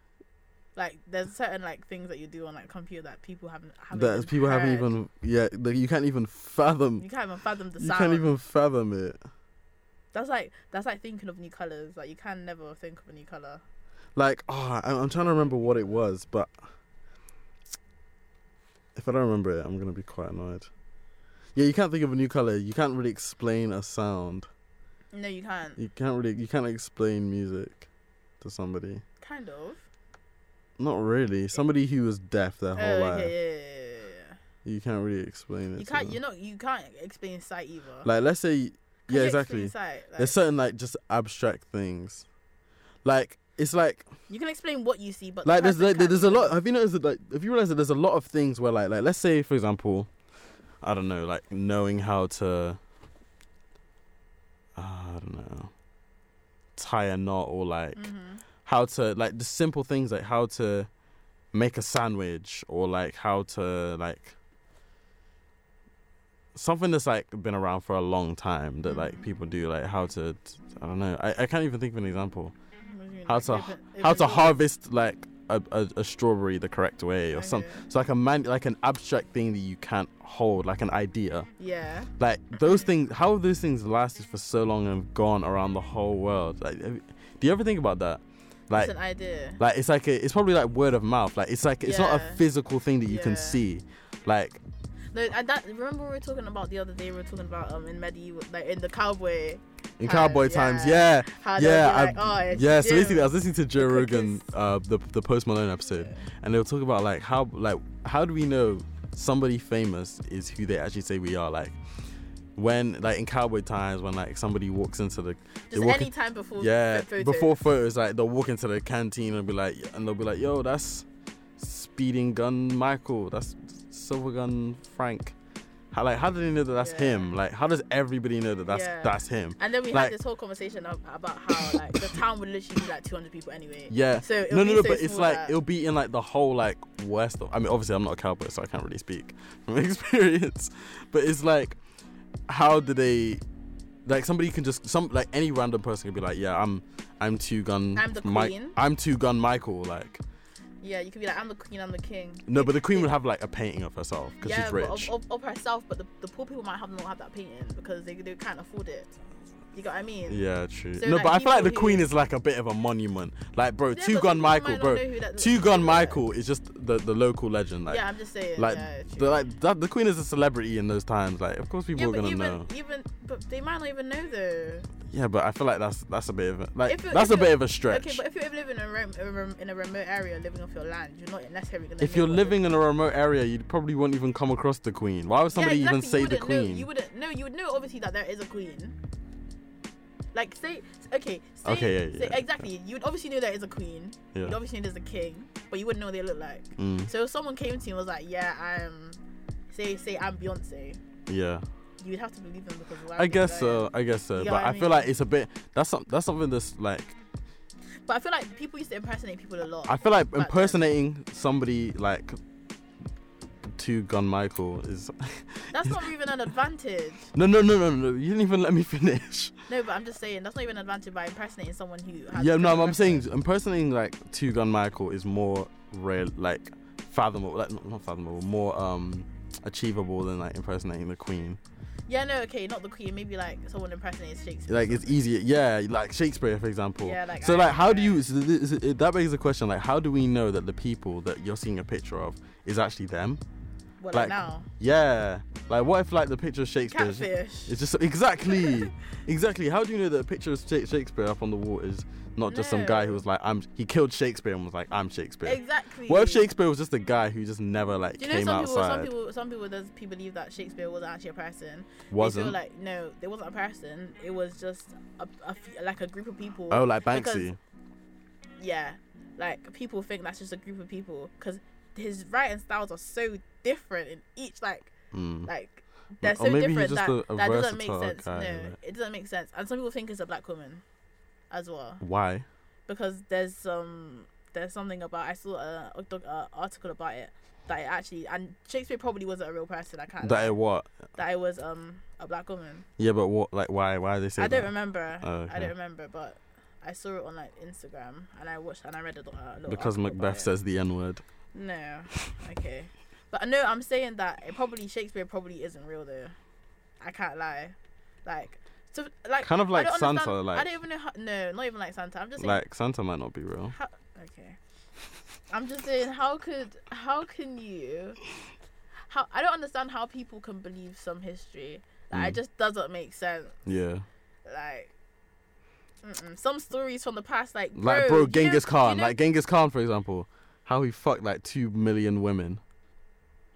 Speaker 1: Like there's certain like things that you do on like computer that people haven't. haven't
Speaker 2: That
Speaker 1: even
Speaker 2: people haven't
Speaker 1: heard.
Speaker 2: even, yeah, like, you can't even fathom.
Speaker 1: You can't even fathom the
Speaker 2: You
Speaker 1: sound.
Speaker 2: can't even fathom it.
Speaker 1: That's like that's like thinking of new colors. Like you can never think of a new color.
Speaker 2: like oh, I- I'm trying to remember what it was, but if I don't remember it, I'm gonna be quite annoyed. Yeah, you can't think of a new color. You can't really explain a sound.
Speaker 1: No, you can't.
Speaker 2: You can't really you can't explain music to somebody.
Speaker 1: Kind of.
Speaker 2: Not really. Somebody who was deaf their
Speaker 1: Oh,
Speaker 2: whole life.
Speaker 1: okay, yeah, yeah, yeah, yeah.
Speaker 2: You can't really explain it.
Speaker 1: You
Speaker 2: to
Speaker 1: can't.
Speaker 2: them.
Speaker 1: You know. You can't explain sight either.
Speaker 2: Like let's say
Speaker 1: Can
Speaker 2: yeah
Speaker 1: you
Speaker 2: exactly.
Speaker 1: explain Sight? Like,
Speaker 2: There's certain like just abstract things. Like it's like
Speaker 1: you can explain what you see, but the
Speaker 2: like there's
Speaker 1: person
Speaker 2: like, there's a
Speaker 1: can't
Speaker 2: lot have you noticed that like have you realized that there's a lot of things where like like let's say for example i don't know like knowing how to uh, i don't know tie a knot or like
Speaker 1: explain. Mhm.
Speaker 2: how to like the simple things like how to make a sandwich or like how to like something that's like been around for a long time that like
Speaker 1: Mhm.
Speaker 2: people do like how to i don't know i, I can't even think of an example
Speaker 1: What do you mean,
Speaker 2: How
Speaker 1: like,
Speaker 2: to-
Speaker 1: open-
Speaker 2: how
Speaker 1: open
Speaker 2: to
Speaker 1: door?
Speaker 2: harvest like a, a, a strawberry the correct way or
Speaker 1: Okay.
Speaker 2: something. So like a man, like an abstract thing that you can't hold, like an idea.
Speaker 1: Yeah.
Speaker 2: Like those things, how have those things lasted for so long and have gone around the whole world? Like, have you- do you ever think about that? Like,
Speaker 1: it's an idea.
Speaker 2: like it's like a, it's probably like word of mouth. Like it's like it's not a
Speaker 1: Yeah.
Speaker 2: physical thing that you
Speaker 1: Yeah.
Speaker 2: can see. Like
Speaker 1: No, and that remember we were talking about the other day. We were talking about um in medieval, like in the cowboy.
Speaker 2: in
Speaker 1: Times,
Speaker 2: cowboy times,
Speaker 1: yeah.
Speaker 2: yeah,
Speaker 1: How they'll
Speaker 2: yeah,
Speaker 1: be
Speaker 2: I-
Speaker 1: like, oh, it's
Speaker 2: yeah. So
Speaker 1: Jim.
Speaker 2: basically, I was listening to Joe
Speaker 1: The
Speaker 2: Rogan,
Speaker 1: cookies.
Speaker 2: uh, the the Post Malone episode, and they were talking about like how like how do we know somebody famous is who they actually say we are? Like when like in cowboy times, when like somebody walks into the they
Speaker 1: Just
Speaker 2: walk
Speaker 1: any time before.
Speaker 2: in, yeah
Speaker 1: the photo.
Speaker 2: before photos, like they'll walk into the canteen and be like, and they'll be like, yo, that's Speeding Gun Michael, that's Silver Gun Frank. How, like how do they know that that's
Speaker 1: Yeah.
Speaker 2: him? Like how does everybody know that that's
Speaker 1: Yeah.
Speaker 2: that's him?
Speaker 1: And then we
Speaker 2: like-
Speaker 1: had this whole conversation ab- about how like the town would literally be like 200 people anyway.
Speaker 2: Yeah.
Speaker 1: So it'll
Speaker 2: no,
Speaker 1: be
Speaker 2: no, no.
Speaker 1: so
Speaker 2: but it's
Speaker 1: small
Speaker 2: like
Speaker 1: that-
Speaker 2: it'll be in like the whole like west. Of, I mean, obviously, I'm not a cowboy, so I can't really speak from experience. But it's like, how do they? Like somebody can just some like any random person can be like, yeah, I'm I'm two gun.
Speaker 1: I'm the
Speaker 2: Mi-
Speaker 1: queen.
Speaker 2: I'm two gun Michael. Like
Speaker 1: Yeah, you could be like, I'm the queen, I'm the king.
Speaker 2: no, but the queen would have like a painting of herself because
Speaker 1: Yeah,
Speaker 2: she's
Speaker 1: but
Speaker 2: rich.
Speaker 1: of, of, of herself, but the, the poor people might have not have that painting because they, they can't afford it. You got what I mean?
Speaker 2: yeah, true.
Speaker 1: So,
Speaker 2: no,
Speaker 1: like,
Speaker 2: but I feel like the
Speaker 1: people who-
Speaker 2: queen is like a bit of a monument. Like, bro,
Speaker 1: Yeah,
Speaker 2: two
Speaker 1: but some
Speaker 2: gun
Speaker 1: people might
Speaker 2: Michael,
Speaker 1: not
Speaker 2: bro,
Speaker 1: know who that-
Speaker 2: two gun
Speaker 1: yeah.
Speaker 2: Michael is just the the local legend. Like,
Speaker 1: yeah, I'm just saying.
Speaker 2: like
Speaker 1: yeah, true.
Speaker 2: the, like that, the queen is a celebrity in those times like of course people
Speaker 1: yeah,
Speaker 2: are
Speaker 1: but
Speaker 2: gonna
Speaker 1: even
Speaker 2: know
Speaker 1: even But they might not even know though.
Speaker 2: Yeah, but I feel like that's that's a bit of a, like
Speaker 1: If it-
Speaker 2: that's
Speaker 1: if
Speaker 2: a bit
Speaker 1: it-
Speaker 2: of a stretch.
Speaker 1: Okay, but if you're living in a, rem- a rem- in a remote area, living off your land, you're not necessarily gonna.
Speaker 2: if
Speaker 1: know
Speaker 2: you're
Speaker 1: what-
Speaker 2: living in a remote area, you probably won't even come across the queen. Why would
Speaker 1: Yeah,
Speaker 2: somebody even
Speaker 1: exactly,
Speaker 2: say
Speaker 1: you
Speaker 2: the
Speaker 1: wouldn't know-
Speaker 2: queen?
Speaker 1: you wouldn't know. You would know obviously that there is a queen. Like say okay. Say,
Speaker 2: Okay, yeah,
Speaker 1: say-
Speaker 2: yeah,
Speaker 1: Exactly. You would obviously know there is a queen. You'd
Speaker 2: yeah.
Speaker 1: obviously know there's a king, but you wouldn't know what they look like.
Speaker 2: Mm,
Speaker 1: So if someone came to you and was like, "Yeah, I'm," say say I'm Beyonce,
Speaker 2: yeah.
Speaker 1: you'd have to believe them because why would
Speaker 2: I
Speaker 1: they be
Speaker 2: guess
Speaker 1: like-
Speaker 2: so. I guess so.
Speaker 1: You get
Speaker 2: But
Speaker 1: what I
Speaker 2: I feel
Speaker 1: mean?
Speaker 2: like it's a bit. That's some, that's something that's like.
Speaker 1: But I feel like people used to impersonate people a lot.
Speaker 2: uh, I feel like
Speaker 1: then-
Speaker 2: impersonating somebody like to Gun Michael is
Speaker 1: That's not even an advantage.
Speaker 2: no no no no no. You didn't even let me finish.
Speaker 1: No, but I'm just saying that's not even an advantage by impersonating someone who. Has
Speaker 2: yeah,
Speaker 1: a
Speaker 2: no, I'm,
Speaker 1: criminal
Speaker 2: I'm saying impersonating like two gun Michael is more rare, like fathomable, like not, not fathomable, more um achievable than like impersonating the Queen.
Speaker 1: record. Yeah, no, okay, not the queen. Maybe like someone impersonates Shakespeare.
Speaker 2: Like it's easier, yeah, like Shakespeare, for example.
Speaker 1: Yeah, like
Speaker 2: so
Speaker 1: I-
Speaker 2: like, how do
Speaker 1: yeah.
Speaker 2: you? So th- is it- that begs the question, like, how do we know that the people that you're seeing a picture of is actually them?
Speaker 1: well,
Speaker 2: like,
Speaker 1: like, now
Speaker 2: Yeah, like what if like the picture of Shakespeare? is-
Speaker 1: catfish.
Speaker 2: It's just exactly, exactly. How do you know that a picture of Sha- Shakespeare up on the wall is not just some guy who
Speaker 1: No.
Speaker 2: was like, I'm? He killed Shakespeare and was like, I'm Shakespeare.
Speaker 1: Exactly.
Speaker 2: What if Shakespeare was just a guy who just never like
Speaker 1: Do you know
Speaker 2: came
Speaker 1: some people,
Speaker 2: outside?
Speaker 1: some people, some people, there's people believe that Shakespeare wasn't actually a person. They
Speaker 2: wasn't.
Speaker 1: feel like no, there wasn't a person. It was just a, a f- like a group of people.
Speaker 2: oh, like
Speaker 1: because-
Speaker 2: Banksy.
Speaker 1: yeah like people think that's just a group of people because his writing styles are so different in each like
Speaker 2: Mm.
Speaker 1: like they're
Speaker 2: Or
Speaker 1: so
Speaker 2: maybe he's
Speaker 1: different
Speaker 2: just
Speaker 1: that,
Speaker 2: a- a
Speaker 1: that doesn't make
Speaker 2: versatile
Speaker 1: sense
Speaker 2: guy,
Speaker 1: no
Speaker 2: like-
Speaker 1: it doesn't make sense and some people think it's a black woman as well
Speaker 2: Why?
Speaker 1: because there's some there's something about i saw an article about it that it actually and shakespeare probably wasn't a real person i can't
Speaker 2: That
Speaker 1: that
Speaker 2: it what?
Speaker 1: that it was um a black woman
Speaker 2: Yeah, but what? Like why? Why they say
Speaker 1: I don't
Speaker 2: that?
Speaker 1: remember.
Speaker 2: Oh,
Speaker 1: I
Speaker 2: okay.
Speaker 1: don't remember, but I saw it on like Instagram and I watched and I read a, lot- a little
Speaker 2: Because
Speaker 1: article about
Speaker 2: Macbeth
Speaker 1: it.
Speaker 2: says the N word.
Speaker 1: no. Okay, but no, I'm saying that it probably Shakespeare probably isn't real though. I can't lie, like so like
Speaker 2: Kind of
Speaker 1: I
Speaker 2: like
Speaker 1: don't
Speaker 2: Santa,
Speaker 1: understand- I
Speaker 2: like-
Speaker 1: don't even know how. No, not even like Santa. I'm just saying.
Speaker 2: Like Santa might not be real.
Speaker 1: how, okay, I'm just saying how could how can you? How I don't understand how people can believe some history. Like it
Speaker 2: Mm.
Speaker 1: just doesn't make sense
Speaker 2: Yeah.
Speaker 1: like mm-mm. some stories from the past like bro,
Speaker 2: Like bro,
Speaker 1: you know-
Speaker 2: Genghis
Speaker 1: you
Speaker 2: Khan.
Speaker 1: know-
Speaker 2: Like Genghis Khan, for example, how he fucked like two million women,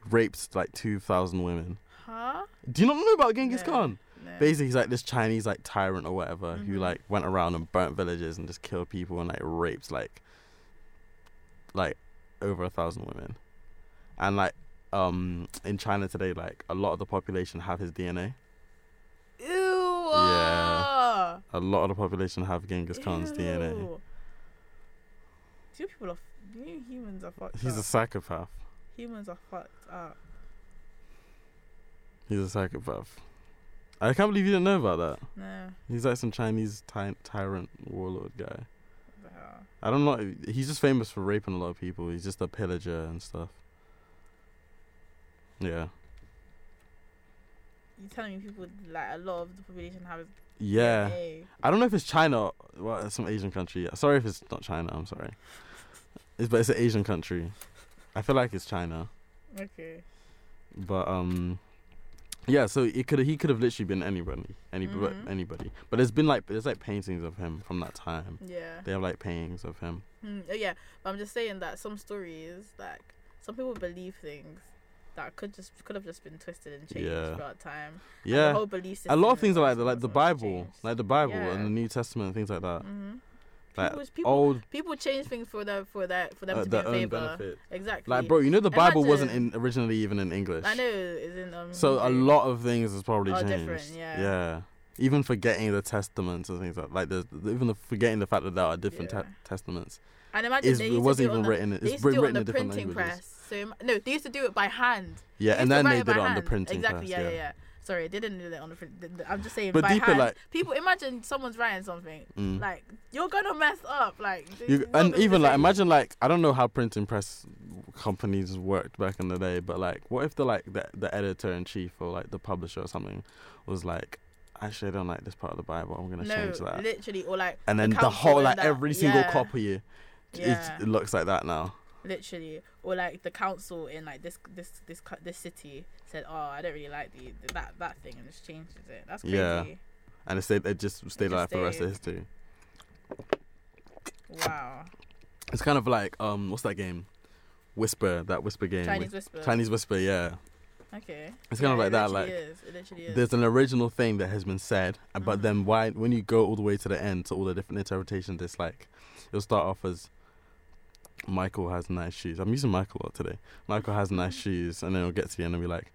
Speaker 2: raped like two thousand women.
Speaker 1: huh
Speaker 2: Do you not know about Genghis
Speaker 1: No.
Speaker 2: Khan?
Speaker 1: no.
Speaker 2: Basically, he's like this Chinese like tyrant or whatever who
Speaker 1: Mhm.
Speaker 2: like went around and burnt villages and just killed people and like raped like like over a thousand women, and like um in China today like a lot of the population have his DNA.
Speaker 1: ew ah.
Speaker 2: Yeah. A lot of the population have Genghis Khan's DNA.
Speaker 1: Ew. you people are f- you humans are fucked
Speaker 2: He's a
Speaker 1: up
Speaker 2: psychopath.
Speaker 1: humans are fucked up
Speaker 2: He's a psychopath. I can't believe you didn't know about that.
Speaker 1: no
Speaker 2: He's like some Chinese ty- tyrant warlord guy.
Speaker 1: what the hell.
Speaker 2: I don't know. He's just famous for raping a lot of people. He's just a pillager and stuff. Yeah.
Speaker 1: you telling me people like a lot of the population have his
Speaker 2: Yeah.
Speaker 1: DNA.
Speaker 2: I don't know if it's China. or- Well, it's some Asian country. Sorry if it's not China. I'm sorry. It's, but it's an Asian country. I feel like it's China.
Speaker 1: okay
Speaker 2: But um, yeah. So it could he could have literally been anybody, anybody,
Speaker 1: Mhm.
Speaker 2: anybody. But there's been like there's like paintings of him from that time.
Speaker 1: yeah
Speaker 2: They have like paintings of him.
Speaker 1: Mm, oh yeah, but I'm just saying that some stories, like some people believe things that could just could have just been twisted and changed
Speaker 2: Yeah.
Speaker 1: throughout time. And the
Speaker 2: Yeah.
Speaker 1: whole belief
Speaker 2: A lot of
Speaker 1: system
Speaker 2: things are like that,
Speaker 1: has
Speaker 2: like the
Speaker 1: also
Speaker 2: Bible,
Speaker 1: changed.
Speaker 2: like the Bible
Speaker 1: Yeah.
Speaker 2: and the New Testament and things like that.
Speaker 1: Mhm.
Speaker 2: Like
Speaker 1: People's- people,
Speaker 2: old
Speaker 1: people change things for their for their for them
Speaker 2: uh,
Speaker 1: to be
Speaker 2: their
Speaker 1: in
Speaker 2: own
Speaker 1: favor.
Speaker 2: benefit.
Speaker 1: Exactly.
Speaker 2: Like, bro, you know the Bible wasn't in,
Speaker 1: Imagine-
Speaker 2: originally even in English.
Speaker 1: I know is in um.
Speaker 2: So a
Speaker 1: Hebrew.
Speaker 2: lot of things has probably
Speaker 1: Are
Speaker 2: changed.
Speaker 1: different, yeah.
Speaker 2: Even forgetting the testaments and things like like the, even the forgetting the fact that there are different
Speaker 1: Yeah.
Speaker 2: te- testaments
Speaker 1: And imagine
Speaker 2: is
Speaker 1: they
Speaker 2: it
Speaker 1: used to
Speaker 2: wasn't
Speaker 1: do it
Speaker 2: even
Speaker 1: on the-
Speaker 2: written.
Speaker 1: They
Speaker 2: It's
Speaker 1: used to
Speaker 2: written,
Speaker 1: do it on
Speaker 2: written
Speaker 1: the
Speaker 2: in different
Speaker 1: printing
Speaker 2: languages.
Speaker 1: press. So im- no, they used to do it by hand.
Speaker 2: Yeah,
Speaker 1: They
Speaker 2: and
Speaker 1: used to
Speaker 2: then
Speaker 1: write
Speaker 2: they did
Speaker 1: by
Speaker 2: it on the
Speaker 1: hand.
Speaker 2: printing
Speaker 1: exactly,
Speaker 2: press.
Speaker 1: yeah, yeah, yeah. Sorry, they didn't do that on the print. th- th- I'm just saying
Speaker 2: But
Speaker 1: by
Speaker 2: deeper,
Speaker 1: hand.
Speaker 2: like-
Speaker 1: people imagine someone's writing something.
Speaker 2: Mm.
Speaker 1: Like you're gonna mess up. Like
Speaker 2: You,
Speaker 1: it's not
Speaker 2: and
Speaker 1: gonna be
Speaker 2: even
Speaker 1: the
Speaker 2: like
Speaker 1: same.
Speaker 2: imagine like I don't know how printing press companies worked back in the day, but like what if the like the, the editor in chief or like the publisher or something was like, actually I don't like this part of the Bible, I'm gonna change
Speaker 1: no,
Speaker 2: that,
Speaker 1: literally, or like
Speaker 2: and then the
Speaker 1: council
Speaker 2: whole
Speaker 1: and
Speaker 2: like
Speaker 1: that-
Speaker 2: every single
Speaker 1: yeah.
Speaker 2: copy, it,
Speaker 1: Yeah.
Speaker 2: it looks like that now.
Speaker 1: literally or like the council in like this this this cou- this city said oh i don't really like the, the that that thing and just changes it that's crazy
Speaker 2: Yeah. and it stayed. It just stayed
Speaker 1: just
Speaker 2: like that for the rest of
Speaker 1: stayed.
Speaker 2: history.
Speaker 1: wow
Speaker 2: It's kind of like um, what's that game? Whisper, that Whisper game.
Speaker 1: chinese
Speaker 2: with-
Speaker 1: whisper
Speaker 2: Chinese Whisper, yeah.
Speaker 1: okay
Speaker 2: It's kind of
Speaker 1: Yeah,
Speaker 2: like
Speaker 1: it
Speaker 2: that. Like
Speaker 1: literally is. it literally is
Speaker 2: there's an original thing that has been said, uh, but
Speaker 1: Mhm.
Speaker 2: then why when you go all the way to the end to all the different interpretations, it's like it'll start off as Michael has nice shoes. I'm using Michael a lot today. Michael has nice
Speaker 1: Mm-hmm.
Speaker 2: shoes, and then it'll get to the end and be like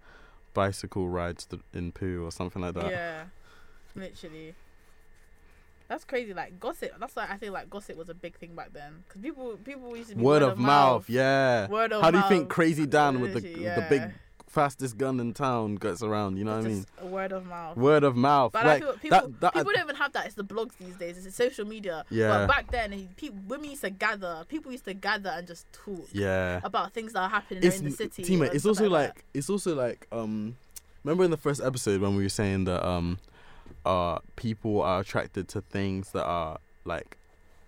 Speaker 2: bicycle rides th- in poo or something like that.
Speaker 1: Yeah, literally. That's crazy. Like gossip. That's why I think like gossip was a big thing back then because people people used to be
Speaker 2: Word, of, mouth, yeah.
Speaker 1: Word of
Speaker 2: How do you think
Speaker 1: mouth.
Speaker 2: Crazy Dan with the
Speaker 1: Literally,
Speaker 2: with the
Speaker 1: yeah.
Speaker 2: big fastest gun in town gets around? You know what I mean?
Speaker 1: Just a word of mouth.
Speaker 2: Word of mouth.
Speaker 1: But
Speaker 2: like,
Speaker 1: I feel people
Speaker 2: that, that,
Speaker 1: people don't even have that. It's the blogs these days. It's the social media.
Speaker 2: Yeah.
Speaker 1: But back then, people women used to gather. People used to gather and just talk
Speaker 2: yeah.
Speaker 1: about things that are happening
Speaker 2: it's
Speaker 1: in the city.
Speaker 2: Tima,
Speaker 1: and
Speaker 2: it's
Speaker 1: stuff
Speaker 2: also
Speaker 1: that.
Speaker 2: like it's also like um remember in the first episode when we were saying that um uh people are attracted to things that are like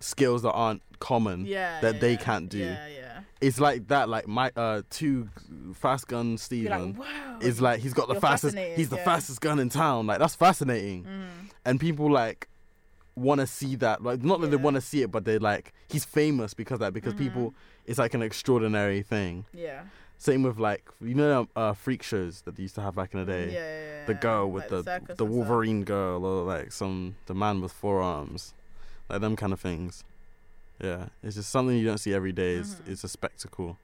Speaker 2: skills that aren't common
Speaker 1: yeah
Speaker 2: that
Speaker 1: yeah,
Speaker 2: they
Speaker 1: yeah.
Speaker 2: can't do.
Speaker 1: Yeah, yeah.
Speaker 2: It's like that like my uh two fast gun
Speaker 1: You're
Speaker 2: Steven
Speaker 1: like wow.
Speaker 2: is like he's got the
Speaker 1: You're
Speaker 2: fastest
Speaker 1: fascinated,
Speaker 2: he's the
Speaker 1: yeah.
Speaker 2: fastest gun in town. Like that's fascinating.
Speaker 1: Mm,
Speaker 2: And people like want to see that like not that they
Speaker 1: Yeah.
Speaker 2: want to see it but they like he's famous because of that because
Speaker 1: Mhm.
Speaker 2: people it's like an extraordinary thing
Speaker 1: yeah.
Speaker 2: same with like you know uh, freak shows that they used to have back in the
Speaker 1: yeah.
Speaker 2: day.
Speaker 1: yeah,
Speaker 2: The
Speaker 1: yeah.
Speaker 2: girl with
Speaker 1: Like
Speaker 2: the
Speaker 1: circus
Speaker 2: the
Speaker 1: and stuff.
Speaker 2: Wolverine girl or like some the man with four arms, like them kind of things. Yeah, it's just something you don't see every day. It's
Speaker 1: Mhm.
Speaker 2: it's a spectacle,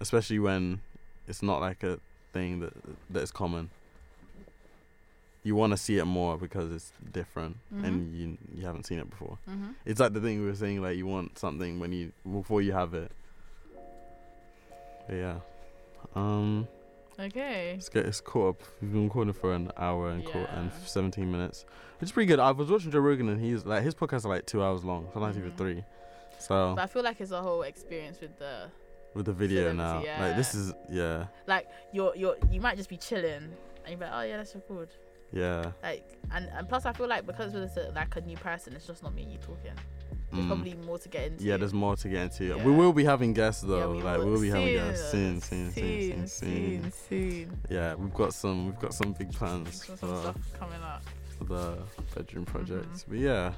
Speaker 2: especially when it's not like a thing that that is common. You want to see it more because it's different and
Speaker 1: Mm-hmm.
Speaker 2: you you haven't seen it before.
Speaker 1: Mhm.
Speaker 2: It's like the thing we were saying, like you want something when you before you have it. But yeah. Um
Speaker 1: Okay.
Speaker 2: let's get us caught up. We've been recording for an hour and quarter and
Speaker 1: Yeah.
Speaker 2: seventeen minutes. Which is pretty good. I was watching Joe Rogan and he's like his podcasts are like two hours long, sometimes even
Speaker 1: Mhm.
Speaker 2: three. So
Speaker 1: But I feel like it's a whole experience with the
Speaker 2: with the video
Speaker 1: celebrity,
Speaker 2: now. Like
Speaker 1: yeah.
Speaker 2: this is yeah.
Speaker 1: like you're you're you might just be chilling and you're like, oh yeah, that's record.
Speaker 2: Yeah.
Speaker 1: Like and, and plus I feel like because it's a, like a new person, it's just not me and you talking. There's
Speaker 2: Mm.
Speaker 1: probably more to get into.
Speaker 2: Yeah, there's more to get into.
Speaker 1: Yeah.
Speaker 2: We will be having guests though.
Speaker 1: we
Speaker 2: like
Speaker 1: will-
Speaker 2: we'll be having guests soon,
Speaker 1: soon,
Speaker 2: soon, soon, soon, soon.
Speaker 1: soon, soon.
Speaker 2: Yeah, we've got some we've got some big plans.
Speaker 1: There's some
Speaker 2: for-
Speaker 1: stuff Mm-hmm. coming up.
Speaker 2: for the bedroom projects. But yeah.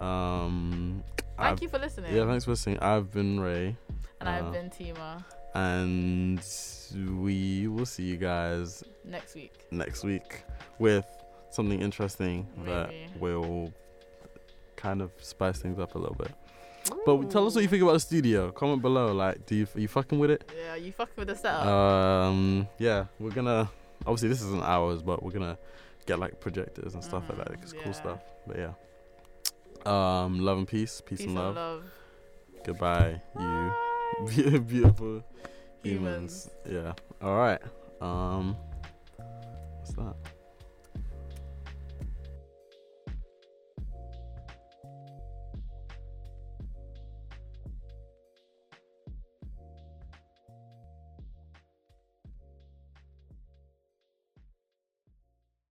Speaker 2: Um
Speaker 1: Thank
Speaker 2: I've-
Speaker 1: you for listening.
Speaker 2: Yeah, thanks for listening. I've been Ray
Speaker 1: and
Speaker 2: uh,
Speaker 1: I've been Tima.
Speaker 2: and we will see you guys
Speaker 1: Next week.
Speaker 2: next week with something interesting that
Speaker 1: Maybe.
Speaker 2: will kind of spice things up a little bit. But tell us what you think about the studio. Comment below. Like, do you are you fucking with it?
Speaker 1: Yeah, you fucking with the setup. Oh.
Speaker 2: Um, yeah, we're gonna obviously this isn't ours, but we're gonna get like projectors and stuff like
Speaker 1: Mhm,
Speaker 2: that. It's
Speaker 1: yeah.
Speaker 2: cool stuff. But yeah. Um, love and peace, peace,
Speaker 1: Peace
Speaker 2: and love.
Speaker 1: love.
Speaker 2: Goodbye, you
Speaker 1: Bye.
Speaker 2: be- beautiful humans.
Speaker 1: Humans.
Speaker 2: Yeah. All right. Um, what's that?